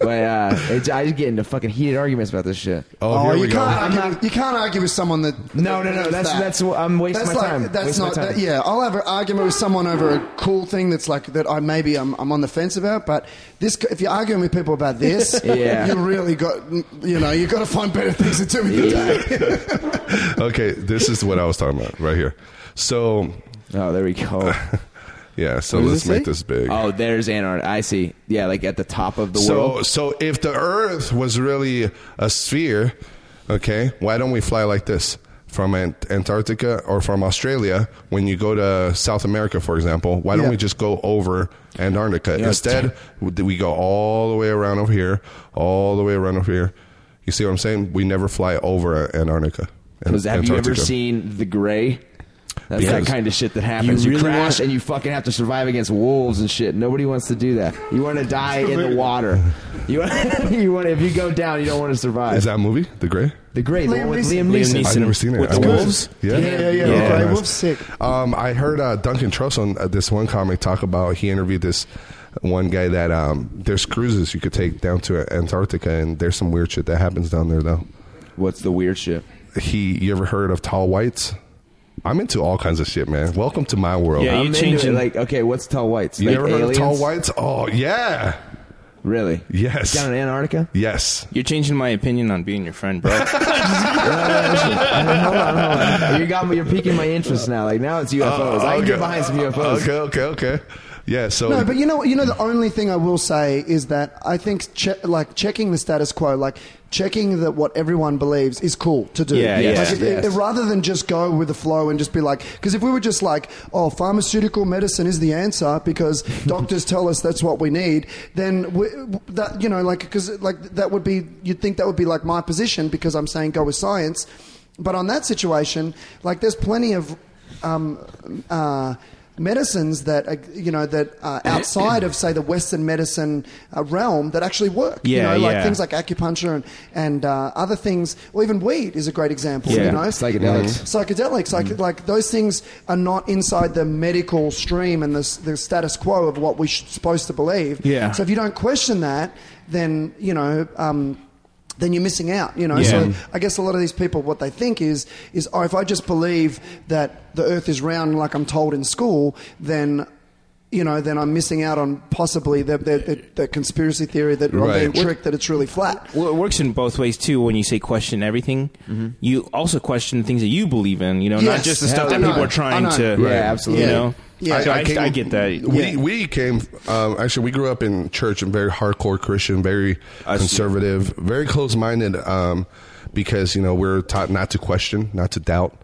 [SPEAKER 7] but uh, it's, I just get into fucking heated arguments about this shit.
[SPEAKER 4] Oh, you can't argue, you can't argue with someone that
[SPEAKER 7] No, no, no,
[SPEAKER 4] that-
[SPEAKER 7] that's- that's what- I'm wasting
[SPEAKER 4] that's
[SPEAKER 7] my
[SPEAKER 4] like-
[SPEAKER 7] time.
[SPEAKER 4] That's
[SPEAKER 7] Wasting my
[SPEAKER 4] not.
[SPEAKER 7] time.
[SPEAKER 4] That, yeah, I'll have an argument with someone over a cool thing that's like that. I maybe I'm, I'm on the fence about, but this if you're arguing with people
[SPEAKER 7] *laughs*
[SPEAKER 4] about this,
[SPEAKER 1] Yeah.
[SPEAKER 4] you really got you know you got to find better things to do with your day.
[SPEAKER 1] okay, this is what I was talking about right here. So,
[SPEAKER 7] oh, there we go.
[SPEAKER 1] *laughs* yeah, so
[SPEAKER 7] What does
[SPEAKER 1] let's
[SPEAKER 7] it say?
[SPEAKER 1] make this big.
[SPEAKER 7] Oh, there's Antarctica. I see. Yeah, like at the top of the
[SPEAKER 1] so,
[SPEAKER 7] world.
[SPEAKER 1] so if the Earth was really a sphere, okay, why don't we fly like this from Ant- Antarctica or from Australia? When you go to South America, for example, why don't
[SPEAKER 7] Yeah.
[SPEAKER 1] we just go over Antarctica
[SPEAKER 7] Yeah.
[SPEAKER 1] instead? w- We go all the way around over here, all the way around over here. You see what I'm saying? We never fly over Antarctica. An-
[SPEAKER 7] Because have you ever
[SPEAKER 1] Antarctica.
[SPEAKER 7] seen The Gray? That's
[SPEAKER 1] Because
[SPEAKER 7] that kind of shit that happens.
[SPEAKER 1] you
[SPEAKER 7] You,
[SPEAKER 1] really
[SPEAKER 7] crash
[SPEAKER 1] want-
[SPEAKER 7] and you fucking have to survive against wolves and shit. Nobody wants to do that. You want to die in the water. You want, *laughs* you want if you go down, you don't want to survive.
[SPEAKER 1] Is that a movie, The Gray?
[SPEAKER 7] The Gray, the
[SPEAKER 1] Liam
[SPEAKER 7] one with
[SPEAKER 1] Neeson.
[SPEAKER 7] Liam
[SPEAKER 1] Liam
[SPEAKER 7] Neeson.
[SPEAKER 1] Neeson. I've never seen it. With the I wanna- wolves? Yeah. Yeah, yeah, yeah. Okay,
[SPEAKER 7] yeah.
[SPEAKER 1] wolves
[SPEAKER 4] sick.
[SPEAKER 1] Um, I heard uh, Duncan Trussell, uh, this one comic, talk about he interviewed this one guy that um, there's cruises you could take down to Antarctica, and there's some weird shit that happens down there though.
[SPEAKER 7] What's the weird shit?
[SPEAKER 1] He, you ever heard of tall whites? I'm into all kinds of shit, man. Welcome to my world.
[SPEAKER 7] I'm into it. Like, okay, what's tall whites?
[SPEAKER 1] You
[SPEAKER 7] Like
[SPEAKER 1] never heard of tall
[SPEAKER 7] aliens?
[SPEAKER 1] whites? Oh yeah,
[SPEAKER 7] really?
[SPEAKER 1] Yes.
[SPEAKER 7] Down in Antarctica?
[SPEAKER 1] Yes.
[SPEAKER 3] You're changing my opinion on being your friend,
[SPEAKER 4] *laughs*
[SPEAKER 3] bro.
[SPEAKER 7] *laughs* hold on, hold on. You got me. You're piquing my interest now. Like now it's UFOs. I can
[SPEAKER 1] Uh, okay.
[SPEAKER 7] get behind some UFOs.
[SPEAKER 1] Okay, okay, okay. Yeah. So
[SPEAKER 4] No, but you know, you know, the only thing I will say is that I think che- like checking the status quo, like checking that what everyone believes is cool to do.
[SPEAKER 3] Yeah,
[SPEAKER 4] Like,
[SPEAKER 3] yes,
[SPEAKER 4] if- if-
[SPEAKER 3] yes.
[SPEAKER 4] rather than just go with the flow and just be like, because if we were just like, oh, pharmaceutical medicine is the answer
[SPEAKER 3] *laughs*
[SPEAKER 4] because doctors tell us that's what we need, then we, that you know, like, because like that would be, you'd think that would be like my position because I'm saying go with science, but on that situation, like, there's plenty of. Um, uh, medicines that are, you know that are outside of say the Western medicine uh, realm that actually work. you
[SPEAKER 7] Yeah,
[SPEAKER 4] know, like
[SPEAKER 7] yeah.
[SPEAKER 4] things like acupuncture and and uh, other things, or even weed is a great example.
[SPEAKER 7] Yeah, Mm.
[SPEAKER 4] you know,
[SPEAKER 7] psychedelics.
[SPEAKER 4] psychedelics, like like those things are not inside the medical stream and the s- the status quo of what we're supposed to believe.
[SPEAKER 7] Yeah.
[SPEAKER 4] So if you don't question that, then you know. Um, then you're missing out, you know.
[SPEAKER 7] Yeah.
[SPEAKER 4] So I guess a lot of these people, what they think is, is oh, if I just believe that the Earth is round, like I'm told in school, then, you know, then I'm missing out on possibly the, the, the, the conspiracy theory that I'm
[SPEAKER 3] Right.
[SPEAKER 4] being tricked that it's really flat.
[SPEAKER 3] Well, it works in both ways too. When you say question everything, you also question things that you believe in. You know, not
[SPEAKER 1] Mm-hmm. Yes.
[SPEAKER 3] just the stuff
[SPEAKER 1] Hell
[SPEAKER 3] that
[SPEAKER 1] yeah.
[SPEAKER 3] people are
[SPEAKER 1] I
[SPEAKER 3] trying
[SPEAKER 1] know.
[SPEAKER 3] to.
[SPEAKER 1] Right. Yeah, absolutely.
[SPEAKER 3] You know,
[SPEAKER 1] Yeah.
[SPEAKER 3] So
[SPEAKER 1] I-
[SPEAKER 3] I,
[SPEAKER 1] I came-
[SPEAKER 3] I get that.
[SPEAKER 1] We we came um, actually we grew up in church and very hardcore Christian, very conservative, very close minded. Um, because you know we're taught *laughs* not to question, not to doubt.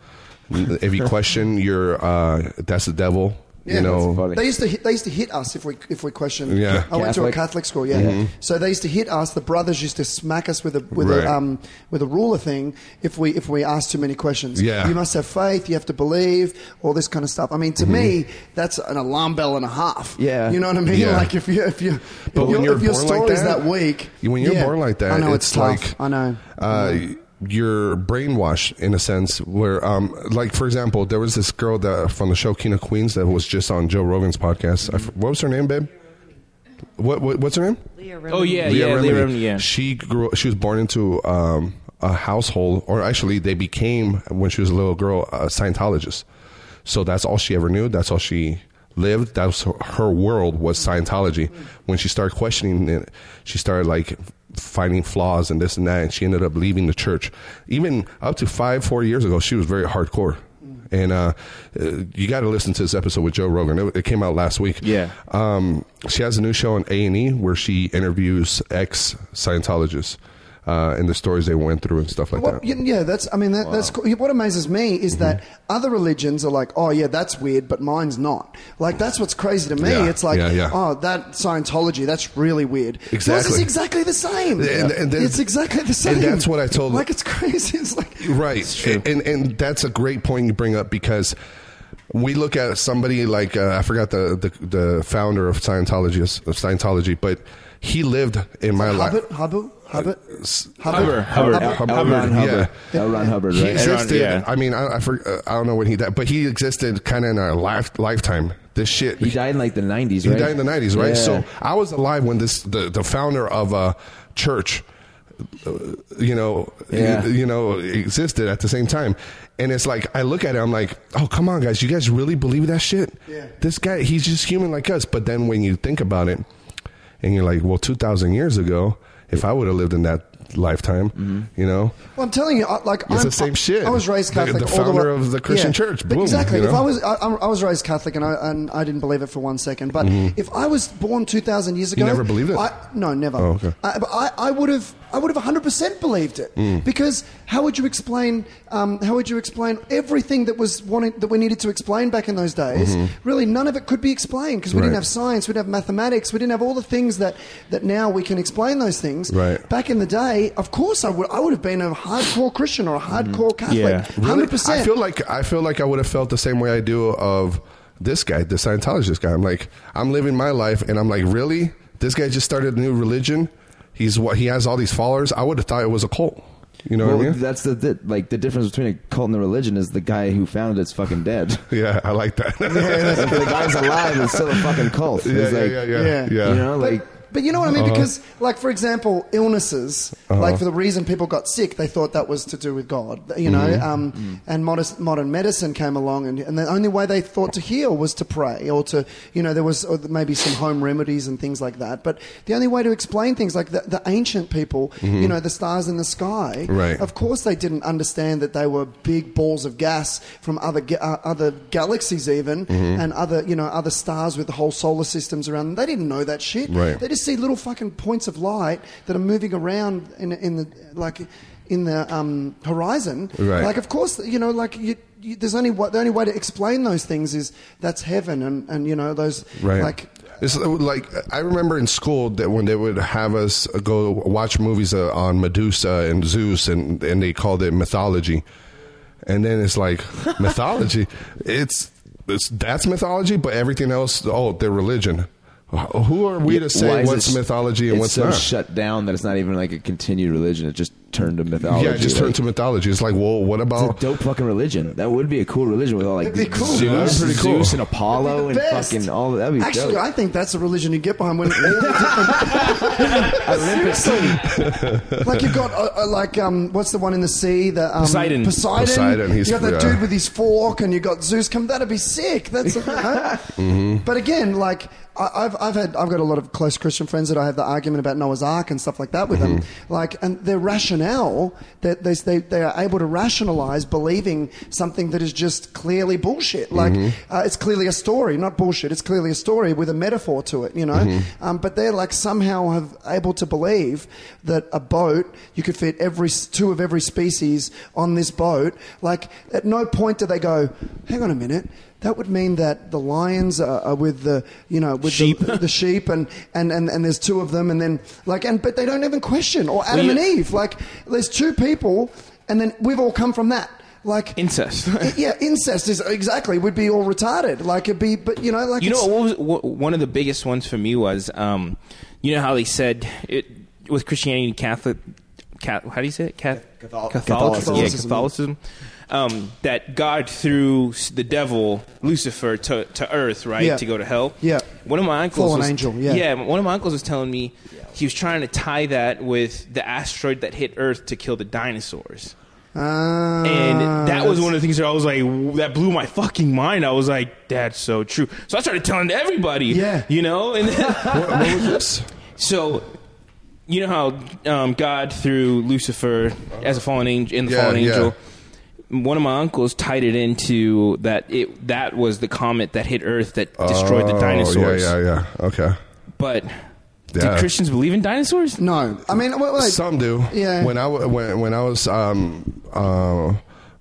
[SPEAKER 1] If you question, you're uh, that's the devil. you know,
[SPEAKER 4] They used to hit, they used to hit us if we if we questioned.
[SPEAKER 1] Yeah.
[SPEAKER 4] I went to a
[SPEAKER 1] Catholic.
[SPEAKER 4] Catholic school. Yeah,
[SPEAKER 1] Mhm.
[SPEAKER 4] so they used to hit us. The brothers used to smack us with a with
[SPEAKER 1] Right.
[SPEAKER 4] a um, with a ruler thing if we if we asked too many questions.
[SPEAKER 1] Yeah.
[SPEAKER 4] you must have faith. You have to believe all this kind of stuff. I mean,
[SPEAKER 1] Mm-hmm.
[SPEAKER 4] to me, that's an alarm bell and a half.
[SPEAKER 1] Yeah.
[SPEAKER 4] you know what I mean.
[SPEAKER 1] Yeah.
[SPEAKER 4] Like if you if you
[SPEAKER 1] But when
[SPEAKER 4] if, your-
[SPEAKER 1] you're
[SPEAKER 4] if your
[SPEAKER 1] born like
[SPEAKER 4] story's
[SPEAKER 1] that-
[SPEAKER 4] that, weak,
[SPEAKER 1] when you're
[SPEAKER 4] yeah.
[SPEAKER 1] born like that,
[SPEAKER 4] I know
[SPEAKER 1] it's,
[SPEAKER 4] it's, tough.
[SPEAKER 1] like
[SPEAKER 4] I know.
[SPEAKER 1] Uh, you're brainwashed in a sense where, um, like for example, there was this girl that from the show King of Queens that was just on Joe Rogan's podcast. I f what was her name, babe? What, what what's her name?
[SPEAKER 3] Leah Remini. Oh, yeah, yeah, Leah Remini, yeah.
[SPEAKER 1] She grew. She was born into um, a household, or actually, they became when she was a little girl a Scientologist. So that's all she ever knew. That's all she lived. That was her, her world was Scientology. When she started questioning it, she started like finding flaws and this and that, and she ended up leaving the church. Even up to five, four years ago, she was very hardcore. And uh, uh, you got to listen to this episode with Joe Rogan. It, it came out last week. Yeah. Um, she has a new show on A and E where she interviews ex Scientologists uh, and the stories they went through and stuff like
[SPEAKER 4] What,
[SPEAKER 1] that.
[SPEAKER 4] yeah, yeah, that's. I mean, that, that's cool. What amazes me is that other religions are like, oh yeah, that's weird, but mine's not. Like that's what's crazy to me.
[SPEAKER 1] Yeah,
[SPEAKER 4] it's like,
[SPEAKER 1] yeah, yeah.
[SPEAKER 4] oh, that Scientology, that's really weird. Yours is
[SPEAKER 1] Exactly.
[SPEAKER 4] exactly the same.
[SPEAKER 1] And- and then-
[SPEAKER 4] it's exactly the same.
[SPEAKER 1] and that's what I told-
[SPEAKER 4] Like it's crazy. *laughs* It's like
[SPEAKER 1] right And, and and that's a great point you bring up because we look at somebody like uh, I forgot the, the the founder of Scientology of Scientology but he lived in my life
[SPEAKER 4] Hubbard, Hubbard, Hubbard,
[SPEAKER 1] Hubbard. Hubbard. Hubbard, yeah.
[SPEAKER 7] L. Ron Hubbard,
[SPEAKER 1] He
[SPEAKER 7] right?
[SPEAKER 1] existed.
[SPEAKER 7] Ron, yeah.
[SPEAKER 1] I mean, I, I, for, uh, I don't know when he died, but he existed kind of in our life, lifetime. This shit. He
[SPEAKER 7] died in like the 90s,
[SPEAKER 1] He
[SPEAKER 7] right?
[SPEAKER 1] died in the 90s, right?
[SPEAKER 7] Yeah.
[SPEAKER 1] So I was alive when this, the, the founder of a church, uh, you know,
[SPEAKER 7] Yeah.
[SPEAKER 1] you, you know, existed at the same time. And it's like, I look at it, I'm like, oh, come on, guys. You guys really believe that shit? Yeah. This guy, he's just human like us. But then when you think about it, and you're like, well, 2,000 years ago, if I would have lived in that lifetime, you know,
[SPEAKER 4] Well, I'm telling you, I- like
[SPEAKER 1] It's
[SPEAKER 4] I'm,
[SPEAKER 1] the same shit.
[SPEAKER 4] I was raised
[SPEAKER 1] The-
[SPEAKER 4] Catholic.
[SPEAKER 1] the
[SPEAKER 4] all
[SPEAKER 1] founder
[SPEAKER 4] way-
[SPEAKER 1] of the Christian
[SPEAKER 4] Yeah,
[SPEAKER 1] church,
[SPEAKER 4] but
[SPEAKER 1] boom,
[SPEAKER 4] exactly.
[SPEAKER 1] you
[SPEAKER 4] If
[SPEAKER 1] know?
[SPEAKER 4] I was, I, I'm- I was raised Catholic, and I and I didn't believe it for one second. But
[SPEAKER 1] Mhm.
[SPEAKER 4] if I was born 2,000 years
[SPEAKER 1] You
[SPEAKER 4] ago,
[SPEAKER 1] never believed it?
[SPEAKER 4] I, no, never.
[SPEAKER 1] Oh, okay.
[SPEAKER 4] I, but I, I would have, I would have 100 percent believed it
[SPEAKER 1] Mm.
[SPEAKER 4] because how would you explain, um, how would you explain everything that was wanted that we needed to explain back in those days?
[SPEAKER 1] Mhm.
[SPEAKER 4] Really, none of it could be explained because we didn't
[SPEAKER 1] Right.
[SPEAKER 4] have science, we didn't have mathematics, we didn't have all the things that that now we can explain those things.
[SPEAKER 1] Right.
[SPEAKER 4] Back in the day, of course, I would I would have been a hardcore Christian or a hardcore Catholic.
[SPEAKER 1] Mm. Really?
[SPEAKER 4] Hundred percent.
[SPEAKER 1] I feel like I feel like I would have felt the same way I do of this guy, the Scientologist guy. I'm like, I'm living my life, and I'm like, really? This guy just started a new religion. He's what he has all these followers. I would have thought it was a cult. You know
[SPEAKER 7] well,
[SPEAKER 1] what I mean?
[SPEAKER 7] That's the, the like the difference between a cult and a religion is the guy who founded it's fucking dead.
[SPEAKER 1] *laughs* Yeah, I like
[SPEAKER 4] *laughs*
[SPEAKER 1] that.
[SPEAKER 7] if the guy's alive, it's still a fucking cult.
[SPEAKER 1] Yeah,
[SPEAKER 7] It's
[SPEAKER 1] yeah,
[SPEAKER 7] like,
[SPEAKER 1] yeah, yeah, Yeah. yeah.
[SPEAKER 7] You know, like
[SPEAKER 4] But you know what I mean?
[SPEAKER 7] Uh-huh.
[SPEAKER 4] Because, like, for example, illnesses,
[SPEAKER 7] Uh-huh.
[SPEAKER 4] like, for the reason people got sick, they thought that was to do with God, you know?
[SPEAKER 7] Mm-hmm.
[SPEAKER 1] Mhm.
[SPEAKER 4] Um, And modest, modern medicine came along, and, and the only way they thought to heal was to pray, or to, you know, there was or maybe some home remedies and things like that. But the only way to explain things, like the, the ancient people,
[SPEAKER 1] Mhm.
[SPEAKER 7] Mm-hmm.
[SPEAKER 4] you know, the stars in the sky,
[SPEAKER 1] Right.
[SPEAKER 4] of course they didn't understand that they were big balls of gas from other, ga- uh, other galaxies, even,
[SPEAKER 7] Mm-hmm.
[SPEAKER 1] Mhm.
[SPEAKER 4] and other, you know, other stars with the whole solar systems around them. They didn't know that shit.
[SPEAKER 1] Right.
[SPEAKER 4] They just see little fucking points of light that are moving around in, in the like in the um, horizon.
[SPEAKER 1] Right.
[SPEAKER 4] Like, of course, you know, like you, you, there's only wa- the only way to explain those things is that's heaven, and and you know those
[SPEAKER 1] Right.
[SPEAKER 4] like
[SPEAKER 1] It's uh, like I remember in school that when they would have us go watch movies uh, on Medusa and Zeus, and and they called it mythology, and then it's
[SPEAKER 4] *laughs*
[SPEAKER 1] like mythology. It's, it's that's mythology, but everything else, oh, they're religion. Who are we to
[SPEAKER 7] Why
[SPEAKER 1] say
[SPEAKER 7] is
[SPEAKER 1] what's
[SPEAKER 7] it-
[SPEAKER 1] mythology and
[SPEAKER 7] it's
[SPEAKER 1] what's
[SPEAKER 7] so
[SPEAKER 1] not?
[SPEAKER 7] shut down that it's not even like a continued religion. It just turned to mythology.
[SPEAKER 1] yeah, it just
[SPEAKER 7] like,
[SPEAKER 1] turned to mythology. It's like, well, what about
[SPEAKER 7] It's a dope fucking religion. That would be a cool religion with all like
[SPEAKER 4] That'd be cool.
[SPEAKER 7] Zeus,
[SPEAKER 4] Yeah, that'd be pretty cool.
[SPEAKER 7] Zeus and Apollo
[SPEAKER 4] That'd be
[SPEAKER 7] and
[SPEAKER 4] the best.
[SPEAKER 7] fucking all that'd be
[SPEAKER 4] Actually,
[SPEAKER 7] dope.
[SPEAKER 4] I think that's a religion you get behind when all
[SPEAKER 1] *laughs*
[SPEAKER 4] the different.
[SPEAKER 7] *laughs*
[SPEAKER 4] Seriously. like you've got uh, uh, like um, what's the one in the sea? The um,
[SPEAKER 3] Poseidon.
[SPEAKER 4] Poseidon.
[SPEAKER 1] Poseidon, he's-
[SPEAKER 4] you got that
[SPEAKER 1] yeah.
[SPEAKER 4] dude with his fork, and you got Zeus. Come, that'd be sick. That's. *laughs* huh?
[SPEAKER 9] Mm-hmm.
[SPEAKER 1] Mhm.
[SPEAKER 4] But again, like I- I've, I've had I've got a lot of close Christian friends that I have the argument about Noah's Ark and stuff like that with them. Like, and their rationale that they, they they are able to rationalize believing something that is just clearly bullshit.
[SPEAKER 9] Mm-hmm.
[SPEAKER 4] Like
[SPEAKER 1] Mhm.
[SPEAKER 4] uh, it's clearly a story, not bullshit. It's clearly a story with a metaphor to it, you know.
[SPEAKER 1] Mhm.
[SPEAKER 4] Um, but they're like somehow have able to believe that a boat you could fit every two of every species on this boat. Like at no point do they go, hang on a minute. that would mean that the lions are, are with the you know with
[SPEAKER 3] Sheep.
[SPEAKER 4] *laughs* the, the sheep and, and, and, and there's two of them and then like and but they don't even question or Adam
[SPEAKER 3] you-
[SPEAKER 4] and Eve like there's two people and then we've all come from that like *laughs*
[SPEAKER 3] incest.
[SPEAKER 4] yeah incest is exactly we'd be all retarded like it'd be but you know like
[SPEAKER 3] you know
[SPEAKER 4] it's-
[SPEAKER 3] what was what, one of the biggest ones for me was um, you know how they said it with Christianity and Catholic cat, how do you say it Cath,
[SPEAKER 7] Cathol-
[SPEAKER 3] Catholicism, yeah
[SPEAKER 7] Catholicism.
[SPEAKER 3] Catholicism um, that God threw s- the devil Lucifer to, to earth right
[SPEAKER 4] Yeah.
[SPEAKER 3] to go to hell
[SPEAKER 4] Yeah.
[SPEAKER 3] one of my uncles
[SPEAKER 4] Fallen
[SPEAKER 3] was,
[SPEAKER 4] angel, yeah.
[SPEAKER 3] one of my uncles was telling me he was trying to tie that with the asteroid that hit Earth to kill the dinosaurs
[SPEAKER 4] Ah,
[SPEAKER 3] and that was
[SPEAKER 4] that's-
[SPEAKER 3] one of the things that I was like, w- that blew my fucking mind. I was like, that's so true. So I started telling everybody. Yeah. You know? And then, what, *laughs*
[SPEAKER 1] was this?
[SPEAKER 3] So, you know how um, God threw Lucifer as a fallen angel, in the
[SPEAKER 1] Yeah,
[SPEAKER 3] fallen
[SPEAKER 1] yeah.
[SPEAKER 3] angel? One of my uncles tied it into that it that was the comet that hit Earth that destroyed
[SPEAKER 1] Oh,
[SPEAKER 3] the dinosaurs.
[SPEAKER 1] Yeah, yeah, yeah. Okay.
[SPEAKER 3] But
[SPEAKER 1] Yeah.
[SPEAKER 3] do Christians believe in dinosaurs?
[SPEAKER 4] No. I mean, wait, wait.
[SPEAKER 1] Some do.
[SPEAKER 4] Yeah.
[SPEAKER 1] When I w- when when I was um uh,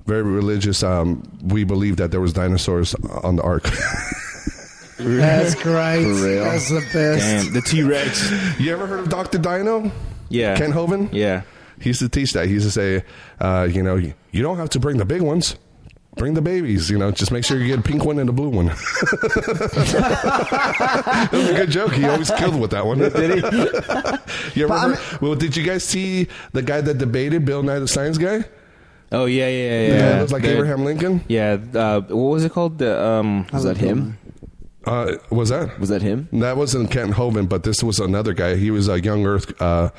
[SPEAKER 1] very religious, um, we believed that there was dinosaurs on the ark.
[SPEAKER 11] *laughs* That's great.
[SPEAKER 1] For real?
[SPEAKER 11] That's the best.
[SPEAKER 3] Damn, the T Rex.
[SPEAKER 1] you ever heard of Doctor Dino?
[SPEAKER 3] Yeah.
[SPEAKER 1] Ken Hoven.
[SPEAKER 3] Yeah.
[SPEAKER 1] He used to teach that. He used to say, uh, you know, you you don't have to bring the big ones. Bring the babies, you know. Just make sure you get a pink one and a blue one. *laughs* that was a good joke. He always killed with
[SPEAKER 3] *laughs*
[SPEAKER 1] that one. *laughs* Did he? *laughs* you ever heard- well, did you guys see the guy that debated Bill Nye the Science Guy?
[SPEAKER 3] Oh yeah, yeah, yeah.
[SPEAKER 1] The guy
[SPEAKER 3] yeah.
[SPEAKER 1] that looks like Abraham Lincoln?
[SPEAKER 3] Yeah. Uh, what was it called? The um, was that him?
[SPEAKER 1] Uh, was that?
[SPEAKER 7] Was that him?
[SPEAKER 1] That wasn't Kent Hovind, but this was another guy. He was a young Earth uh,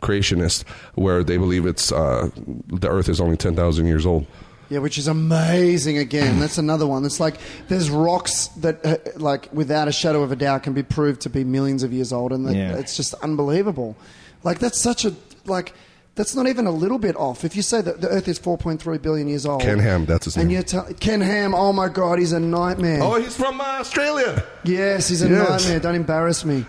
[SPEAKER 1] creationist, where they believe it's uh, the Earth is only ten thousand years old.
[SPEAKER 4] Yeah, which is amazing.
[SPEAKER 3] *clears throat*
[SPEAKER 4] Again, that's another one. It's like there's rocks that, uh, like, without a shadow of a doubt, can be proved to be millions of years old, and that-
[SPEAKER 3] Yeah.
[SPEAKER 4] it's just unbelievable. Like that's such a like. That's not even a little bit off. If you say that the Earth is 4.3 billion years old,
[SPEAKER 1] Ken Ham, that's his
[SPEAKER 4] Oh. and
[SPEAKER 1] name.
[SPEAKER 4] you're tell Ken Ham. Oh my God, he's a nightmare.
[SPEAKER 1] Oh, he's from uh, Australia.
[SPEAKER 4] yes, he's a
[SPEAKER 1] Yes.
[SPEAKER 4] nightmare. Don't
[SPEAKER 1] *laughs*
[SPEAKER 4] embarrass me.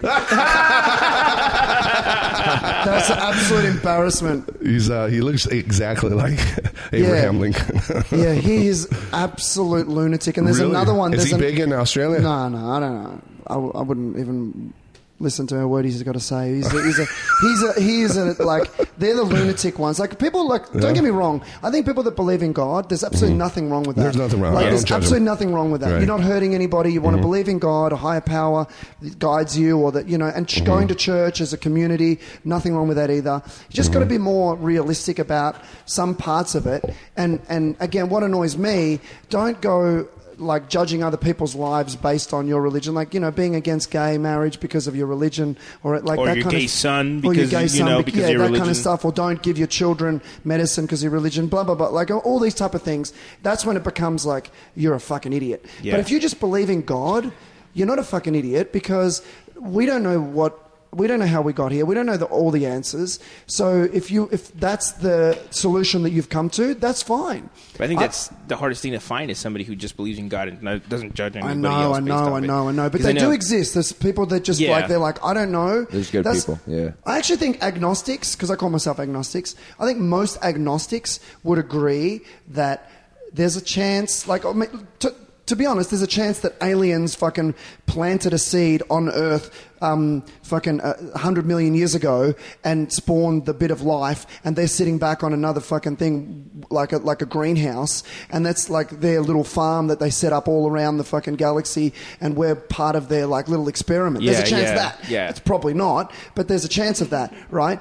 [SPEAKER 4] that's an absolute
[SPEAKER 1] *laughs*
[SPEAKER 4] embarrassment.
[SPEAKER 1] He's uh, he looks exactly like *laughs* Abraham Lincoln.
[SPEAKER 4] *laughs* Yeah, he is absolute lunatic. And there's
[SPEAKER 1] Really?
[SPEAKER 4] another one.
[SPEAKER 1] Is
[SPEAKER 4] There's
[SPEAKER 1] he
[SPEAKER 4] an-
[SPEAKER 1] big in Australia?
[SPEAKER 4] No, no, I don't know. I, w- I wouldn't even listen to a word he's got to say. He's a, he's a, he's a, he is a, like, they're the lunatic ones. Like, people, like,
[SPEAKER 1] Yeah.
[SPEAKER 4] don't get me wrong. I think people that believe in God, there's absolutely
[SPEAKER 1] Mhm.
[SPEAKER 4] nothing wrong with that.
[SPEAKER 1] There's nothing wrong.
[SPEAKER 4] Like,
[SPEAKER 1] Yeah,
[SPEAKER 4] there's
[SPEAKER 1] don't judge 'em.
[SPEAKER 4] absolutely nothing wrong with that.
[SPEAKER 1] Right.
[SPEAKER 4] You're not hurting anybody. You want
[SPEAKER 1] Mhm.
[SPEAKER 4] to believe in God, a higher power that guides you, or that, you know, and ch-
[SPEAKER 1] Mm-hmm.
[SPEAKER 4] going to church as a community, nothing wrong with that either. You just
[SPEAKER 3] Mm-hmm.
[SPEAKER 4] got to be more realistic about some parts of it. And, and again, what annoys me, don't go like judging other people's lives based on your religion, like you know, being against gay marriage because of your religion, or like
[SPEAKER 3] Or
[SPEAKER 4] that
[SPEAKER 3] your
[SPEAKER 4] kind
[SPEAKER 3] gay
[SPEAKER 4] of,
[SPEAKER 3] son
[SPEAKER 4] or your
[SPEAKER 3] because,
[SPEAKER 4] gay
[SPEAKER 3] you
[SPEAKER 4] son,
[SPEAKER 3] know,
[SPEAKER 4] bec-
[SPEAKER 3] because of
[SPEAKER 4] yeah,
[SPEAKER 3] your
[SPEAKER 4] that kind
[SPEAKER 3] religion.
[SPEAKER 4] of stuff, or don't give your children medicine because of your religion, blah blah blah, like all these type of things. That's when it becomes like you're a fucking idiot.
[SPEAKER 3] Yeah.
[SPEAKER 4] But if you just believe in God, you're not a fucking idiot because we don't know what. We don't know how we got here. We don't know the, all the answers. So if you if that's the solution that you've come to, that's fine.
[SPEAKER 3] But I think that's the hardest thing to find is somebody who just believes in God and no- doesn't judge anybody
[SPEAKER 4] I know,
[SPEAKER 3] else.
[SPEAKER 4] I
[SPEAKER 3] based
[SPEAKER 4] know,
[SPEAKER 3] off
[SPEAKER 4] I
[SPEAKER 3] it.
[SPEAKER 4] know, I know. But
[SPEAKER 3] 'Cause
[SPEAKER 4] they do
[SPEAKER 3] know-
[SPEAKER 4] exist. There's people that just
[SPEAKER 3] Yeah.
[SPEAKER 4] like they're like, I don't know.
[SPEAKER 7] There's good
[SPEAKER 4] That's-
[SPEAKER 7] people. Yeah.
[SPEAKER 4] I actually think agnostics, because I call myself agnostics, I think most agnostics would agree that there's a chance, like, I mean, to, to be honest, there's a chance that aliens fucking planted a seed on Earth um, fucking uh, 100 million years ago and spawned the bit of life, and they're sitting back on another fucking thing, like a, like a greenhouse, and that's like their little farm that they set up all around the fucking galaxy, and we're part of their like little experiment. there's a
[SPEAKER 3] Yeah,
[SPEAKER 4] chance
[SPEAKER 3] yeah,
[SPEAKER 4] that.
[SPEAKER 3] yeah.
[SPEAKER 4] It's probably not, but there's a chance of that, right?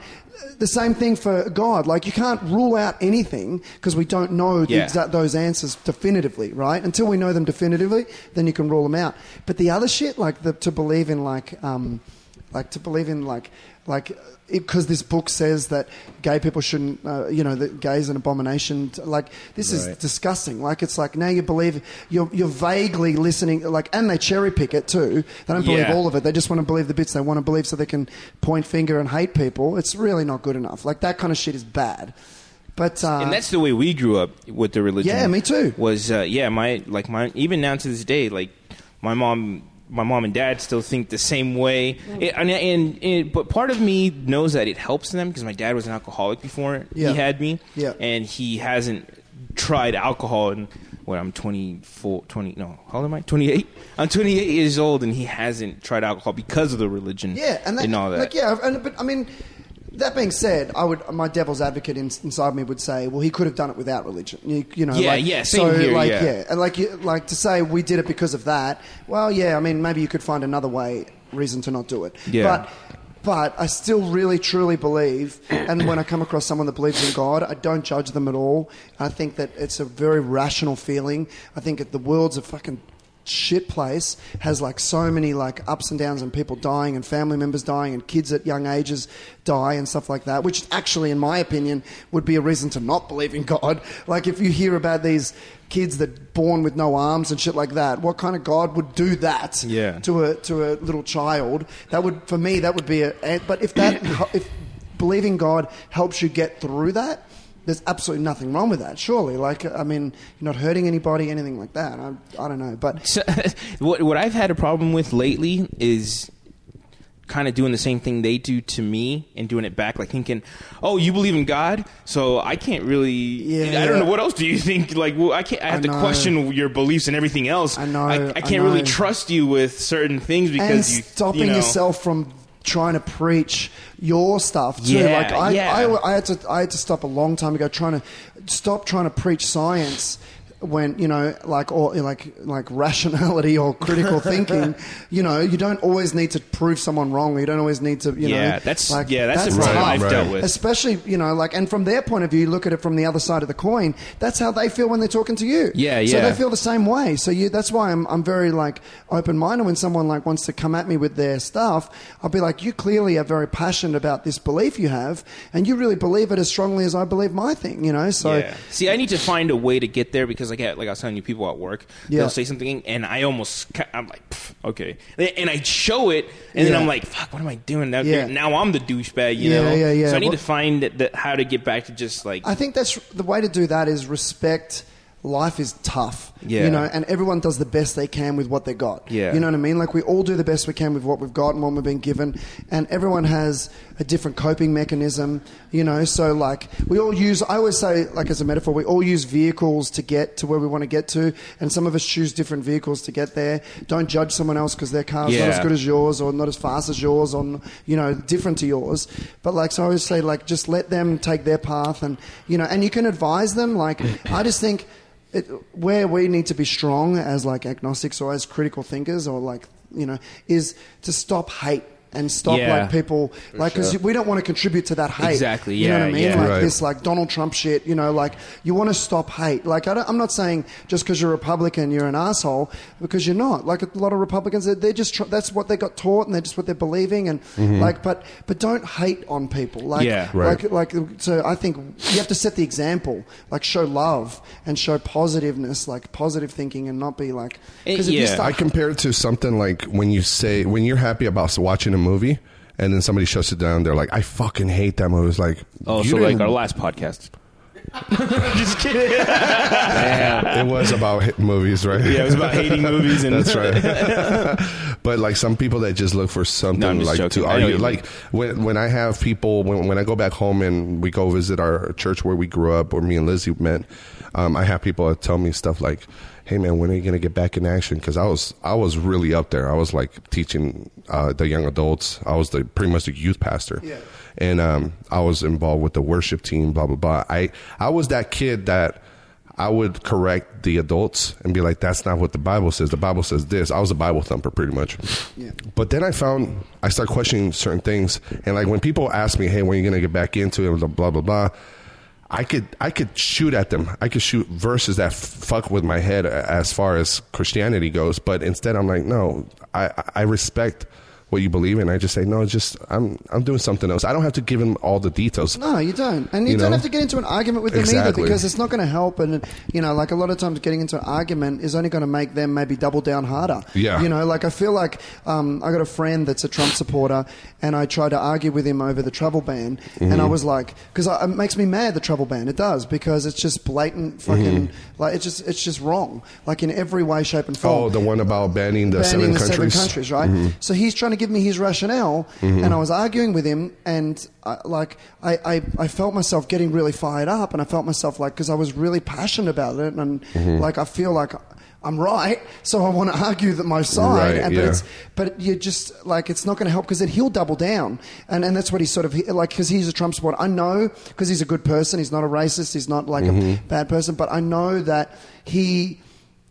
[SPEAKER 4] The same thing for God. Like you can't rule out anything because we don't know the
[SPEAKER 3] Yeah.
[SPEAKER 4] exact, those answers definitively, right? Until we know them definitively, then you can rule them out. But the other shit, like the, to believe in, like, um, like to believe in, like, like because this book says that gay people shouldn't, uh, you know, that gay is an abomination. t- Like this is
[SPEAKER 13] Right.
[SPEAKER 4] disgusting. Like it's like now you believe you're you're vaguely listening. Like and they cherry pick it too. They don't believe
[SPEAKER 13] Yeah.
[SPEAKER 4] all of it. They just want to believe the bits they want to believe so they can point finger and hate people. It's really not good enough. Like that kind of shit is bad. But uh,
[SPEAKER 3] and that's the way we grew up with the religion.
[SPEAKER 4] Yeah, me too.
[SPEAKER 3] Was uh, yeah, my like my even now to this day, like my mom, my mom and dad still think the same way.
[SPEAKER 4] Mm.
[SPEAKER 3] It- and, and, and- but part of me knows that it helps them because my dad was an alcoholic before
[SPEAKER 4] Yeah.
[SPEAKER 3] he had me,
[SPEAKER 4] Yeah.
[SPEAKER 3] and he hasn't tried alcohol in what I'm 24, 20, no, how old am I? 28. I'm 28 years old, and he hasn't tried alcohol because of the religion.
[SPEAKER 4] Yeah, and, that,
[SPEAKER 3] all that. *laughs*
[SPEAKER 4] Like, yeah, and, but I mean, that being said, I would my devil's advocate in, inside me would say, well, he could have done it without religion. You, you know,
[SPEAKER 3] Yeah,
[SPEAKER 4] like,
[SPEAKER 3] yeah, same here,
[SPEAKER 4] like,
[SPEAKER 3] yeah.
[SPEAKER 4] and like, you, like to say we did it because of that. Well, yeah, I mean, maybe you could find another way reason to not do it.
[SPEAKER 3] Yeah.
[SPEAKER 4] but. But I still really truly believe, and when I come across someone that believes in God, I don't judge them at all. I think that it's a very rational feeling. I think that the world's a fucking shit place has like so many like ups and downs and people dying and family members dying and kids at young ages die and stuff like that which actually in my opinion would be a reason to not believe in god like if you hear about these kids that born with no arms and shit like that what kind of god would do that
[SPEAKER 3] Yeah.
[SPEAKER 4] to a to a little child that would for me that would be a eh, but if that if believing god helps you get through that there's absolutely nothing wrong with that, surely. Like, I mean, you're not hurting anybody, anything like that. I, I don't know, but
[SPEAKER 3] what what I've had a problem with lately is kind of doing the same thing they do to me and doing it back like thinking oh you believe in god so i can't really i don't know what else do you think like well, i can't i have to
[SPEAKER 4] know.
[SPEAKER 3] question your beliefs and everything else i know i, can't really
[SPEAKER 4] know.
[SPEAKER 3] trust you with certain things because
[SPEAKER 4] and
[SPEAKER 3] you
[SPEAKER 4] stopping
[SPEAKER 3] you know,
[SPEAKER 4] yourself from trying to preach your stuff too.
[SPEAKER 3] Yeah,
[SPEAKER 4] like I,
[SPEAKER 3] yeah.
[SPEAKER 4] I, I had to, I had to stop a long time ago trying to stop trying to preach science when you know like or like like rationality or
[SPEAKER 3] *laughs*
[SPEAKER 4] critical thinking you know you don't always need to prove someone wrong or you don't always need to you know
[SPEAKER 3] Yeah, that's-
[SPEAKER 4] like,
[SPEAKER 3] yeah, that's the problem
[SPEAKER 4] tough.
[SPEAKER 3] I've dealt with.
[SPEAKER 4] especially you know like and from their point of view look at it from the other side of the coin that's how they feel when they're talking to you
[SPEAKER 3] Yeah,
[SPEAKER 4] so
[SPEAKER 3] yeah.
[SPEAKER 4] they feel the same way. So you, that's why I'm, I'm very like open minded when someone like wants to come at me with their stuff. I'll be like, you clearly are very passionate about this belief you have, and you really believe it as strongly as I believe my thing. You know, so
[SPEAKER 3] yeah. See, I need to find a way to get there because, like, I- like I was telling you, people at work,
[SPEAKER 4] Yeah.
[SPEAKER 3] they'll say something, and I almost, ca- I'm like, "Pff, okay, and I show it, and
[SPEAKER 4] Yeah.
[SPEAKER 3] then I'm like, fuck, what am I doing? Now,
[SPEAKER 4] Yeah.
[SPEAKER 3] now I'm the douchebag, you
[SPEAKER 4] Yeah,
[SPEAKER 3] know?
[SPEAKER 4] yeah, yeah.
[SPEAKER 3] So I need to
[SPEAKER 4] Well-
[SPEAKER 3] find that, that how to get back to just like,
[SPEAKER 4] I think that's the way to do that is respect. Life is tough,
[SPEAKER 3] Yeah.
[SPEAKER 4] you know, and everyone does the best they can with what they got.
[SPEAKER 3] Yeah.
[SPEAKER 4] you know what I mean. Like we all do the best we can with what we've got and what we've been given, and everyone has a different coping mechanism, you know. So like we all use. I always say, like as a metaphor, we all use vehicles to get to where we want to get to, and some of us choose different vehicles to get there. Don't judge someone else because their car's not as
[SPEAKER 3] Yeah.
[SPEAKER 4] good as yours or not as fast as yours or you know different to yours but like so i always say like just let them take their path and you know and you can advise them like i just think it, where we need to be strong as like agnostics or as critical thinkers or like you know is to stop hate and stop
[SPEAKER 3] Yeah.
[SPEAKER 4] like people like because
[SPEAKER 3] sure.
[SPEAKER 4] we don't want to contribute to that hate
[SPEAKER 3] Exactly,
[SPEAKER 4] you know
[SPEAKER 3] yeah,
[SPEAKER 4] what i mean
[SPEAKER 3] yeah.
[SPEAKER 4] like
[SPEAKER 3] Right.
[SPEAKER 4] this like donald trump shit you know like you want to stop hate like I don't, i'm not saying just because you're republican you're an asshole because you're not like a lot of republicans they're, they're just tr- that's what they got taught and they're just what they're believing and
[SPEAKER 1] Mhm.
[SPEAKER 4] like but but don't hate on people like
[SPEAKER 1] Yeah. Right.
[SPEAKER 4] like like so i think you have to set the example like show love and show positiveness like positive thinking and not be like
[SPEAKER 3] Uh,
[SPEAKER 4] because if you
[SPEAKER 1] I
[SPEAKER 4] start
[SPEAKER 1] compare it to something like when you say when you're happy about watching a movie, and then somebody shuts it down. They're like, "I fucking hate that movie." It's like,
[SPEAKER 3] oh,
[SPEAKER 1] you
[SPEAKER 3] so like
[SPEAKER 1] didn't-
[SPEAKER 3] our last podcast.
[SPEAKER 9] *laughs*
[SPEAKER 3] just kidding. yeah.
[SPEAKER 1] it was about hit movies, right?
[SPEAKER 3] Yeah, it was about hating movies and-
[SPEAKER 1] that's
[SPEAKER 3] *laughs*
[SPEAKER 1] right. but like some people that just look for something
[SPEAKER 3] just
[SPEAKER 1] like
[SPEAKER 3] joking.
[SPEAKER 1] to
[SPEAKER 3] I know
[SPEAKER 1] argue.
[SPEAKER 3] you.
[SPEAKER 1] Like when when I have people when when I go back home and we go visit our church where we grew up, where me and Lizzie met, um, I have people that tell me stuff like. Hey man, when are you gonna get back in action? Because I was I was really up there. I was like teaching uh, the young adults. I was the pretty much the youth pastor,
[SPEAKER 13] Yeah.
[SPEAKER 1] and um, I was involved with the worship team. Blah blah blah. I I was that kid that I would correct the adults and be like, that's not what the Bible says. The Bible says this. I was a Bible thumper pretty much. But then I found, I started questioning certain things. And like when people ask me, hey, when are you going to get back into it? Blah, blah, blah, blah. I could, I could shoot at them. I could shoot verses that f- fuck with my head a- as far as Christianity goes. But instead I'm like, no, I, I respect what you believe in. I just say, no, it's just, I'm, I'm doing something else. I don't have to give them all the details.
[SPEAKER 4] No, you don't, and you,
[SPEAKER 1] You
[SPEAKER 4] don't
[SPEAKER 1] know?
[SPEAKER 4] have to get into an argument with them
[SPEAKER 1] Exactly.
[SPEAKER 4] either because it's not going to help. And you know, like a lot of times, getting into an argument is only going to make them maybe double down harder.
[SPEAKER 1] Yeah.
[SPEAKER 4] you know, like I feel like um, I got a friend that's a Trump supporter, and I tried to argue with him over the travel ban, and I
[SPEAKER 1] Mhm.
[SPEAKER 4] was like, because it makes me mad the travel ban. It does because it's just blatant fucking
[SPEAKER 1] Mhm.
[SPEAKER 4] like it's just it's just wrong, like in every way, shape, and form
[SPEAKER 1] Oh, the one about banning the
[SPEAKER 4] banning
[SPEAKER 1] seven
[SPEAKER 4] the
[SPEAKER 1] countries.
[SPEAKER 4] seven countries, right?
[SPEAKER 1] Mhm.
[SPEAKER 4] So he's trying to to give me his rationale,
[SPEAKER 1] Mhm.
[SPEAKER 4] and I was arguing with him, and I, like I, I, I felt myself getting really fired up, and I felt myself like because I was really passionate about it, and
[SPEAKER 1] Mhm.
[SPEAKER 4] like I feel like I'm right, so I want to argue that my side,
[SPEAKER 1] Right,
[SPEAKER 4] and, but
[SPEAKER 1] yeah.
[SPEAKER 4] it's but you just like it's not going to help because then he'll double down, and and that's what he's sort of he- like because he's a Trump supporter. I know because he's a good person. He's not a racist. He's not like
[SPEAKER 1] Mhm.
[SPEAKER 4] a bad person. But I know that he.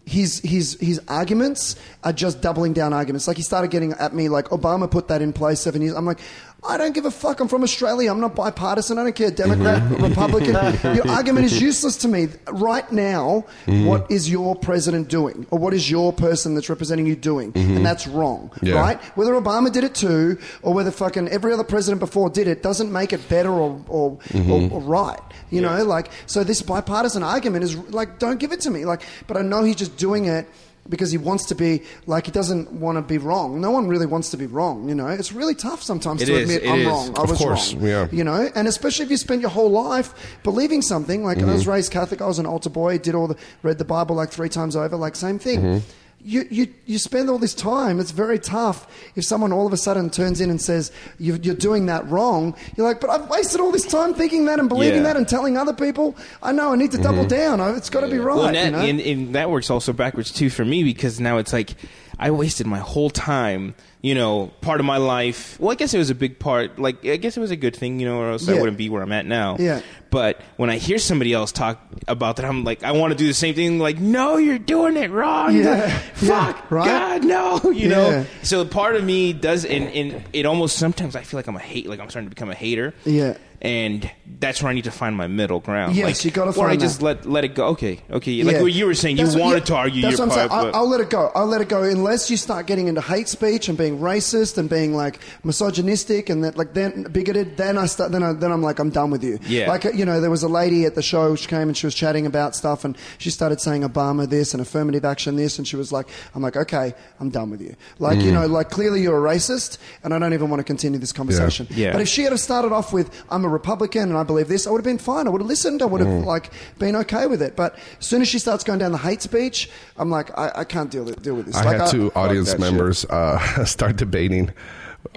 [SPEAKER 4] His, his, his arguments are just doubling down arguments. Like he started getting at me like Obama put that in place seven years. I'm like, I don't give a fuck. I'm from Australia. I'm not bipartisan. I don't care. Democrat,
[SPEAKER 1] Mhm.
[SPEAKER 4] Republican. Your argument is useless to me right now.
[SPEAKER 1] Mhm.
[SPEAKER 4] What is your president doing, or what is your person that's representing you doing?
[SPEAKER 1] Mhm.
[SPEAKER 4] And that's wrong,
[SPEAKER 1] Yeah.
[SPEAKER 4] right? Whether Obama did it too, or whether fucking every other president before did it, doesn't make it better or or,
[SPEAKER 1] Mhm.
[SPEAKER 4] or, or right. You know, like so this bipartisan argument is like, don't give it to me. Like, but I know he's just doing it. Because he wants to be like he doesn't want to be wrong. No one really wants to be wrong, you know. It's really tough sometimes
[SPEAKER 1] It
[SPEAKER 4] to
[SPEAKER 1] is,
[SPEAKER 4] admit
[SPEAKER 1] it
[SPEAKER 4] I'm
[SPEAKER 1] is.
[SPEAKER 4] wrong. I
[SPEAKER 1] Of
[SPEAKER 4] was
[SPEAKER 1] course,
[SPEAKER 4] wrong.
[SPEAKER 1] yeah.
[SPEAKER 4] You know, and especially if you spend your whole life believing something. Like I was
[SPEAKER 1] Mhm.
[SPEAKER 4] raised Catholic. I was an altar boy. Did all the read the Bible like three times over. Like same
[SPEAKER 3] Mm-hmm.
[SPEAKER 4] thing
[SPEAKER 1] Mhm.
[SPEAKER 4] you, you, you spend all this time. It's very tough if someone all of a sudden turns in and says, you, You're doing that wrong. You're like, But I've wasted all this time thinking that and believing
[SPEAKER 3] Yeah.
[SPEAKER 4] that and telling other people, I know I need to double
[SPEAKER 3] Mhm.
[SPEAKER 4] down. I- It's got to be right.
[SPEAKER 3] Well, and that,
[SPEAKER 4] you know?
[SPEAKER 3] and, and that works also backwards too for me because now it's like I wasted my whole time, you know, part of my life. Well, I guess it was a big part. Like, I guess it was a good thing, you know, or else I
[SPEAKER 13] Yeah.
[SPEAKER 3] wouldn't be where I'm at now.
[SPEAKER 13] Yeah.
[SPEAKER 3] But when I hear somebody else talk about that, I'm like, I want to do the same thing. Like, no, you're doing it wrong.
[SPEAKER 4] Yeah.
[SPEAKER 3] Fuck.
[SPEAKER 4] right?
[SPEAKER 3] God, no. You know.
[SPEAKER 4] Yeah.
[SPEAKER 3] So part of me does, and, and it almost sometimes I feel like I'm a hate. Like I'm starting to become a hater. *laughs*
[SPEAKER 4] Yeah.
[SPEAKER 3] And that's where I need to find my middle ground.
[SPEAKER 4] Yes,
[SPEAKER 3] like,
[SPEAKER 4] you gotta
[SPEAKER 3] Or I
[SPEAKER 4] find
[SPEAKER 3] just
[SPEAKER 4] that.
[SPEAKER 3] let let it go. Okay, okay. Like
[SPEAKER 4] Yeah.
[SPEAKER 3] what you were saying, you
[SPEAKER 4] That's what-
[SPEAKER 3] wanted
[SPEAKER 4] yeah,
[SPEAKER 3] to argue
[SPEAKER 4] That's
[SPEAKER 3] your
[SPEAKER 4] what I'm
[SPEAKER 3] part.
[SPEAKER 4] saying.
[SPEAKER 3] but-
[SPEAKER 4] I'll, I'll let it go. I'll let it go unless you start getting into hate speech and being racist and being like misogynistic and that like then bigoted. Then I start. Then I, then I'm like I'm done with you.
[SPEAKER 16] Yeah.
[SPEAKER 4] Like you know, there was a lady at the show. She came and she was chatting about stuff and she started saying Obama this and affirmative action this and she was like, I'm like, okay, I'm done with you. Like you
[SPEAKER 1] Mm.
[SPEAKER 4] know, like clearly you're a racist and I don't even want to continue this conversation.
[SPEAKER 1] Yeah.
[SPEAKER 4] But if she had have started off with I'm a Republican and I believe this, I would have been fine. I would have listened. I would have
[SPEAKER 1] Mm.
[SPEAKER 4] like been okay with it. But as soon as she starts going down the hate speech, I'm like, I, I can't deal with, deal with this.
[SPEAKER 1] I
[SPEAKER 4] like,
[SPEAKER 1] had two audience members uh, *laughs* start debating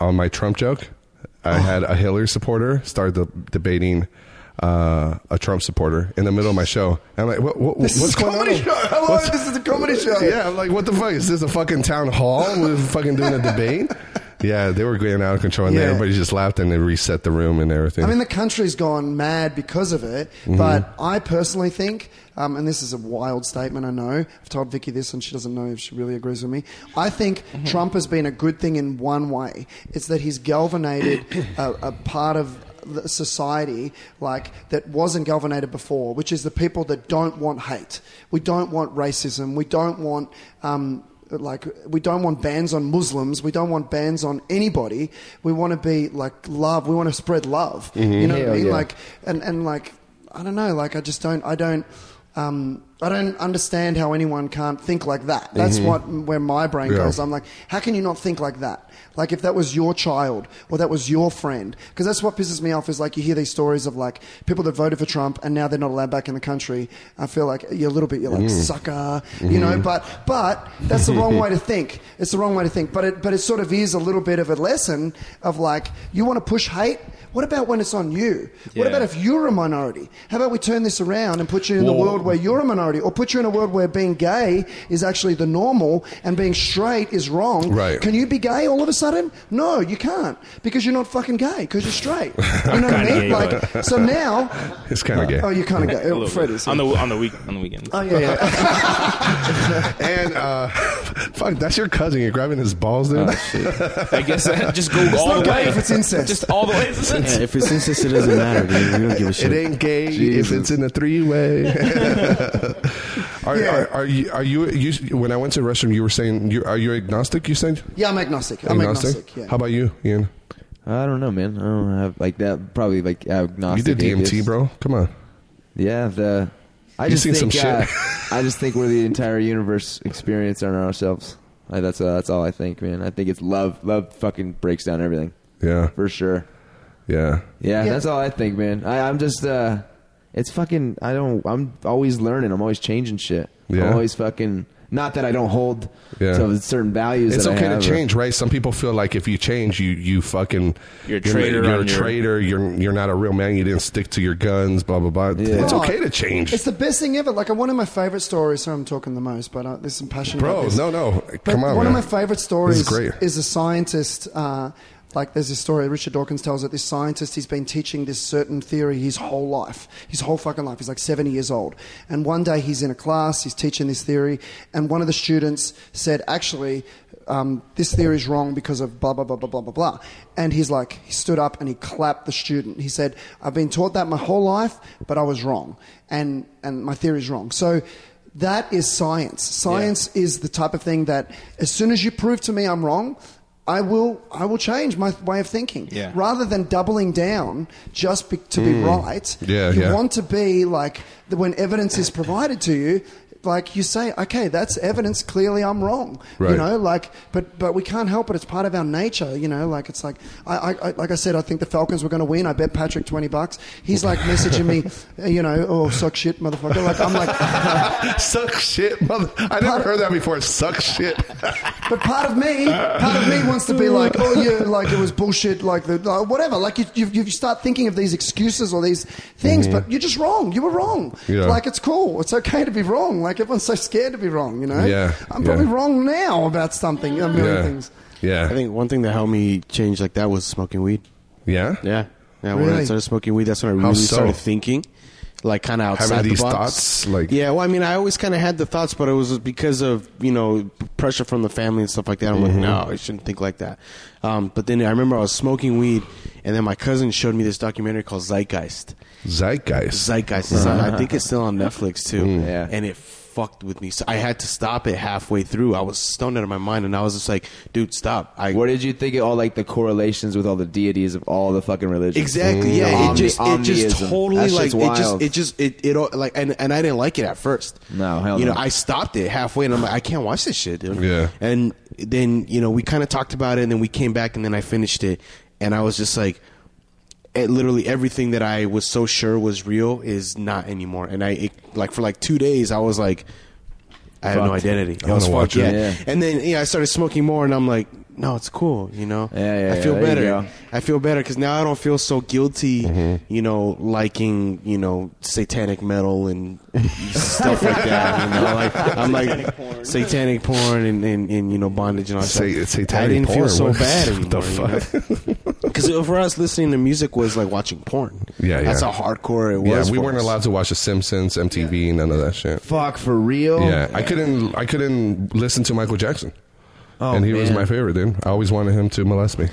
[SPEAKER 1] on my Trump joke. I
[SPEAKER 4] Oh.
[SPEAKER 1] had a Hillary supporter start de- debating uh, a Trump supporter in the middle of my show. And I'm like, what, what,
[SPEAKER 4] This
[SPEAKER 1] what's
[SPEAKER 4] is
[SPEAKER 1] going
[SPEAKER 4] comedy
[SPEAKER 1] on?
[SPEAKER 4] show. *laughs* Hello,
[SPEAKER 1] What's-
[SPEAKER 4] this is a comedy show.
[SPEAKER 1] Yeah, I'm like, what the fuck? Is this a fucking town hall? We're fucking doing a debate? *laughs* Yeah, they were getting out of control, and then
[SPEAKER 4] Yeah.
[SPEAKER 1] everybody just laughed, and they reset the room and everything.
[SPEAKER 4] I mean, the country's gone mad because of it.
[SPEAKER 1] Mhm.
[SPEAKER 4] But I personally think, um, and this is a wild statement, I know. I've told Vicky this, and she doesn't know if she really agrees with me. I think Trump has been a good thing in one way. It's that he's galvanated a, a part of the society like that wasn't galvanated before, which is the people that don't want hate. We don't want racism. We don't want. Um, like we don't want bans on Muslims, we don't want bans on anybody. We want to be like love. We want to spread love.
[SPEAKER 16] Mhm.
[SPEAKER 4] You know what
[SPEAKER 16] Hell
[SPEAKER 4] I mean?
[SPEAKER 16] yeah.
[SPEAKER 4] Like and and like I don't know. Like I just don't. I don't. Um, I don't understand how anyone can't think like that. That's
[SPEAKER 16] Mhm.
[SPEAKER 4] what where my brain
[SPEAKER 16] Yeah.
[SPEAKER 4] goes. I'm like, how can you not think like that? Like if that was your child or that was your friend, because that's what pisses me off is like you hear these stories of like people that voted for Trump and now they're not allowed back in the country. I feel like you're a little bit you're like
[SPEAKER 16] Mm.
[SPEAKER 4] sucker, you know.
[SPEAKER 16] Mhm.
[SPEAKER 4] But but that's the wrong
[SPEAKER 3] *laughs*
[SPEAKER 4] way to think. It's the wrong way to think. But it but it sort of is a little bit of a lesson of like you want to push hate. What about when it's on you?
[SPEAKER 1] Yeah.
[SPEAKER 4] What about if you're a minority? How about we turn this around and put you in the
[SPEAKER 1] Well-
[SPEAKER 4] world where you're a minority, or put you in a world where being gay is actually the normal and being straight is wrong?
[SPEAKER 1] Right.
[SPEAKER 4] Can you be gay all of a sudden? No, you can't because you're not fucking gay because you're
[SPEAKER 3] *laughs*
[SPEAKER 4] straight. You know what I
[SPEAKER 3] Kinda
[SPEAKER 4] mean?
[SPEAKER 3] gay,
[SPEAKER 4] like
[SPEAKER 3] but- *laughs*
[SPEAKER 4] so now.
[SPEAKER 1] it's kind of gay.
[SPEAKER 4] Oh, you're kind of
[SPEAKER 3] A
[SPEAKER 4] gay.
[SPEAKER 3] little
[SPEAKER 4] Oh,
[SPEAKER 3] bit.
[SPEAKER 4] Fred is.
[SPEAKER 3] on the on the week on the weekends.
[SPEAKER 4] Oh yeah, yeah.
[SPEAKER 1] and uh, *laughs* fuck, that's your cousin. You're grabbing his balls, dude.
[SPEAKER 3] Ah, I guess uh, just
[SPEAKER 1] *laughs*
[SPEAKER 3] go all the way. Just all the way.
[SPEAKER 2] Yeah, if it's incest, it doesn't matter, dude. We don't give a shit.
[SPEAKER 1] It ain't gay
[SPEAKER 2] Jesus.
[SPEAKER 1] if it's in a three way.
[SPEAKER 3] *laughs*
[SPEAKER 1] are, are, are you? Are you, you? When I went to the restroom, you were saying, you, "Are you agnostic?" You said,
[SPEAKER 4] Yeah, I'm agnostic. I'm agnostic. yeah.
[SPEAKER 1] How about you, Ian?
[SPEAKER 7] I don't know, man. I don't have like that. Probably like agnostic.
[SPEAKER 1] you did DMT,
[SPEAKER 7] atheist.
[SPEAKER 1] bro. Come on.
[SPEAKER 7] Yeah, the I
[SPEAKER 1] You
[SPEAKER 7] just
[SPEAKER 1] seen some
[SPEAKER 7] think uh,
[SPEAKER 1] shit.
[SPEAKER 7] I just think we're the entire universe experience on ourselves. Like, that's uh, that's all I think, man. I think it's love. Love fucking breaks down everything.
[SPEAKER 1] Yeah,
[SPEAKER 7] for sure.
[SPEAKER 1] Yeah,
[SPEAKER 7] yeah.
[SPEAKER 1] Yeah.
[SPEAKER 7] That's all I think, man. I, I'm just uh, it's fucking. I don't. I'm always learning. I'm always changing shit.
[SPEAKER 1] Yeah.
[SPEAKER 7] I'm always fucking Not that I don't hold
[SPEAKER 1] Yeah.
[SPEAKER 7] to certain values.
[SPEAKER 1] It's
[SPEAKER 7] that I
[SPEAKER 1] okay to
[SPEAKER 7] have or-
[SPEAKER 1] change, right? Some people feel like if you change, you you fucking
[SPEAKER 7] You're a traitor
[SPEAKER 1] You're,
[SPEAKER 7] on
[SPEAKER 1] a
[SPEAKER 7] your-
[SPEAKER 1] traitor. You're you're not a real man. You didn't stick to your guns. Blah blah blah. It's
[SPEAKER 4] Oh,
[SPEAKER 1] okay to change.
[SPEAKER 4] It's the best thing ever. Like, one of my favorite stories. Sorry, I'm talking the most, but uh, there's some passion.
[SPEAKER 1] Bro,
[SPEAKER 4] about this.
[SPEAKER 1] no, no.
[SPEAKER 4] But
[SPEAKER 1] Oh, Come on,
[SPEAKER 4] One
[SPEAKER 1] man.
[SPEAKER 4] of my favorite stories
[SPEAKER 1] This is great.
[SPEAKER 4] is a scientist. Uh, like, there's this story Richard Dawkins tells that this scientist he's been teaching this certain theory his whole life, his whole fucking life. He's like 70 years old, and one day he's in a class, he's teaching this theory, and one of the students said, "Actually, um, this theory is wrong because of blah blah blah blah blah blah blah. And he's like, he stood up and he clapped the student. He said, "I've been taught that my whole life, but I was wrong, and and my theory is wrong." So that is science. Science is the type of thing that as soon as you prove to me I'm wrong. I will, I will change my way of thinking.
[SPEAKER 13] Yeah.
[SPEAKER 4] Rather than doubling down just be, to be
[SPEAKER 1] Mm.
[SPEAKER 4] right,
[SPEAKER 1] Yeah,
[SPEAKER 4] you
[SPEAKER 1] yeah.
[SPEAKER 4] want to be like the- when evidence is provided to you, like you say, okay, that's evidence. Clearly, I'm wrong. You
[SPEAKER 1] Right.
[SPEAKER 4] know, like, but but we can't help it. It's part of our nature. You know, like it's like I, I, I like I said, I think the Falcons were going to win. I bet Patrick twenty bucks. He's like messaging me, *laughs* you know, oh suck shit, motherfucker. Like I'm
[SPEAKER 1] *laughs*
[SPEAKER 4] like,
[SPEAKER 1] suck shit, mother. I never heard that before. Suck shit.
[SPEAKER 4] but part of me, part of me wants to be like, oh yeah, like it was bullshit, like the like, whatever. Like you, you, you start thinking of these excuses or these things,
[SPEAKER 1] Mhm.
[SPEAKER 4] but you're just wrong. You were wrong.
[SPEAKER 1] Yeah.
[SPEAKER 4] Like it's cool. It's okay to be wrong. Like everyone's so scared to be wrong. You know.
[SPEAKER 2] Yeah,
[SPEAKER 4] I'm probably
[SPEAKER 2] yeah.
[SPEAKER 4] wrong now about something. A million things.
[SPEAKER 1] Yeah.
[SPEAKER 2] I think one thing that helped me change like that was smoking weed.
[SPEAKER 1] Yeah?
[SPEAKER 2] Yeah. Yeah, when I
[SPEAKER 1] Really?
[SPEAKER 2] started smoking weed, that's when I
[SPEAKER 1] How
[SPEAKER 2] really
[SPEAKER 1] so?
[SPEAKER 2] started thinking. Like kind of
[SPEAKER 1] Having
[SPEAKER 2] outside
[SPEAKER 1] these
[SPEAKER 2] the box.
[SPEAKER 1] thoughts, like-
[SPEAKER 2] yeah, well, I mean, I always kind of had the thoughts, but it was because of you know pressure from the family and stuff like that. I'm
[SPEAKER 1] Mhm.
[SPEAKER 2] like, no, I shouldn't think like that. Um, but then I remember I was smoking weed, and then my cousin showed me this documentary called Zeitgeist.
[SPEAKER 1] Zeitgeist.
[SPEAKER 2] Zeitgeist. It's on- I think it's still on Netflix too. Yeah. And it fucked with me, so I had to stop it halfway through. I was stoned out of my mind, and I was just like, dude, stop. I,
[SPEAKER 7] what did you think of all like the correlations with all the deities of all the fucking religions?
[SPEAKER 2] Exactly. Yeah.
[SPEAKER 7] The
[SPEAKER 2] It just it
[SPEAKER 7] Mm, omni-
[SPEAKER 2] just
[SPEAKER 7] omniism.
[SPEAKER 2] totally like
[SPEAKER 7] That shit's
[SPEAKER 2] it just
[SPEAKER 7] wild.
[SPEAKER 2] it just it it all like and and I didn't like it at first.
[SPEAKER 7] no hell
[SPEAKER 2] you
[SPEAKER 7] no.
[SPEAKER 2] know, I stopped it halfway, and I'm like, I can't watch this shit, dude.
[SPEAKER 1] Yeah.
[SPEAKER 2] And then you know, we kind of talked about it, and then we came back, and then I finished it, and I was just like, it, literally everything that I was so sure was real is not anymore. And I it, like for like two days, I was like, I have no
[SPEAKER 7] Fucked.
[SPEAKER 2] identity.
[SPEAKER 7] I wanna
[SPEAKER 2] was
[SPEAKER 7] watch
[SPEAKER 2] fucked,
[SPEAKER 7] it.
[SPEAKER 2] yeah.
[SPEAKER 7] Yeah.
[SPEAKER 2] And then yeah, I started smoking more, and I'm like, no, it's cool. You know, yeah,
[SPEAKER 7] yeah,
[SPEAKER 2] I feel
[SPEAKER 7] there you
[SPEAKER 2] better.
[SPEAKER 7] go.
[SPEAKER 2] I feel better because now I don't feel so guilty.
[SPEAKER 1] Mm-hmm.
[SPEAKER 2] You know, liking you know satanic metal and stuff like that. You know, like I'm like satanic porn, and, and, and you know bondage and all that.
[SPEAKER 1] Sa-
[SPEAKER 2] stuff.
[SPEAKER 1] satanic
[SPEAKER 2] I didn't feel
[SPEAKER 1] porn?
[SPEAKER 2] so
[SPEAKER 1] What
[SPEAKER 2] bad
[SPEAKER 1] the
[SPEAKER 2] anymore. *laughs* Because for us, listening to music was like watching porn.
[SPEAKER 1] Yeah, yeah.
[SPEAKER 2] that's how hardcore it was.
[SPEAKER 1] Yeah, we
[SPEAKER 2] for
[SPEAKER 1] weren't
[SPEAKER 2] us.
[SPEAKER 1] allowed to watch The Simpsons, MTV, none of that shit.
[SPEAKER 7] Fuck for
[SPEAKER 2] *laughs*
[SPEAKER 7] real.
[SPEAKER 1] Yeah, I couldn't. I couldn't listen to Michael Jackson.
[SPEAKER 7] Oh,
[SPEAKER 1] and he was
[SPEAKER 7] man.
[SPEAKER 1] my favorite, dude. I always wanted him to molest me.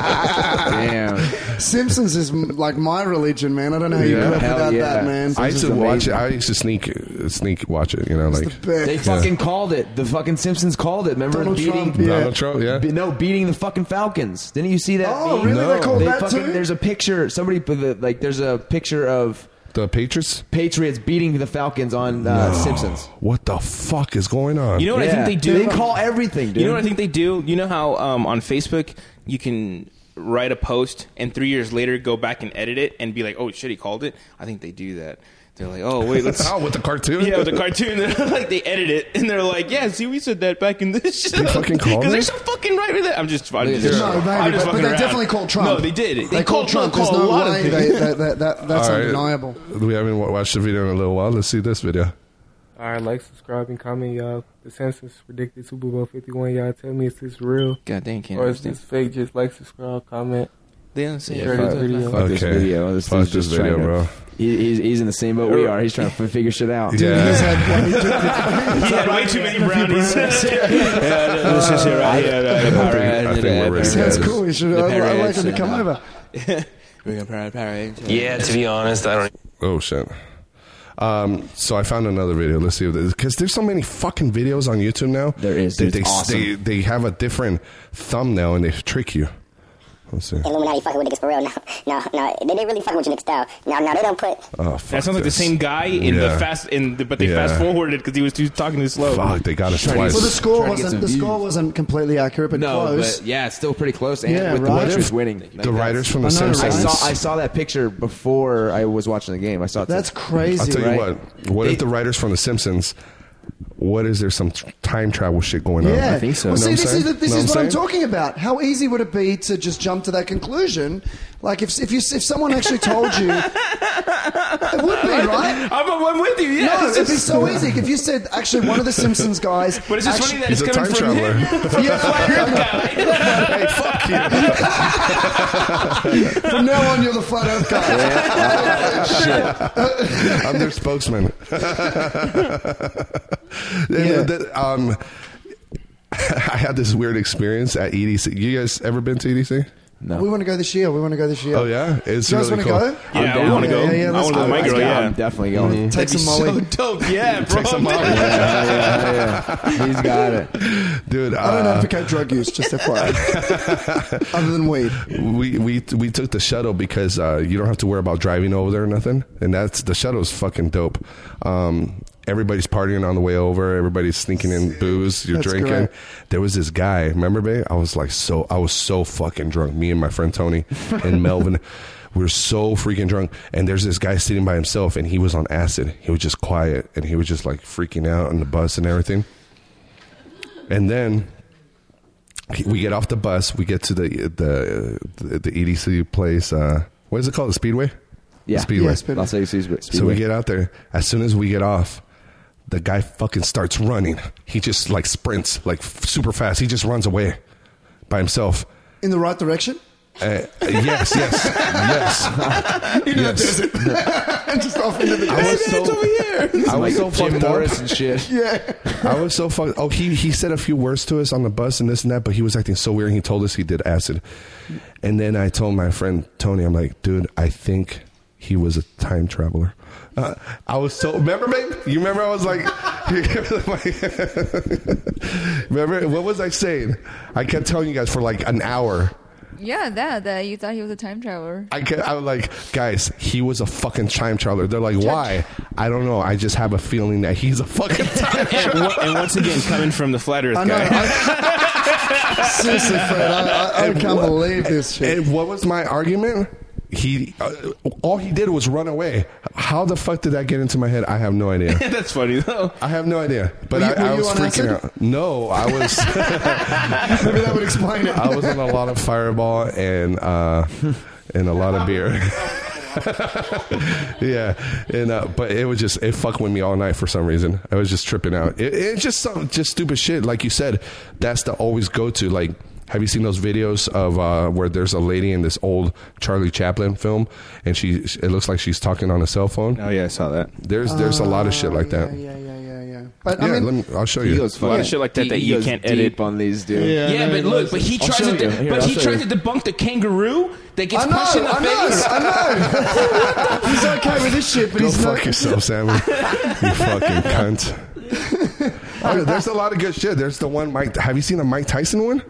[SPEAKER 7] Damn.
[SPEAKER 4] Simpsons is m- like my religion, man. I don't know how you
[SPEAKER 1] Yeah.
[SPEAKER 4] could live
[SPEAKER 1] Hell
[SPEAKER 4] without
[SPEAKER 1] yeah.
[SPEAKER 4] that, man.
[SPEAKER 1] I used to watch it. I used to sneak, sneak watch it. You know, like
[SPEAKER 7] They
[SPEAKER 1] Yeah.
[SPEAKER 7] fucking uh, called it. The fucking Simpsons called it. Remember
[SPEAKER 1] Donald
[SPEAKER 7] beating
[SPEAKER 1] Trump, yeah. Donald Trump, yeah.
[SPEAKER 7] Be- no, beating the fucking Falcons. Didn't you see that?
[SPEAKER 1] Oh,
[SPEAKER 7] meme?
[SPEAKER 1] really? They No. called that
[SPEAKER 7] fucking,
[SPEAKER 1] too?
[SPEAKER 7] There's a picture. Somebody put the, like. There's a picture of
[SPEAKER 1] the Patriots.
[SPEAKER 7] Patriots beating the Falcons on uh,
[SPEAKER 1] No.
[SPEAKER 7] Simpsons.
[SPEAKER 1] What the fuck is going on?
[SPEAKER 3] You know what I think they do?
[SPEAKER 7] They call everything, dude.
[SPEAKER 3] You know what I think they do? You know how um, on Facebook you can write a post and three years later go back and edit it and be like, oh shit, he called it? I think they do that. They're like, oh wait, let's
[SPEAKER 1] *laughs* oh with the cartoon.
[SPEAKER 3] Yeah, with the cartoon. *laughs* They're like they edit it and they're like, yeah, see, we said that back in this *laughs* show. They
[SPEAKER 1] fucking called
[SPEAKER 3] Because they're
[SPEAKER 1] it?
[SPEAKER 3] so fucking right with it. I'm just, I'm
[SPEAKER 1] They
[SPEAKER 3] just,
[SPEAKER 1] did. No,
[SPEAKER 4] No,
[SPEAKER 3] I'm just
[SPEAKER 4] maybe, but, but
[SPEAKER 3] fucking
[SPEAKER 4] they
[SPEAKER 3] around.
[SPEAKER 4] definitely called Trump.
[SPEAKER 3] No, they did. They,
[SPEAKER 4] They called Trump.
[SPEAKER 3] Called
[SPEAKER 4] There's
[SPEAKER 3] a lot of
[SPEAKER 4] no way.
[SPEAKER 3] things.
[SPEAKER 4] They, that, that, that, that's
[SPEAKER 1] All right.
[SPEAKER 4] undeniable.
[SPEAKER 1] We haven't wa- watched the video in a little while. Let's see this video.
[SPEAKER 16] All right, like, subscribe, and comment, y'all. The census predicted Super Bowl 51. Y'all tell me if it's real.
[SPEAKER 3] God dang, can't
[SPEAKER 16] Or is
[SPEAKER 3] understand.
[SPEAKER 16] this fake? Just like, subscribe, comment.
[SPEAKER 3] They don't say
[SPEAKER 16] Share this video.
[SPEAKER 7] Fuck this
[SPEAKER 1] Okay.
[SPEAKER 7] video. This
[SPEAKER 1] Fuck
[SPEAKER 7] dude's
[SPEAKER 1] this
[SPEAKER 7] just trying
[SPEAKER 1] video,
[SPEAKER 7] to-
[SPEAKER 1] bro.
[SPEAKER 7] He, he's, he's in the same boat we are. He's trying to f- figure shit
[SPEAKER 9] *laughs*
[SPEAKER 7] out. *laughs*
[SPEAKER 3] He had way too many brownies.
[SPEAKER 9] uh,
[SPEAKER 1] I think we're ready.
[SPEAKER 4] Sounds cool. You should.
[SPEAKER 1] The
[SPEAKER 4] I'd, I'd like him to
[SPEAKER 1] parents,
[SPEAKER 4] come
[SPEAKER 1] yeah.
[SPEAKER 4] over.
[SPEAKER 3] *laughs* Yeah,
[SPEAKER 16] to be
[SPEAKER 1] honest, I don't. Oh shit. Um, so I found another video. Let's see what because there's so many fucking videos on YouTube now. There is. They,
[SPEAKER 7] dude.
[SPEAKER 1] they,
[SPEAKER 7] It's awesome.
[SPEAKER 1] they they have a different thumbnail and they trick you. Let's see.
[SPEAKER 13] Illuminati fucking with niggas for real. No, *laughs* no, no. They, they really fucking with you niggas style. No, no, they don't put.
[SPEAKER 1] Oh, fuck
[SPEAKER 3] that sounds like the
[SPEAKER 1] this.
[SPEAKER 3] same guy in
[SPEAKER 1] Yeah.
[SPEAKER 3] the fast, in the, but they
[SPEAKER 1] Yeah.
[SPEAKER 3] fast forwarded because he was too talking too slow.
[SPEAKER 1] Fuck, they got us
[SPEAKER 3] Trying to-
[SPEAKER 1] twice.
[SPEAKER 4] Well, the score
[SPEAKER 3] Trying to get
[SPEAKER 4] wasn't
[SPEAKER 3] some
[SPEAKER 4] the
[SPEAKER 3] views.
[SPEAKER 4] score wasn't completely accurate, but
[SPEAKER 3] Oh,
[SPEAKER 7] no,
[SPEAKER 4] close.
[SPEAKER 7] but yeah, it's still pretty close. And
[SPEAKER 4] Yeah,
[SPEAKER 7] with
[SPEAKER 4] right.
[SPEAKER 7] the writers winning, Like, that's-
[SPEAKER 1] writers from The Another Simpsons.
[SPEAKER 7] I
[SPEAKER 1] writers.
[SPEAKER 7] saw I saw that picture before I was watching the game. I saw it.
[SPEAKER 4] That's crazy.
[SPEAKER 1] I'll tell you
[SPEAKER 7] Right.
[SPEAKER 1] what. What if the writers from The Simpsons? What is there some t- time travel shit going on?
[SPEAKER 4] Yeah,
[SPEAKER 1] You
[SPEAKER 4] Well,
[SPEAKER 1] know
[SPEAKER 4] see, this
[SPEAKER 1] saying?
[SPEAKER 4] is, the, this
[SPEAKER 1] Know
[SPEAKER 4] is what I'm
[SPEAKER 1] saying?
[SPEAKER 4] talking about. How easy would it be to just jump to that conclusion? Like if if you if someone actually told you, it would
[SPEAKER 3] *laughs*
[SPEAKER 4] be right.
[SPEAKER 3] I'm, I'm with you. Yeah,
[SPEAKER 4] no,
[SPEAKER 3] this
[SPEAKER 4] it'd be
[SPEAKER 3] is-
[SPEAKER 4] so easy if you said actually one of the Simpsons guys.
[SPEAKER 3] But it's just
[SPEAKER 4] actually-
[SPEAKER 3] funny that it's He's a coming time from him. traveler.
[SPEAKER 4] Yeah,
[SPEAKER 1] hey,
[SPEAKER 4] *laughs*
[SPEAKER 1] fuck
[SPEAKER 4] you. from now on, you're the flat Earth guy.
[SPEAKER 1] *laughs* Shit. I'm their spokesman. *laughs*
[SPEAKER 4] Yeah.
[SPEAKER 1] The- um, *laughs* I had this weird experience at EDC. You guys ever been to EDC? No.
[SPEAKER 4] We want to go this year. We want to go this year.
[SPEAKER 1] Oh yeah, it's
[SPEAKER 4] you guys
[SPEAKER 1] really
[SPEAKER 4] want
[SPEAKER 1] cool.
[SPEAKER 4] to go? Yeah, yeah, let's go.
[SPEAKER 7] I'm definitely going.
[SPEAKER 4] Take some *laughs* Molly.
[SPEAKER 3] dope.
[SPEAKER 1] *laughs*
[SPEAKER 3] Yeah, bro. *laughs*
[SPEAKER 1] He's got it, dude.
[SPEAKER 4] I don't
[SPEAKER 1] uh,
[SPEAKER 4] advocate drug use, just FYI. *laughs* Other than weed.
[SPEAKER 1] we we we took the shuttle because uh, you don't have to worry about driving over there or nothing, and that's the shuttle's fucking dope. Um, everybody's partying on the way over. Everybody's sneaking in booze. You're
[SPEAKER 4] That's
[SPEAKER 1] drinking.
[SPEAKER 4] great.
[SPEAKER 1] There was this guy. Remember, babe? I was like so. I was so fucking drunk. Me and my friend Tony
[SPEAKER 4] *laughs*
[SPEAKER 1] and Melvin. We were so freaking drunk, and there's this guy sitting by himself, and he was on acid. He was just quiet, and he was just like freaking out on the bus and everything. And then we get off the bus. We get to the the the, the EDC place. Uh, what is it called? The Speedway.
[SPEAKER 7] Yeah.
[SPEAKER 1] The Speedway.
[SPEAKER 7] Yeah, Speedway. Las Vegas Speedway.
[SPEAKER 1] So we get out there. As soon as we get off, the guy fucking starts running. He just like sprints like f- super fast. He just runs away by himself.
[SPEAKER 4] In the right direction? *laughs*
[SPEAKER 1] Uh, yes, yes,
[SPEAKER 7] *laughs*
[SPEAKER 1] yes.
[SPEAKER 4] You know,
[SPEAKER 1] yes.
[SPEAKER 4] just off into the
[SPEAKER 1] I was so- I was so
[SPEAKER 7] Jim
[SPEAKER 1] fucked up.
[SPEAKER 7] Morris and
[SPEAKER 1] *laughs*
[SPEAKER 7] shit.
[SPEAKER 4] Yeah.
[SPEAKER 1] I was so fucked. Oh, he he said a few words to us on the bus and this and that, but he was acting so weird. He told us he did acid, and then I told my friend Tony, I'm like, dude, I think he was a time traveler. Uh, I was so remember, babe. *laughs* You remember? I was like, remember what was I saying? I kept telling you guys for like an hour.
[SPEAKER 17] Yeah, that that you thought he was a time traveler.
[SPEAKER 1] I, kept, I was like, guys, he was a fucking time traveler. They're like, why? I don't know. I just have a feeling that he's a
[SPEAKER 3] *laughs*
[SPEAKER 1] fucking time
[SPEAKER 3] and,
[SPEAKER 1] traveler.
[SPEAKER 3] on- and once again, coming from the flat Earth
[SPEAKER 1] I know,
[SPEAKER 3] guy. *laughs*
[SPEAKER 4] Seriously, Fred, I, I, I
[SPEAKER 1] And
[SPEAKER 4] can't
[SPEAKER 1] what-
[SPEAKER 4] believe this shit.
[SPEAKER 1] And what was my argument? He, uh, all he did was run away. How the fuck did that get into my head? I have no idea.
[SPEAKER 3] *laughs* That's funny though.
[SPEAKER 1] I have no idea, but
[SPEAKER 3] Were
[SPEAKER 1] I,
[SPEAKER 3] you-
[SPEAKER 1] I
[SPEAKER 3] were you
[SPEAKER 1] was
[SPEAKER 3] on
[SPEAKER 1] freaking
[SPEAKER 3] acid?
[SPEAKER 1] out.
[SPEAKER 2] *laughs*
[SPEAKER 1] No, I was.
[SPEAKER 4] Maybe *laughs* that would explain it.
[SPEAKER 1] I was on a lot of Fireball and uh, and a lot of beer. *laughs* yeah, and uh, but it was just it fucked with me all night for some reason. I was just tripping out. It, it's just some just stupid shit, like you said. That's the always go to. Like, have you seen those videos of uh, where there's a lady in this old Charlie Chaplin film, and she it looks like she's talking on a cell phone. Oh
[SPEAKER 7] yeah, I saw that. Oh,
[SPEAKER 1] There's there's a lot of shit like that.
[SPEAKER 4] Yeah, yeah, yeah, yeah. But
[SPEAKER 1] Yeah,
[SPEAKER 4] I mean,
[SPEAKER 1] let me, I'll show you.
[SPEAKER 7] goes
[SPEAKER 3] A lot of shit like that
[SPEAKER 7] He-
[SPEAKER 3] that
[SPEAKER 7] he
[SPEAKER 3] you
[SPEAKER 7] goes
[SPEAKER 3] can't
[SPEAKER 7] deep
[SPEAKER 3] edit.
[SPEAKER 7] on these dudes.
[SPEAKER 3] Yeah, but look, but he
[SPEAKER 7] I'll
[SPEAKER 3] tries
[SPEAKER 7] show
[SPEAKER 3] to,
[SPEAKER 7] you. Here,
[SPEAKER 3] but
[SPEAKER 7] I'll
[SPEAKER 3] he
[SPEAKER 7] show
[SPEAKER 3] tries
[SPEAKER 7] you.
[SPEAKER 3] to debunk the kangaroo that gets
[SPEAKER 4] I know,
[SPEAKER 3] punched in the
[SPEAKER 4] I know,
[SPEAKER 3] face.
[SPEAKER 4] I know. he's okay with this shit, but
[SPEAKER 1] Go
[SPEAKER 4] he's
[SPEAKER 1] fuck
[SPEAKER 4] not.
[SPEAKER 1] yourself, Sammy. you fucking cunt. *laughs* Oh, there's a lot of good shit. There's the one Mike. Have you seen the Mike Tyson one?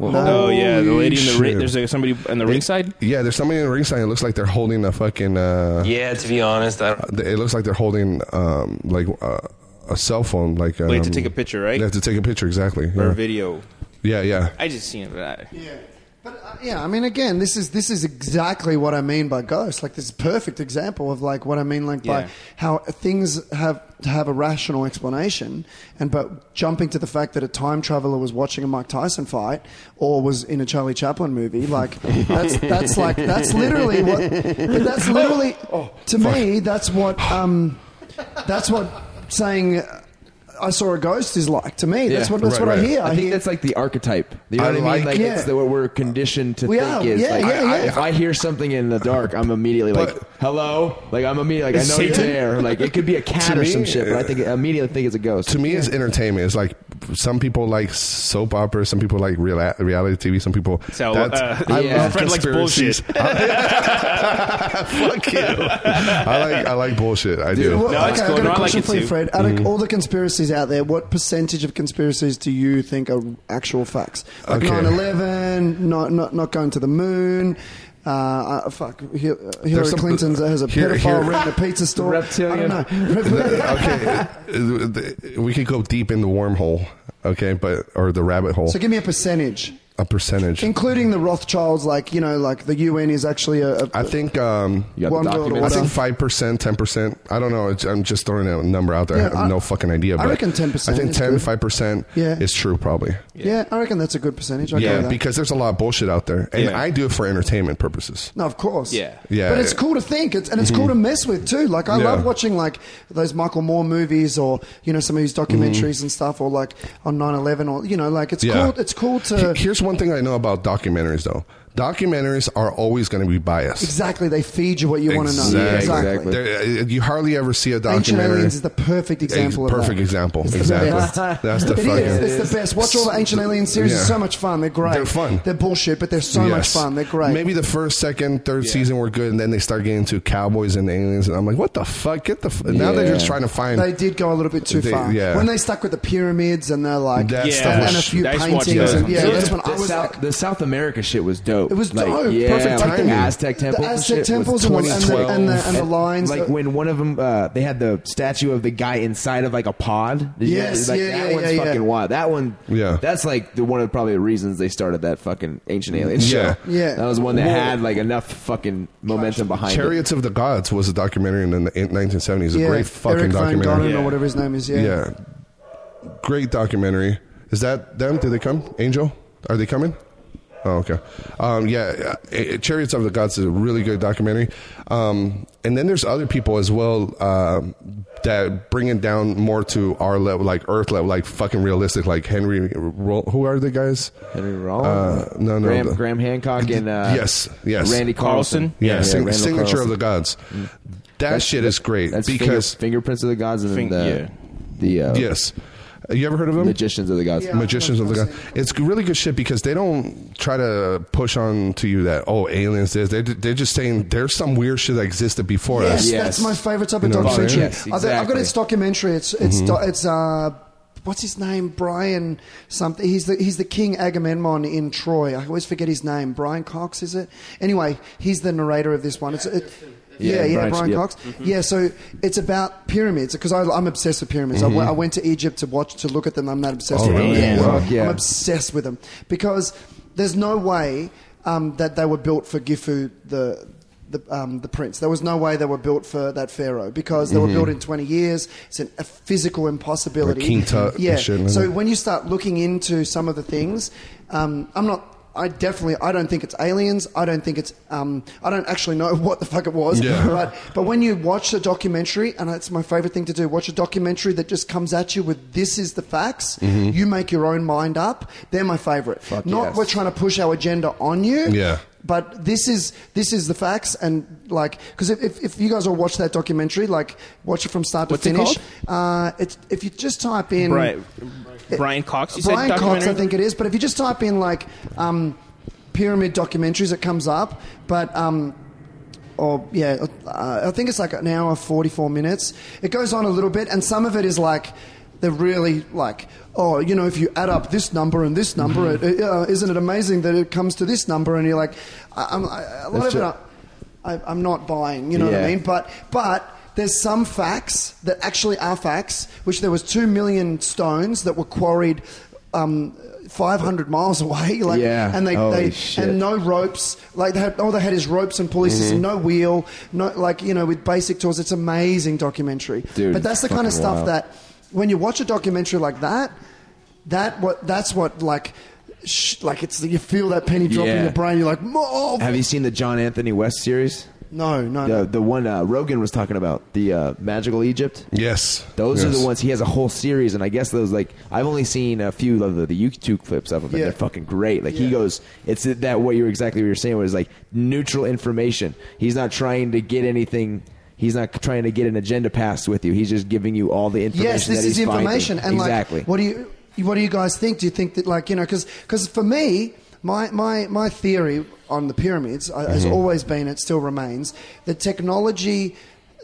[SPEAKER 3] Oh yeah, the
[SPEAKER 1] Holy
[SPEAKER 3] lady in the ring.
[SPEAKER 1] shit.
[SPEAKER 3] There's *laughs* like, somebody in the ringside.
[SPEAKER 1] Yeah, there's somebody in the ringside. It looks like they're holding a fucking. Uh,
[SPEAKER 9] Yeah, to be honest, I don't.
[SPEAKER 1] It looks like they're holding um, like uh, a cell phone. Like um,
[SPEAKER 3] They have to take a picture, right?
[SPEAKER 1] They have to take a picture exactly.
[SPEAKER 3] Or
[SPEAKER 1] yeah.
[SPEAKER 3] a video.
[SPEAKER 1] Yeah, yeah.
[SPEAKER 3] I just seen it. But I,
[SPEAKER 4] uh, Yeah, I mean, again, this is this is exactly what I mean by ghost. Like, this is a perfect example of like what I mean, like
[SPEAKER 3] Yeah.
[SPEAKER 4] by how things have have a rational explanation, and but jumping to the fact that a time traveler was watching a Mike Tyson fight or was in a Charlie Chaplin movie, like that's that's like that's literally what. But that's literally to me, that's what um, that's what saying. uh, I saw a ghost is like to me. That's
[SPEAKER 7] Yeah.
[SPEAKER 4] what that's what I hear. I,
[SPEAKER 7] think
[SPEAKER 4] hear
[SPEAKER 7] that's like the archetype. You know
[SPEAKER 1] I
[SPEAKER 7] what I mean?
[SPEAKER 1] like-
[SPEAKER 7] Like,
[SPEAKER 1] Yeah.
[SPEAKER 7] it's the, what we're conditioned to
[SPEAKER 4] We
[SPEAKER 7] think
[SPEAKER 4] are.
[SPEAKER 7] is.
[SPEAKER 4] Yeah,
[SPEAKER 7] like,
[SPEAKER 4] yeah,
[SPEAKER 7] I, I,
[SPEAKER 4] yeah.
[SPEAKER 7] if I hear something in the dark, I'm immediately like, "Hello!" Like I'm immediately like, "I
[SPEAKER 1] It's
[SPEAKER 7] know you're
[SPEAKER 1] Satan?
[SPEAKER 7] there." Like it could be a
[SPEAKER 1] *laughs*
[SPEAKER 7] cat
[SPEAKER 1] To
[SPEAKER 7] or some
[SPEAKER 1] me,
[SPEAKER 7] shit, but I think I immediately think it's a ghost.
[SPEAKER 1] To me, it's entertainment. It's like some people like soap operas, some people like real, reality TV, some people.
[SPEAKER 3] So,
[SPEAKER 1] that's-
[SPEAKER 3] uh, *laughs*
[SPEAKER 1] I
[SPEAKER 3] yeah.
[SPEAKER 1] love
[SPEAKER 3] Fred likes
[SPEAKER 1] conspiracies. *laughs*
[SPEAKER 3] bullshit.
[SPEAKER 1] Fuck you. *laughs*
[SPEAKER 3] *laughs*
[SPEAKER 1] I like I like bullshit. I do. Mm-hmm.
[SPEAKER 4] Well, okay, I've got a question for you, Fred. Out of all the conspiracies out there, what percentage of conspiracies do you think are actual facts? Like
[SPEAKER 1] Okay.
[SPEAKER 4] 9-11, not, not, not going to the moon... Uh, uh, fuck. Hi- Hillary
[SPEAKER 1] some- uh,
[SPEAKER 4] Clinton has a
[SPEAKER 1] here-
[SPEAKER 4] pedophile
[SPEAKER 1] here-
[SPEAKER 4] ran a pizza store. Reptilian. I don't know.
[SPEAKER 1] *laughs*
[SPEAKER 4] *laughs*
[SPEAKER 1] okay, uh, we could go deep in the wormhole. Okay, but or the rabbit hole.
[SPEAKER 4] so give me a percentage,
[SPEAKER 1] a percentage.
[SPEAKER 4] including the Rothschilds. Like you know, like the UN is actually a. a
[SPEAKER 1] I think um,
[SPEAKER 4] got the One world document?
[SPEAKER 1] I think
[SPEAKER 4] order.
[SPEAKER 1] five percent, ten percent. I don't know. It's- I'm just throwing a number out there.
[SPEAKER 4] Yeah,
[SPEAKER 1] I have
[SPEAKER 4] I-
[SPEAKER 1] no fucking idea.
[SPEAKER 4] I
[SPEAKER 1] but
[SPEAKER 4] reckon 10%
[SPEAKER 1] I think
[SPEAKER 4] is
[SPEAKER 1] 10,
[SPEAKER 4] good.
[SPEAKER 1] 5 percent.
[SPEAKER 4] Yeah.
[SPEAKER 1] is true probably.
[SPEAKER 4] yeah. I reckon that's a good percentage. I go
[SPEAKER 1] yeah,
[SPEAKER 4] with that.
[SPEAKER 1] because there's a lot of bullshit out there, and I do it for entertainment purposes.
[SPEAKER 4] No, of course. Yeah.
[SPEAKER 1] Yeah.
[SPEAKER 4] But it's cool to think, it's, and it's
[SPEAKER 1] Mhm.
[SPEAKER 4] cool to mess with too. Like I
[SPEAKER 1] Yeah.
[SPEAKER 4] love watching like those Michael Moore movies, or you know some of his documentaries and stuff, or like on 9-11 or you know like it's
[SPEAKER 1] Mm-hmm. Yeah.
[SPEAKER 4] cool. It's uh, cool to
[SPEAKER 1] He- Here's one thing I know about documentaries, though. Documentaries are always going to be biased.
[SPEAKER 4] exactly they feed you what you want to know.
[SPEAKER 1] There- uh, You hardly ever see a
[SPEAKER 4] Ancient
[SPEAKER 1] documentary.
[SPEAKER 4] Aliens is the perfect example.
[SPEAKER 1] Ex-
[SPEAKER 4] of
[SPEAKER 1] perfect
[SPEAKER 4] that.
[SPEAKER 1] example.
[SPEAKER 4] It's the
[SPEAKER 1] exactly.
[SPEAKER 4] best.
[SPEAKER 1] That's the
[SPEAKER 4] *laughs* It is.
[SPEAKER 1] fucking.
[SPEAKER 4] It's the best. Watch all the Ancient Aliens series.
[SPEAKER 1] Yeah.
[SPEAKER 4] It's so much fun. They're great.
[SPEAKER 1] They're fun.
[SPEAKER 4] They're bullshit, but they're so much
[SPEAKER 1] Yes.
[SPEAKER 4] fun. They're great.
[SPEAKER 1] Maybe the first, second, third season were good, and then they start getting to cowboys and aliens, and I'm like, what the fuck? Get the. F-. Now they're just trying to find.
[SPEAKER 4] They did go a little bit too
[SPEAKER 1] They-
[SPEAKER 4] far.
[SPEAKER 1] yeah.
[SPEAKER 4] When they stuck with the pyramids and they're like,
[SPEAKER 1] That
[SPEAKER 4] and,
[SPEAKER 1] stuff was-
[SPEAKER 4] a few
[SPEAKER 1] I just watched
[SPEAKER 4] paintings.
[SPEAKER 1] those.
[SPEAKER 4] And, yeah,
[SPEAKER 1] Yeah.
[SPEAKER 4] that's when
[SPEAKER 7] the
[SPEAKER 4] I was
[SPEAKER 7] South, the South America shit was dope.
[SPEAKER 4] It was
[SPEAKER 7] like,
[SPEAKER 4] dope.
[SPEAKER 7] Yeah,
[SPEAKER 4] Perfect
[SPEAKER 7] like
[SPEAKER 4] timing.
[SPEAKER 7] the Aztec
[SPEAKER 4] The
[SPEAKER 7] temples.
[SPEAKER 4] Aztec
[SPEAKER 7] and shit was
[SPEAKER 4] temples and what- and the-
[SPEAKER 7] 2012.
[SPEAKER 4] and the- and the lines
[SPEAKER 7] Like
[SPEAKER 4] that-
[SPEAKER 7] when one of them, uh, they had the statue of the guy inside of like a pod. Did you
[SPEAKER 4] Yes,
[SPEAKER 7] guys- like,
[SPEAKER 4] yeah,
[SPEAKER 7] that
[SPEAKER 4] yeah,
[SPEAKER 7] one's
[SPEAKER 4] yeah, yeah.
[SPEAKER 7] fucking wild. That one,
[SPEAKER 1] yeah,
[SPEAKER 7] that's like the one of probably the reasons they started that fucking ancient alien show.
[SPEAKER 1] Yeah.
[SPEAKER 4] Yeah.
[SPEAKER 7] that was one that
[SPEAKER 1] Well-
[SPEAKER 7] had like enough fucking momentum behind it.
[SPEAKER 1] Chariots of the Gods was a documentary in the in- 1970s. A great fucking
[SPEAKER 4] Eric Van
[SPEAKER 1] documentary.
[SPEAKER 4] Gonen or whatever his name is. Yeah.
[SPEAKER 1] Great documentary. Is that them? Did they come? Angel? Are they coming? Oh, okay. Um, yeah, uh, Chariots of the Gods is a really good documentary. Um, and then there's other people as well um that bring it down more to our level, like Earth level, like fucking realistic, like Henry. Roll- Who are the guys?
[SPEAKER 7] Henry
[SPEAKER 1] Uh, no, no.
[SPEAKER 7] Graham,
[SPEAKER 1] the-
[SPEAKER 7] Graham Hancock and uh,
[SPEAKER 1] yes, yes.
[SPEAKER 7] Randy Carlson.
[SPEAKER 1] Yeah, sing-
[SPEAKER 7] Randall
[SPEAKER 1] Signature of
[SPEAKER 7] Carlson.
[SPEAKER 1] the Gods. That
[SPEAKER 7] That's-
[SPEAKER 1] shit is great
[SPEAKER 7] that's finger-
[SPEAKER 1] because
[SPEAKER 7] fingerprints of the gods and
[SPEAKER 1] Fing-
[SPEAKER 7] the the uh,
[SPEAKER 1] yes. Uh, You ever heard of them?
[SPEAKER 7] magicians of the gods.
[SPEAKER 1] Magicians of the Gods. It's g- really good shit because they don't try to push on to you that oh aliens this. They they're just saying there's some weird shit that existed before
[SPEAKER 4] Yes,
[SPEAKER 1] us.
[SPEAKER 4] that's my favorite type of
[SPEAKER 1] You know what I'm saying?
[SPEAKER 4] documentary. I've got- I've got its documentary. It's it's
[SPEAKER 5] Mm-hmm.
[SPEAKER 4] do- it's uh, what's his name? Brian something. He's the he's the King Agamemnon in Troy. I always forget his name. Brian Cox is it? Anyway, he's the narrator of this one. It's it,
[SPEAKER 5] Yeah,
[SPEAKER 4] yeah, yeah,
[SPEAKER 5] Brian's-
[SPEAKER 4] Brian
[SPEAKER 5] yeah. Mm-hmm.
[SPEAKER 4] Cox. Yeah, so it's about pyramids because I'm obsessed with pyramids. I
[SPEAKER 5] Mhm.
[SPEAKER 4] went- I went to Egypt to watch to look at them. I'm not obsessed
[SPEAKER 5] Oh,
[SPEAKER 4] with
[SPEAKER 5] really?
[SPEAKER 4] them.
[SPEAKER 5] Wow.
[SPEAKER 4] I'm
[SPEAKER 5] Yeah.
[SPEAKER 4] obsessed with them because there's no way um, that they were built for Gifu the the, um, the prince. There was no way they were built for that pharaoh because they were
[SPEAKER 1] Mhm.
[SPEAKER 4] built in 20 years. It's an, a physical impossibility.
[SPEAKER 1] Like King Tut and
[SPEAKER 4] yeah.
[SPEAKER 1] shit, isn't
[SPEAKER 4] so
[SPEAKER 1] it?
[SPEAKER 4] when you start looking into some of the things, um, I'm not. I definitely, I don't think it's aliens. I don't think it's, um, I don't actually know *laughs* what the fuck it was.
[SPEAKER 1] Yeah.
[SPEAKER 4] *laughs* Right? But when you watch a documentary, and it's my favorite thing to do, watch a documentary that just comes at you with this is the facts.
[SPEAKER 1] Mhm.
[SPEAKER 4] You make your own mind up. They're my favorite.
[SPEAKER 1] Fuck
[SPEAKER 4] Not
[SPEAKER 1] yes.
[SPEAKER 4] we're trying to push our agenda on you.
[SPEAKER 1] Yeah.
[SPEAKER 4] But this is this is the facts and like because if, if, if you guys all watch that documentary, like watch it from start
[SPEAKER 3] What's
[SPEAKER 4] to
[SPEAKER 3] it
[SPEAKER 4] finish.
[SPEAKER 3] called?
[SPEAKER 4] uh, it's, if you just type in
[SPEAKER 3] Brian, Brian Cox. You
[SPEAKER 4] Brian
[SPEAKER 3] said
[SPEAKER 4] Cox, I
[SPEAKER 3] documentary?
[SPEAKER 4] think it is. But if you just type in like um, pyramid documentaries, it comes up. But um, or yeah, uh, I think it's like an hour forty-four minutes. It goes on a little bit, and some of it is like they're really like, oh, you know, if you add up this number and this number, it, uh, isn't it amazing that it comes to this number? And you're like, I, I'm, I, a lot
[SPEAKER 5] That's
[SPEAKER 4] of it.
[SPEAKER 5] ju-
[SPEAKER 4] I, I, I'm not buying. You know what
[SPEAKER 5] Yeah.
[SPEAKER 4] I mean? But but there's some facts that actually are facts, which there was two million stones that were quarried. Um, 500 miles *laughs* away, like,
[SPEAKER 5] Yeah.
[SPEAKER 4] and they,
[SPEAKER 5] Holy
[SPEAKER 4] they
[SPEAKER 5] shit.
[SPEAKER 4] and no ropes. Like, they had, all they had is ropes and pulley system,
[SPEAKER 5] Mhm.
[SPEAKER 4] no wheel, no like you know, with basic tools. It's amazing documentary.
[SPEAKER 5] Dude,
[SPEAKER 4] but that's the kind of
[SPEAKER 5] fucking
[SPEAKER 4] stuff
[SPEAKER 5] wild.
[SPEAKER 4] that when you watch a documentary like that, that what that's what like, sh- like it's you feel that penny drop in
[SPEAKER 7] Yeah.
[SPEAKER 4] your brain. You're like, oh,
[SPEAKER 7] Have you seen the John Anthony West series?
[SPEAKER 4] no, no,
[SPEAKER 7] The, the one uh, Rogan was talking about, the uh, magical Egypt.
[SPEAKER 1] Yes,
[SPEAKER 7] those are
[SPEAKER 1] Yes.
[SPEAKER 7] the ones. He has a whole series, and I guess those like I've only seen a few of the, the YouTube clips of them. and
[SPEAKER 4] Yeah.
[SPEAKER 7] They're fucking great. Like he goes, it's that what you're exactly what you're saying was like neutral information. He's not trying to get anything. He's not trying to get an agenda passed with you. He's just giving you all the information.
[SPEAKER 4] Yes, this
[SPEAKER 7] that
[SPEAKER 4] is
[SPEAKER 7] he's finding.
[SPEAKER 4] information, and
[SPEAKER 7] exactly.
[SPEAKER 4] like, what do you? what do you guys think? Do you think that like you know because for me my my my theory on the pyramids uh, has
[SPEAKER 7] Mm-hmm.
[SPEAKER 5] Mhm.
[SPEAKER 4] always been it still remains that technology.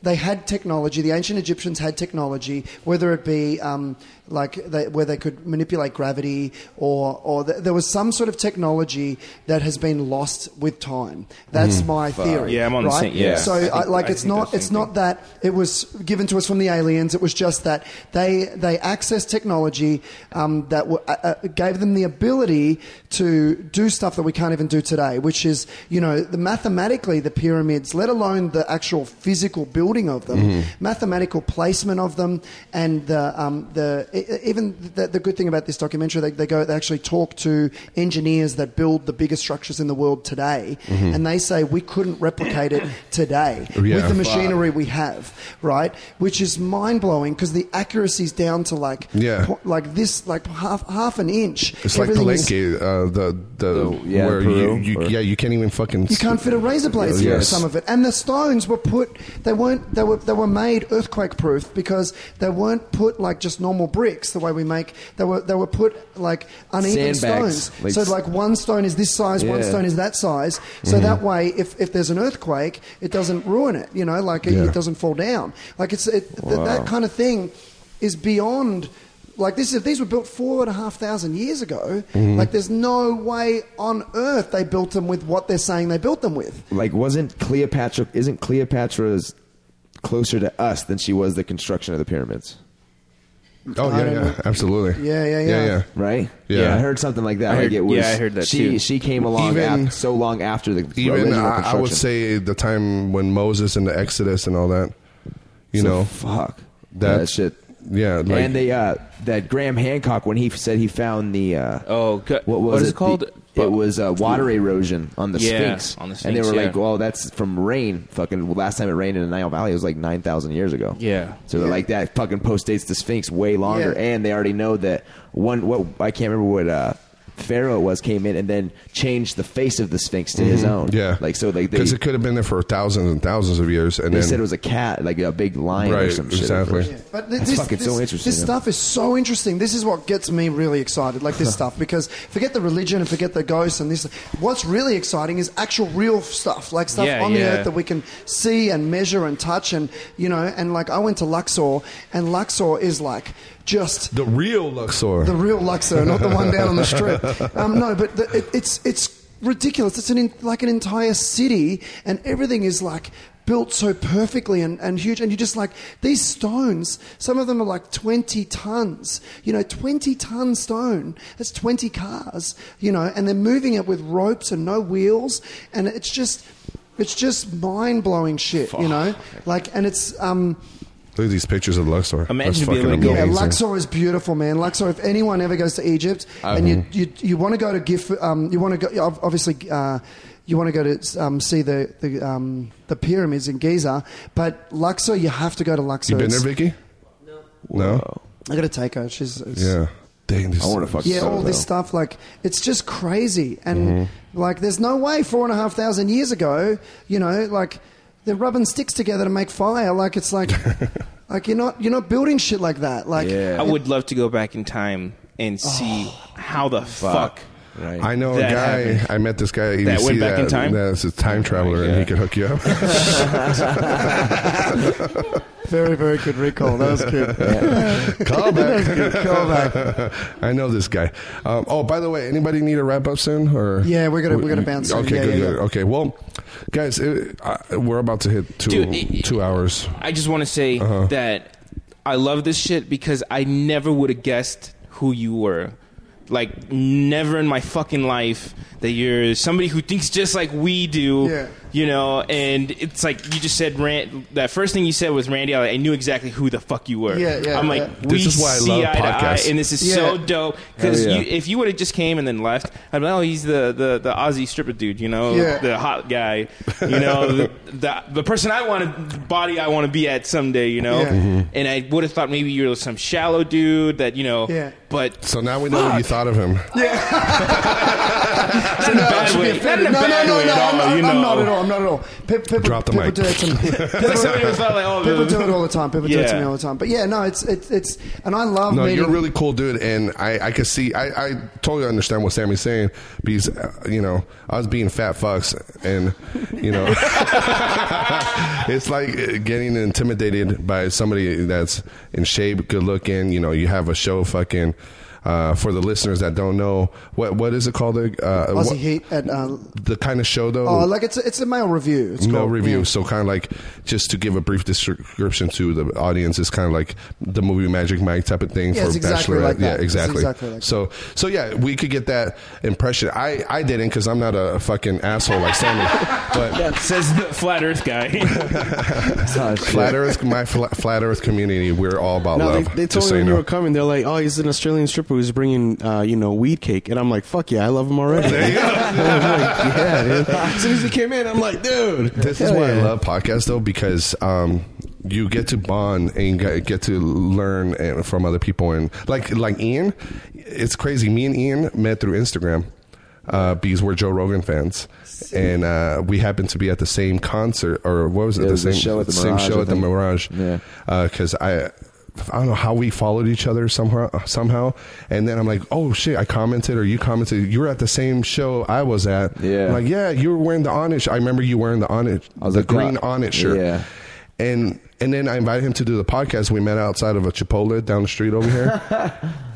[SPEAKER 4] They had technology. The ancient Egyptians had technology, whether it be um, like they, where they could manipulate gravity, or or th- there was some sort of technology that has been lost with time. That's
[SPEAKER 7] Mm.
[SPEAKER 3] Mhm.
[SPEAKER 4] my
[SPEAKER 3] Fuck.
[SPEAKER 4] theory.
[SPEAKER 3] Yeah, I'm on the
[SPEAKER 4] right?
[SPEAKER 3] same- yeah.
[SPEAKER 4] So
[SPEAKER 3] I think-
[SPEAKER 4] I, like,
[SPEAKER 3] I
[SPEAKER 4] it's
[SPEAKER 3] think
[SPEAKER 4] not
[SPEAKER 3] that's
[SPEAKER 4] it's not that it was given to us from the aliens. It was just that they they accessed technology um, that w- uh, uh, gave them the ability to do stuff that we can't even do today. Which is, you know, the mathematically the pyramids, let alone the actual physical building of them,
[SPEAKER 9] Mhm.
[SPEAKER 4] mathematical placement of them, and the um, the e- e- even the, the good thing about this documentary, they, they go they actually talk to engineers that build the biggest structures in the world today,
[SPEAKER 9] Mhm.
[SPEAKER 4] and they say we couldn't replicate it today
[SPEAKER 9] Yeah.
[SPEAKER 4] with the
[SPEAKER 9] Fuck.
[SPEAKER 4] machinery we have, right? Which is mind blowing because the accuracy's down to like
[SPEAKER 1] Yeah.
[SPEAKER 4] po- like this, like half half an inch.
[SPEAKER 1] It's like
[SPEAKER 4] Everything is-
[SPEAKER 1] Palenque, uh, the the
[SPEAKER 7] yeah,
[SPEAKER 1] where you,
[SPEAKER 7] Peru,
[SPEAKER 1] you
[SPEAKER 7] or-
[SPEAKER 1] yeah you can't even fucking
[SPEAKER 4] You can't fit a razor blade
[SPEAKER 9] Oh,
[SPEAKER 4] through
[SPEAKER 1] Yes.
[SPEAKER 4] some of it, and the stones were put. They weren't. They were. They were made earthquake proof because they weren't put like just normal bricks the way we make. They were. They were put like uneven
[SPEAKER 9] Sandbags,
[SPEAKER 4] stones.
[SPEAKER 9] like-
[SPEAKER 4] so like one stone is this size, one
[SPEAKER 9] Yeah.
[SPEAKER 4] stone is that size. So
[SPEAKER 9] Mhm.
[SPEAKER 4] that way, if, if there's an earthquake, it doesn't ruin it. You know, like it,
[SPEAKER 9] Yeah.
[SPEAKER 4] it doesn't fall down. Like it's it, th-
[SPEAKER 9] Wow.
[SPEAKER 4] that kind of thing is beyond. Like this, is- these were built four and a half thousand years ago.
[SPEAKER 7] Mhm.
[SPEAKER 4] Like there's no way on earth they built them with what they're saying they built them with.
[SPEAKER 7] Like, wasn't Cleopatra? Isn't Cleopatra's closer to us than she was the construction of the pyramids?
[SPEAKER 1] Oh yeah, yeah, absolutely. yeah, yeah.
[SPEAKER 7] Right?
[SPEAKER 1] Yeah.
[SPEAKER 7] I heard something like that.
[SPEAKER 1] I
[SPEAKER 7] like
[SPEAKER 1] heard-
[SPEAKER 7] it was,
[SPEAKER 1] yeah, I heard that
[SPEAKER 7] she,
[SPEAKER 1] too.
[SPEAKER 7] She came along
[SPEAKER 1] Even-
[SPEAKER 7] af- so long after the
[SPEAKER 1] Even
[SPEAKER 7] original
[SPEAKER 1] I, I would
[SPEAKER 7] construction.
[SPEAKER 1] say the time when Moses and the Exodus and all that, you
[SPEAKER 7] So
[SPEAKER 1] know,
[SPEAKER 7] fuck
[SPEAKER 1] that,
[SPEAKER 7] that shit.
[SPEAKER 1] Yeah, like,
[SPEAKER 7] and they uh, that Graham Hancock when he said he found the uh,
[SPEAKER 3] oh
[SPEAKER 7] what was
[SPEAKER 3] what is
[SPEAKER 7] it
[SPEAKER 3] it called?
[SPEAKER 7] The- it was uh, water erosion on the
[SPEAKER 3] Yeah,
[SPEAKER 7] Sphinx.
[SPEAKER 3] on the
[SPEAKER 7] and they
[SPEAKER 3] Sphinx,
[SPEAKER 7] were
[SPEAKER 3] yeah.
[SPEAKER 7] like, "Well, that's from rain. Fucking last time it rained in the Nile Valley was like nine thousand years ago."
[SPEAKER 3] Yeah.
[SPEAKER 7] so they're like that fucking postdates the Sphinx way longer,
[SPEAKER 3] Yeah.
[SPEAKER 7] and they already know that one. What I can't remember what. Uh, Pharaoh it was came in and then changed the face of the Sphinx to his
[SPEAKER 1] Mhm.
[SPEAKER 7] own.
[SPEAKER 1] Yeah,
[SPEAKER 7] like so, like they,
[SPEAKER 1] because it could have been there for thousands and thousands of years, and
[SPEAKER 7] they
[SPEAKER 1] then
[SPEAKER 7] said it was a cat, like a big lion or
[SPEAKER 1] Right,
[SPEAKER 7] some
[SPEAKER 1] exactly.
[SPEAKER 7] shit. at first.
[SPEAKER 4] But thi-
[SPEAKER 7] That's
[SPEAKER 4] this,
[SPEAKER 7] fucking
[SPEAKER 4] this,
[SPEAKER 7] so interesting.
[SPEAKER 4] This stuff is so interesting. This is what gets me really excited, like this stuff, because forget the religion and forget the ghosts and this. What's really exciting is actual real stuff, like stuff
[SPEAKER 9] Yeah,
[SPEAKER 4] on the
[SPEAKER 9] yeah.
[SPEAKER 4] earth that we can see and measure and touch, and you know, and like I went to Luxor, and Luxor is like just
[SPEAKER 1] the real Luxor,
[SPEAKER 4] the real Luxor, not the one down on
[SPEAKER 1] *laughs*
[SPEAKER 4] the strip. Um, no, but the, it, it's it's ridiculous. It's an in, like an entire city, and everything is like built so perfectly and, and huge. And you just like these stones. Some of them are like twenty tons. You know, twenty ton stone. That's twenty cars. You know, and they're moving it with ropes and no wheels, and it's just. It's just mind blowing shit, you know. Like, and it's um,
[SPEAKER 1] Look at these pictures of Luxor. That's
[SPEAKER 3] Imagine being
[SPEAKER 1] fucking
[SPEAKER 3] able to go-
[SPEAKER 1] amazing.
[SPEAKER 4] yeah, Luxor is beautiful, man. Luxor. If anyone ever goes to Egypt
[SPEAKER 1] Um,
[SPEAKER 4] and you you, you want to go to Gif, um, you want to go ob- obviously. Uh, you want to go to um, see the the, um, the pyramids in Giza, but Luxor you have to go to Luxor.
[SPEAKER 1] you been there,
[SPEAKER 4] It's-
[SPEAKER 1] Vicky? No. No.
[SPEAKER 4] I got to take her. She's it's,
[SPEAKER 1] Yeah. Dang, this
[SPEAKER 7] I wanna fucking
[SPEAKER 4] yeah,
[SPEAKER 7] go,
[SPEAKER 4] all this
[SPEAKER 7] though.
[SPEAKER 4] stuff. Like it's just crazy, and
[SPEAKER 7] Mhm.
[SPEAKER 1] Mm-hmm.
[SPEAKER 4] like there's no way four and a half thousand years ago, you know, like they're rubbing sticks together to make fire. Like
[SPEAKER 1] *laughs*
[SPEAKER 4] it's like like you're not you're not building shit like that. Like
[SPEAKER 3] I would love to go back in time and see how the fuck.
[SPEAKER 7] Right.
[SPEAKER 1] I know a
[SPEAKER 3] That
[SPEAKER 1] guy.
[SPEAKER 3] happened.
[SPEAKER 1] I met this guy. At
[SPEAKER 3] That
[SPEAKER 1] EBC
[SPEAKER 3] went back in time?
[SPEAKER 1] That's uh, a time traveler, and he could hook you up.
[SPEAKER 3] *laughs*
[SPEAKER 4] Very, very good recall. That
[SPEAKER 1] *laughs*
[SPEAKER 4] was
[SPEAKER 3] *laughs*
[SPEAKER 4] good.
[SPEAKER 1] Call back.
[SPEAKER 4] That was good. Call
[SPEAKER 1] *laughs*
[SPEAKER 4] back.
[SPEAKER 1] I know this guy. Um, oh, by the way, anybody need a wrap up soon? Or
[SPEAKER 4] Yeah, we're gonna- we're gonna bounce soon.
[SPEAKER 1] Okay,
[SPEAKER 4] Yeah,
[SPEAKER 1] good,
[SPEAKER 4] yeah,
[SPEAKER 1] good.
[SPEAKER 4] yeah.
[SPEAKER 1] Okay, well, guys, it, uh, we're about to hit two
[SPEAKER 3] Dude, it-
[SPEAKER 1] two hours.
[SPEAKER 3] I just want to say
[SPEAKER 1] Uh-huh.
[SPEAKER 3] that I love this shit because I never would have guessed who you were. Like never in my fucking life that you're somebody who thinks just like we do.
[SPEAKER 4] Yeah.
[SPEAKER 3] You know, and it's like you just said Rand that first thing you said was Randy, I I knew exactly who the fuck you were.
[SPEAKER 4] Yeah, yeah,
[SPEAKER 3] I'm like,
[SPEAKER 4] yeah.
[SPEAKER 3] we
[SPEAKER 1] This is why I
[SPEAKER 3] see
[SPEAKER 1] love
[SPEAKER 3] eye to eye,
[SPEAKER 1] podcasts.
[SPEAKER 3] and this is
[SPEAKER 1] Yeah.
[SPEAKER 3] so dope. Because
[SPEAKER 1] Hell yeah.
[SPEAKER 3] you, if you would have just came and then left, I'd be like, oh, he's the, the, the Aussie stripper dude, you know,
[SPEAKER 4] Yeah.
[SPEAKER 3] the hot guy,
[SPEAKER 1] *laughs*
[SPEAKER 3] you know, the, the, the person I want to, body I want to be at someday, you know?
[SPEAKER 1] Yeah.
[SPEAKER 4] Mm-hmm.
[SPEAKER 1] Mhm.
[SPEAKER 3] And I would have thought maybe you were some shallow dude that, you know,
[SPEAKER 1] Yeah.
[SPEAKER 3] but.
[SPEAKER 1] So now we know what you thought of him.
[SPEAKER 3] *laughs* Not in a bad way. Not in a bad way at all, you know.
[SPEAKER 4] I'm not at all. I'm not at all. Pe- people,
[SPEAKER 1] Drop the
[SPEAKER 4] people
[SPEAKER 1] mic.
[SPEAKER 4] do that
[SPEAKER 3] *laughs*
[SPEAKER 4] to me.
[SPEAKER 1] That's what it felt like, oh,
[SPEAKER 4] people
[SPEAKER 1] the-
[SPEAKER 4] do it all the time. People do it to
[SPEAKER 1] Yeah.
[SPEAKER 4] me all the time. But yeah, no, it's it's, it's and I love
[SPEAKER 1] No,
[SPEAKER 4] meeting.
[SPEAKER 1] you're a really cool dude, and I, I could see. I, I totally understand what Sammy's saying because uh, you know I was being fat fucks, and you know *laughs* it's like uh, getting intimidated by somebody that's in shape, good looking. You know, you have a show, fucking. Uh, for the listeners that don't know, what what is it called? Uh,
[SPEAKER 4] Aussie
[SPEAKER 1] what-
[SPEAKER 4] Heat at uh,
[SPEAKER 1] the kind of show though.
[SPEAKER 4] oh, like it's a, it's a male review. It's
[SPEAKER 1] no
[SPEAKER 4] called,
[SPEAKER 1] review.
[SPEAKER 4] yeah.
[SPEAKER 1] So kind of like just to give a brief description to the audience is kind of like the movie Magic Mike type of thing
[SPEAKER 4] Yeah,
[SPEAKER 1] for
[SPEAKER 4] it's exactly
[SPEAKER 1] Bachelorette.
[SPEAKER 4] like that.
[SPEAKER 1] yeah,
[SPEAKER 4] It's
[SPEAKER 1] exactly.
[SPEAKER 4] exactly like that.
[SPEAKER 1] so so yeah, we could get that impression. I I didn't because I'm not a fucking asshole like Sammy. *laughs* But
[SPEAKER 3] says the flat Earth guy.
[SPEAKER 1] *laughs* flat Earth, my fla- flat Earth community, we're all about
[SPEAKER 2] No, they,
[SPEAKER 1] love.
[SPEAKER 2] they
[SPEAKER 1] just
[SPEAKER 2] told
[SPEAKER 1] so
[SPEAKER 2] me
[SPEAKER 1] you
[SPEAKER 2] when you
[SPEAKER 1] know.
[SPEAKER 2] were coming. They're like, "Oh, he's an Australian stripper who's bringing, uh, you know, weed cake," and I'm like, "Fuck yeah, I love him already." *laughs* yeah, dude.
[SPEAKER 1] *laughs*
[SPEAKER 2] As soon as he came in, I'm like, dude.
[SPEAKER 1] This is
[SPEAKER 2] hell
[SPEAKER 1] why I
[SPEAKER 2] yeah.
[SPEAKER 1] love podcasts though, because um, you get to bond and get- get to learn uh, from other people. And like like Ian, it's crazy. Me and Ian met through Instagram. Uh, because we're Joe Rogan fans, and uh, we happened to be at the same concert, or what was it?
[SPEAKER 7] It
[SPEAKER 1] the
[SPEAKER 7] was
[SPEAKER 1] same
[SPEAKER 7] the show at the
[SPEAKER 1] same
[SPEAKER 7] Mirage,
[SPEAKER 1] show
[SPEAKER 7] I
[SPEAKER 1] at the
[SPEAKER 7] think.
[SPEAKER 1] Mirage.
[SPEAKER 7] Yeah.
[SPEAKER 1] Because uh, I, I don't know how we followed each other somehow. Somehow, and then I'm like, oh shit! I commented, or you commented. You were at the same show I was at.
[SPEAKER 7] Yeah.
[SPEAKER 1] I'm like yeah, you were wearing the Onish. I remember you wearing the Onish, the
[SPEAKER 7] like,
[SPEAKER 1] green
[SPEAKER 7] uh,
[SPEAKER 1] Onish shirt.
[SPEAKER 7] yeah.
[SPEAKER 1] And and then I invited him to do the podcast. We met outside of a Chipotle down the street over
[SPEAKER 7] *laughs*
[SPEAKER 1] here,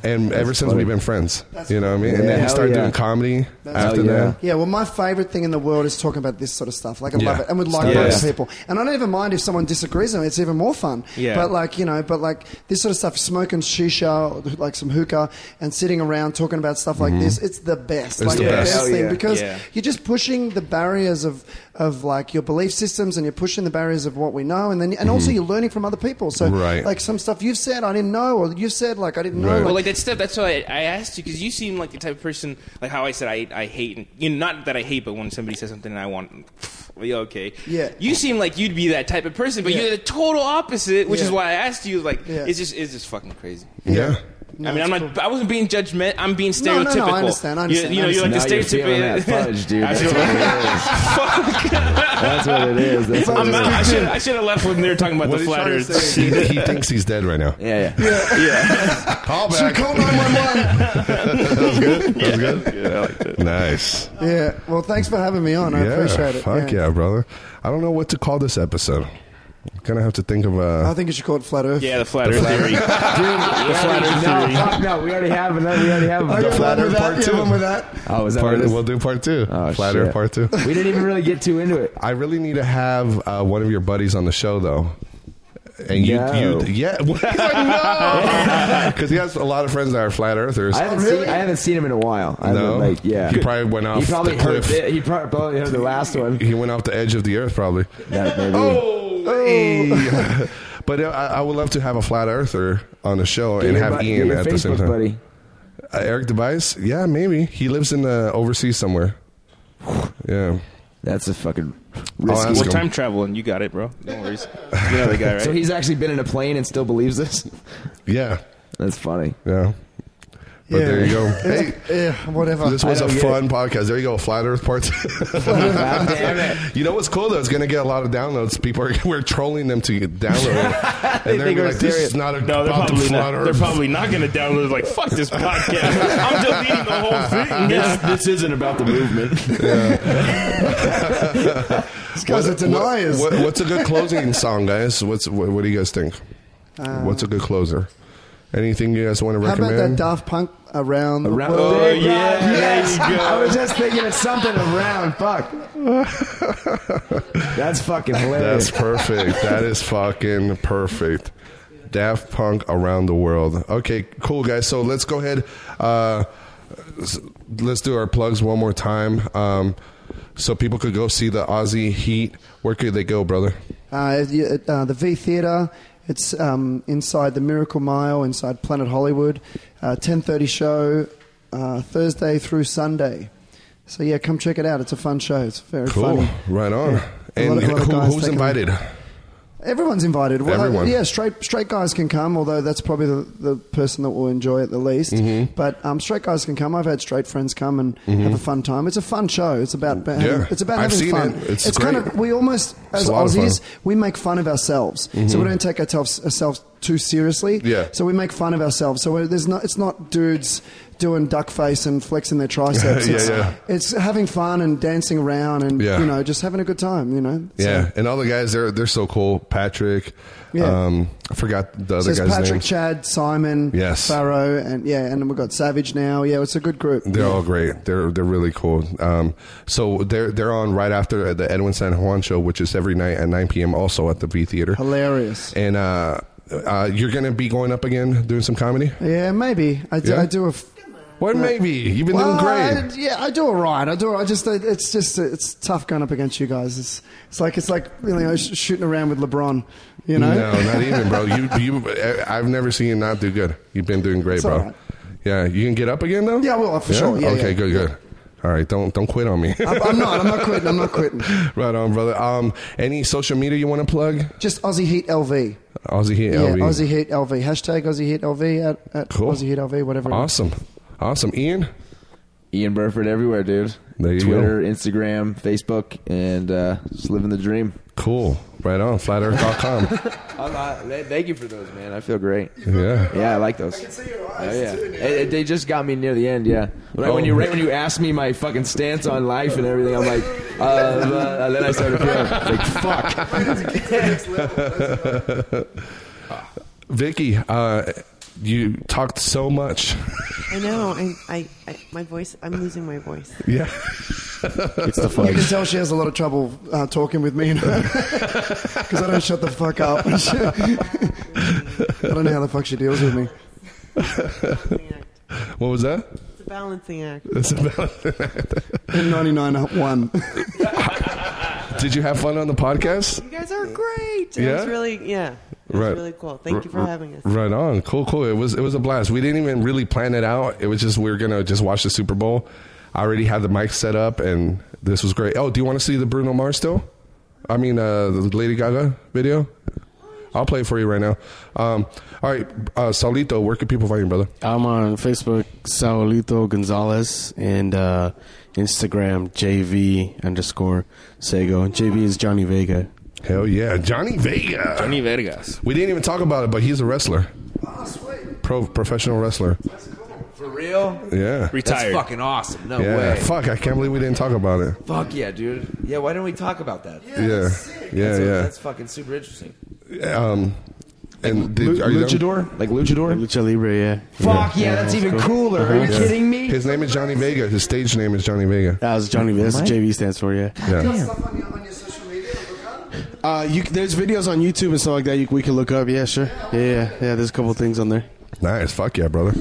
[SPEAKER 1] and ever since
[SPEAKER 7] funny.
[SPEAKER 1] we've been friends. you know what I mean? And
[SPEAKER 7] Yeah,
[SPEAKER 1] then he
[SPEAKER 7] hell
[SPEAKER 1] started
[SPEAKER 7] yeah.
[SPEAKER 1] doing comedy after that.
[SPEAKER 4] Yeah, well, my favorite thing in the world is talking about this sort of stuff. Like, I
[SPEAKER 1] Yeah.
[SPEAKER 4] love it, and with
[SPEAKER 1] It's the
[SPEAKER 4] like-minded
[SPEAKER 1] best.
[SPEAKER 4] people. And I don't even mind if someone disagrees with me; it's even more fun.
[SPEAKER 1] Yeah.
[SPEAKER 4] But like, you know, but like this sort of stuff, smoking shisha, or, like some hookah, and sitting around talking about stuff like
[SPEAKER 1] Mhm.
[SPEAKER 4] this, it's the best.
[SPEAKER 1] It's
[SPEAKER 4] like
[SPEAKER 1] the best. Hell
[SPEAKER 4] thing
[SPEAKER 1] yeah.
[SPEAKER 4] because
[SPEAKER 1] Yeah.
[SPEAKER 4] you're just pushing the barriers of of like your belief systems, and you're pushing the barriers of what we know, and then and also
[SPEAKER 3] Mhm.
[SPEAKER 4] you're learning from other people. So
[SPEAKER 1] Mm-hmm. Right.
[SPEAKER 4] like some stuff you've said I didn't know, or you said like I didn't know.
[SPEAKER 3] Well,
[SPEAKER 4] Like,
[SPEAKER 3] like that stuff. That's why I, I asked you because you seem like the type of person, like how I said I I hate, and, you know, not that I hate, but when somebody says something and I want, yeah, okay,
[SPEAKER 4] Yeah.
[SPEAKER 3] You seem like you'd be that type of person, but
[SPEAKER 4] Yeah.
[SPEAKER 3] you're the total opposite, which is
[SPEAKER 4] Yeah.
[SPEAKER 3] why I asked you. Like,
[SPEAKER 4] Yeah.
[SPEAKER 3] it's just it's just fucking crazy.
[SPEAKER 1] Yeah.
[SPEAKER 3] I mean, I'm not. I wasn't being judgment. I'm being
[SPEAKER 4] No, no, no, I
[SPEAKER 3] stereotypical.
[SPEAKER 4] understand, I
[SPEAKER 3] You-
[SPEAKER 4] understand,
[SPEAKER 3] You, know,
[SPEAKER 4] I
[SPEAKER 3] you're like the
[SPEAKER 7] understand. Now
[SPEAKER 3] stereotypical
[SPEAKER 7] you're feeling that
[SPEAKER 3] *laughs*
[SPEAKER 7] fudge, *laughs* dude.
[SPEAKER 3] I
[SPEAKER 7] That's
[SPEAKER 3] feel-
[SPEAKER 7] what That's what it is. That's what
[SPEAKER 3] I'm
[SPEAKER 7] it
[SPEAKER 3] out.
[SPEAKER 7] is.
[SPEAKER 3] I should I should have left when they were talking about
[SPEAKER 1] What
[SPEAKER 3] the
[SPEAKER 1] he's
[SPEAKER 3] flat
[SPEAKER 1] trying to
[SPEAKER 3] Earth.
[SPEAKER 1] say is that he
[SPEAKER 3] *laughs*
[SPEAKER 1] thinks he's dead right now.
[SPEAKER 7] Yeah, yeah.
[SPEAKER 1] Call
[SPEAKER 4] *laughs*
[SPEAKER 1] back. call 911. *laughs* that was
[SPEAKER 9] *laughs*
[SPEAKER 1] good. That was good. I liked it. Nice.
[SPEAKER 4] yeah. Well, thanks for having me on. I
[SPEAKER 1] yeah,
[SPEAKER 4] appreciate it.
[SPEAKER 1] Fuck yeah. brother. I don't know what to call this episode. I'm gonna have to think of a.
[SPEAKER 4] I think you should call it flat Earth.
[SPEAKER 3] Yeah, *laughs* the flat Earth theory.
[SPEAKER 7] The flat Earth theory.
[SPEAKER 4] no, we already have another.
[SPEAKER 7] We already have
[SPEAKER 4] Are Oh, you
[SPEAKER 7] the
[SPEAKER 4] one
[SPEAKER 7] flat
[SPEAKER 4] with
[SPEAKER 7] Earth
[SPEAKER 4] that?
[SPEAKER 7] part
[SPEAKER 4] You one
[SPEAKER 7] two.
[SPEAKER 4] with that?
[SPEAKER 7] Oh, is that
[SPEAKER 1] part,
[SPEAKER 7] what it is? Oh,
[SPEAKER 1] We'll do part two. Flat Earth
[SPEAKER 7] shit.
[SPEAKER 1] part two.
[SPEAKER 7] *laughs* We didn't even really get too into it.
[SPEAKER 1] I really need to have uh, one of your buddies on the show, though. And you,
[SPEAKER 7] No.
[SPEAKER 1] you yeah, *laughs* he's like
[SPEAKER 7] *laughs*
[SPEAKER 1] no, because he has a lot of friends that are flat earthers.
[SPEAKER 7] I
[SPEAKER 4] Oh,
[SPEAKER 7] haven't seen. I haven't seen him in a while. I haven't,
[SPEAKER 1] No?
[SPEAKER 7] like yeah.
[SPEAKER 1] He probably went off
[SPEAKER 7] He probably
[SPEAKER 1] the
[SPEAKER 7] heard
[SPEAKER 1] cliff.
[SPEAKER 7] it. He prob- probably heard the last one.
[SPEAKER 1] He went off the edge of the earth, probably.
[SPEAKER 7] Oh,
[SPEAKER 1] Hey. *laughs* but uh, I, I would love to have a flat earther on the show
[SPEAKER 7] Get
[SPEAKER 1] and
[SPEAKER 7] your
[SPEAKER 1] have
[SPEAKER 7] bu- get
[SPEAKER 1] Ian
[SPEAKER 7] your
[SPEAKER 1] at the same
[SPEAKER 7] Facebook
[SPEAKER 1] time.
[SPEAKER 7] buddy.
[SPEAKER 1] Uh, Eric Device, yeah, maybe he lives in uh, overseas somewhere. *sighs* Yeah,
[SPEAKER 7] that's a fucking
[SPEAKER 1] I'll
[SPEAKER 3] We're
[SPEAKER 1] ask
[SPEAKER 3] time
[SPEAKER 1] him.
[SPEAKER 3] traveling. You got it, bro. No worries. You know the guy, right?
[SPEAKER 7] So he's actually been in a plane and still believes this.
[SPEAKER 1] Yeah,
[SPEAKER 7] that's funny.
[SPEAKER 1] Yeah. But there you go. Oh, Hey,
[SPEAKER 4] *laughs* yeah, whatever.
[SPEAKER 1] This was a fun podcast. There you go, Flat Earth *laughs* parts. you know what's cool though? It's gonna get a lot of downloads. People are *laughs* we're trolling them to
[SPEAKER 7] *laughs*
[SPEAKER 1] download, it.
[SPEAKER 3] They
[SPEAKER 1] and they're gonna be
[SPEAKER 3] think we're
[SPEAKER 1] like, "This
[SPEAKER 3] serious.
[SPEAKER 1] is not a
[SPEAKER 3] no, they're
[SPEAKER 1] about the
[SPEAKER 3] probably
[SPEAKER 1] Flat
[SPEAKER 3] not. They're
[SPEAKER 1] Earth."
[SPEAKER 3] probably not going to download. Like, fuck
[SPEAKER 1] *laughs*
[SPEAKER 3] this podcast. I'm deleting the whole thing.
[SPEAKER 7] isn't about the movement.
[SPEAKER 4] These guys are deniers.
[SPEAKER 1] What, what's a good closing song, guys? What's what, what do you guys think?
[SPEAKER 4] Uh,
[SPEAKER 1] what's a good closer? Anything you guys want to
[SPEAKER 4] How about that
[SPEAKER 1] recommend?
[SPEAKER 4] Daft Punk around? the
[SPEAKER 1] Around-
[SPEAKER 4] world?
[SPEAKER 1] Oh, yeah, there
[SPEAKER 7] Yes,
[SPEAKER 4] *laughs*
[SPEAKER 1] you go.
[SPEAKER 7] *laughs* I was just thinking it's something around. Fuck. That's fucking hilarious.
[SPEAKER 1] That's perfect. that is fucking perfect. Daft Punk around the world. Okay, cool guys. So let's go ahead. Uh, s- let's do our plugs one more time. Um, so people could go see the Aussie Heat. Where could they go, brother?
[SPEAKER 4] Uh, you- uh, the V Theatre. It's um, inside the Miracle Mile, inside Planet Hollywood. Uh, Ten thirty show uh, Thursday through Sunday. So yeah, come check it out. It's a fun show. It's very
[SPEAKER 1] Cool.
[SPEAKER 4] funny.
[SPEAKER 1] Right on.
[SPEAKER 4] Yeah. A
[SPEAKER 1] And
[SPEAKER 4] lot of- a lot of
[SPEAKER 1] who,
[SPEAKER 4] guys
[SPEAKER 1] who's
[SPEAKER 4] taking-
[SPEAKER 1] invited?
[SPEAKER 4] Everyone's invited. Well,
[SPEAKER 1] Everyone.
[SPEAKER 4] yeah, straight straight guys can come, although that's probably the, the person that will enjoy it the least.
[SPEAKER 1] Mm-hmm.
[SPEAKER 4] But um, straight guys can come. I've had straight friends come and
[SPEAKER 1] Mhm.
[SPEAKER 4] have a fun time. It's a fun show. It's about having,
[SPEAKER 1] Yeah.
[SPEAKER 4] it's about
[SPEAKER 1] I've
[SPEAKER 4] having
[SPEAKER 1] seen
[SPEAKER 4] fun.
[SPEAKER 1] it. It's
[SPEAKER 4] kind
[SPEAKER 1] great.
[SPEAKER 4] of we almost
[SPEAKER 1] It's
[SPEAKER 4] as
[SPEAKER 1] a lot of
[SPEAKER 4] Aussies
[SPEAKER 1] fun.
[SPEAKER 4] we make fun of ourselves, so
[SPEAKER 1] Mhm.
[SPEAKER 4] we don't take ourselves ourselves too seriously.
[SPEAKER 1] Yeah.
[SPEAKER 4] So we make fun of ourselves. So we're- there's not it's not dudes doing duck face and flexing their
[SPEAKER 1] *laughs*
[SPEAKER 4] triceps.
[SPEAKER 1] Yeah,
[SPEAKER 4] it's,
[SPEAKER 1] yeah.
[SPEAKER 4] it's having fun and dancing around and
[SPEAKER 1] Yeah.
[SPEAKER 4] you know just having a good time. You know.
[SPEAKER 1] Yeah, and all the guys they're they're so cool. Patrick,
[SPEAKER 4] Yeah.
[SPEAKER 1] um, I forgot the other
[SPEAKER 4] So it's
[SPEAKER 1] guy's
[SPEAKER 4] Patrick,
[SPEAKER 1] name.
[SPEAKER 4] Chad, Simon,
[SPEAKER 1] Yes.
[SPEAKER 4] Farrow, and yeah, and we've got Savage now. Yeah, it's a good group.
[SPEAKER 1] They're all great. They're they're really cool. Um, so they're they're on right after the Edwin San Juan show, which is every night at 9 p.m. also at the V Theater.
[SPEAKER 4] Hilarious.
[SPEAKER 1] And uh, uh, you're gonna be going up again doing some comedy.
[SPEAKER 4] Yeah, maybe I do.
[SPEAKER 1] Yeah?
[SPEAKER 4] I do a. F-
[SPEAKER 1] What
[SPEAKER 4] Yeah.
[SPEAKER 1] maybe you've been
[SPEAKER 4] Well,
[SPEAKER 1] doing
[SPEAKER 4] I- yeah, I do all right. I do. I just. It's just. It's tough going up against you guys. It's. It's like. It's like you know sh- shooting around with LeBron. You know.
[SPEAKER 1] No, not even, bro. You you I- I've never seen you not do good. You've been doing great,
[SPEAKER 4] It's
[SPEAKER 1] bro.
[SPEAKER 4] all right.
[SPEAKER 1] Yeah, you can get up again though.
[SPEAKER 4] Yeah, I will, for sure. Yeah,
[SPEAKER 1] okay,
[SPEAKER 4] yeah.
[SPEAKER 1] good, good. All right, don't don't quit on me.
[SPEAKER 4] I'm, I'm not. I'm not quitting. I'm not quitting.
[SPEAKER 1] *laughs* right on, brother. Um, any social media you want to plug?
[SPEAKER 4] Just Aussie Heat LV.
[SPEAKER 1] Aussie Heat
[SPEAKER 4] *laughs* yeah,
[SPEAKER 1] LV.
[SPEAKER 4] Aussie Heat LV. Hashtag Aussie Heat LV at, at
[SPEAKER 1] Cool.
[SPEAKER 4] Aussie Heat LV. Whatever. it is.
[SPEAKER 1] Awesome. Awesome. Ian?
[SPEAKER 7] Ian Burford everywhere, dude.
[SPEAKER 1] There you
[SPEAKER 7] Twitter, Instagram, Facebook, and uh, just living the dream.
[SPEAKER 1] Cool. Right on.
[SPEAKER 7] *laughs*
[SPEAKER 1] Flatearth.com.
[SPEAKER 7] I'm not- Uh, th- Thank you for those, man. I feel great.
[SPEAKER 1] Yeah.
[SPEAKER 7] Yeah, I like those. Oh, yeah. It- it- they just got me near the end. Yeah. Right when you
[SPEAKER 1] Oh.
[SPEAKER 7] right when you asked me my fucking stance on life and everything, I'm like, uh, uh, and then I started feeling like
[SPEAKER 4] *laughs*
[SPEAKER 7] fuck.
[SPEAKER 1] *laughs* Vicky, uh, you talked so much. *laughs*
[SPEAKER 5] I know. I, I, I, my voice. I'm losing my
[SPEAKER 2] *laughs*
[SPEAKER 5] voice.
[SPEAKER 1] yeah.
[SPEAKER 4] It's the You can tell she has a lot of trouble uh, talking with me *laughs* because I don't shut the fuck up. *laughs* I don't know how the fuck she deals with me.
[SPEAKER 1] What was that?
[SPEAKER 5] It's a balancing act.
[SPEAKER 1] That's about
[SPEAKER 4] In 99 1.
[SPEAKER 1] Did you have fun on the podcast?
[SPEAKER 5] You guys are great. It
[SPEAKER 1] Yeah?
[SPEAKER 5] was really, yeah. It was really cool. Thank you for
[SPEAKER 1] R-
[SPEAKER 5] having us.
[SPEAKER 1] Right on. Cool, cool. It was it was a blast. We didn't even really plan it out. It was just we were gonna just watch the Super Bowl. I already had the mic set up and this was great. Oh, do you wanna see the Bruno Mars still? I mean uh the Lady Gaga video? I'll play it for you right now. Um, all right, uh, Salito, where can people find you, brother?
[SPEAKER 2] I'm on Facebook, Saulito Gonzalez, and uh, Instagram, JV underscore Sego. JV is Johnny Vega.
[SPEAKER 1] Hell yeah, Johnny Vega. Johnny
[SPEAKER 3] Vegas.
[SPEAKER 1] We didn't even talk about it, but he's a wrestler. Pro professional wrestler.
[SPEAKER 7] For real?
[SPEAKER 1] Yeah.
[SPEAKER 7] That's fucking awesome. No
[SPEAKER 1] yeah.
[SPEAKER 7] way.
[SPEAKER 1] Fuck, I can't believe we didn't talk about it.
[SPEAKER 7] Fuck yeah, dude. Yeah, why didn't we talk about that?
[SPEAKER 1] Yeah. Yeah. That's Yeah,
[SPEAKER 7] that's,
[SPEAKER 1] yeah.
[SPEAKER 7] That's fucking super interesting.
[SPEAKER 1] Um, and did,
[SPEAKER 2] Lu-
[SPEAKER 1] are you done?
[SPEAKER 2] luchador?
[SPEAKER 7] Like luchador?
[SPEAKER 2] Lucha Libre, yeah. Uh-huh.
[SPEAKER 7] Fuck yeah, that's even cooler. Are you
[SPEAKER 1] Yeah.
[SPEAKER 7] kidding me?
[SPEAKER 1] Uh-huh. His name is Johnny Vega. His stage name is Johnny Vega.
[SPEAKER 2] That was Johnny Vega. That's what
[SPEAKER 1] What?
[SPEAKER 2] JV stands for, yeah.
[SPEAKER 1] Yeah.
[SPEAKER 2] Uh, you, c- there's videos on YouTube and stuff like that you, we can look up. Yeah, sure. Yeah, yeah, yeah. There's a couple things on there.
[SPEAKER 1] Nice. Fuck yeah, brother.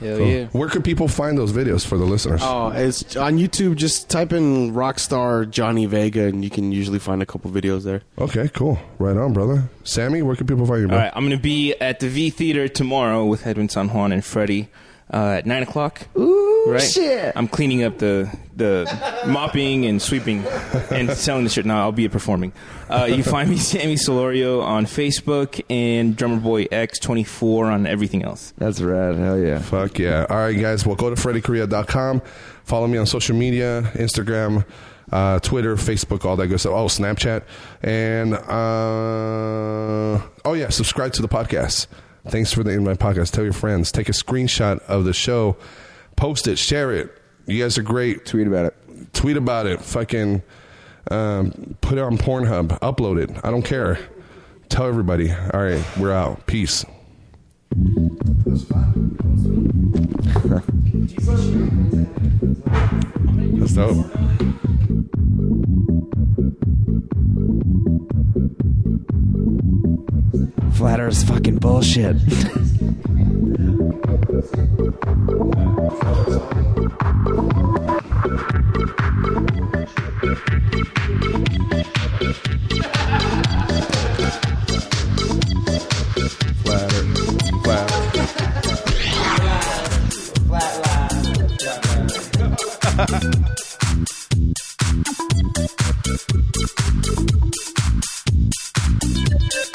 [SPEAKER 2] Hell
[SPEAKER 1] Cool. Where could people find those videos for the listeners?
[SPEAKER 2] Oh, it's on YouTube. Just type in Rockstar Johnny Vega, and you can usually find a couple videos there.
[SPEAKER 1] Okay, cool. Right on, brother. Sammy, where can people find you,
[SPEAKER 3] All
[SPEAKER 1] bro?
[SPEAKER 3] right, I'm going to be at the V Theater tomorrow with Edwin San Juan and Freddie uh, at nine o'clock. Ooh, right?
[SPEAKER 4] shit.
[SPEAKER 3] I'm cleaning up the the mopping and sweeping and selling the shit. Now I'll be performing. Uh, you find me *laughs* Sammy Solorio on Facebook and Drummer Boy X24 on everything else.
[SPEAKER 7] That's rad. Hell yeah.
[SPEAKER 1] Fuck yeah. All right, guys. Well, go to freddykorea.com. Follow me on social media Instagram, uh, Twitter, Facebook, all that good stuff. Oh, Snapchat. And, uh, oh, yeah, subscribe to the podcast. Thanks for the invite podcast. Tell your friends. Take a screenshot of the show. Post it. Share it. You guys are great.
[SPEAKER 7] Tweet about it.
[SPEAKER 1] Tweet about it. Fucking um, put it on Pornhub. Upload it. I don't care. Tell everybody. All right, we're out. Peace. *laughs* That's dope.
[SPEAKER 7] Flat Earth's fucking bullshit. *laughs*
[SPEAKER 1] Flatter. Flatter.
[SPEAKER 14] Flatline.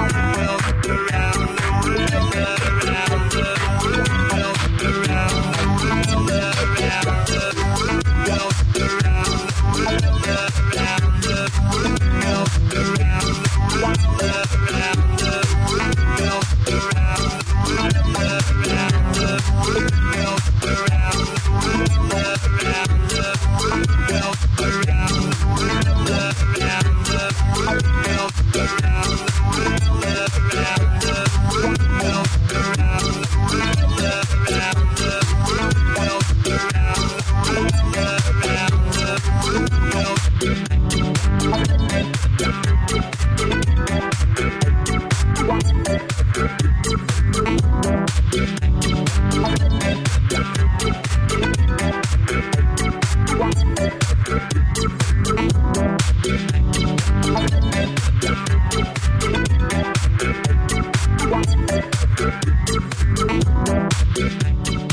[SPEAKER 9] Around the world, around the world, around the world. Thank you.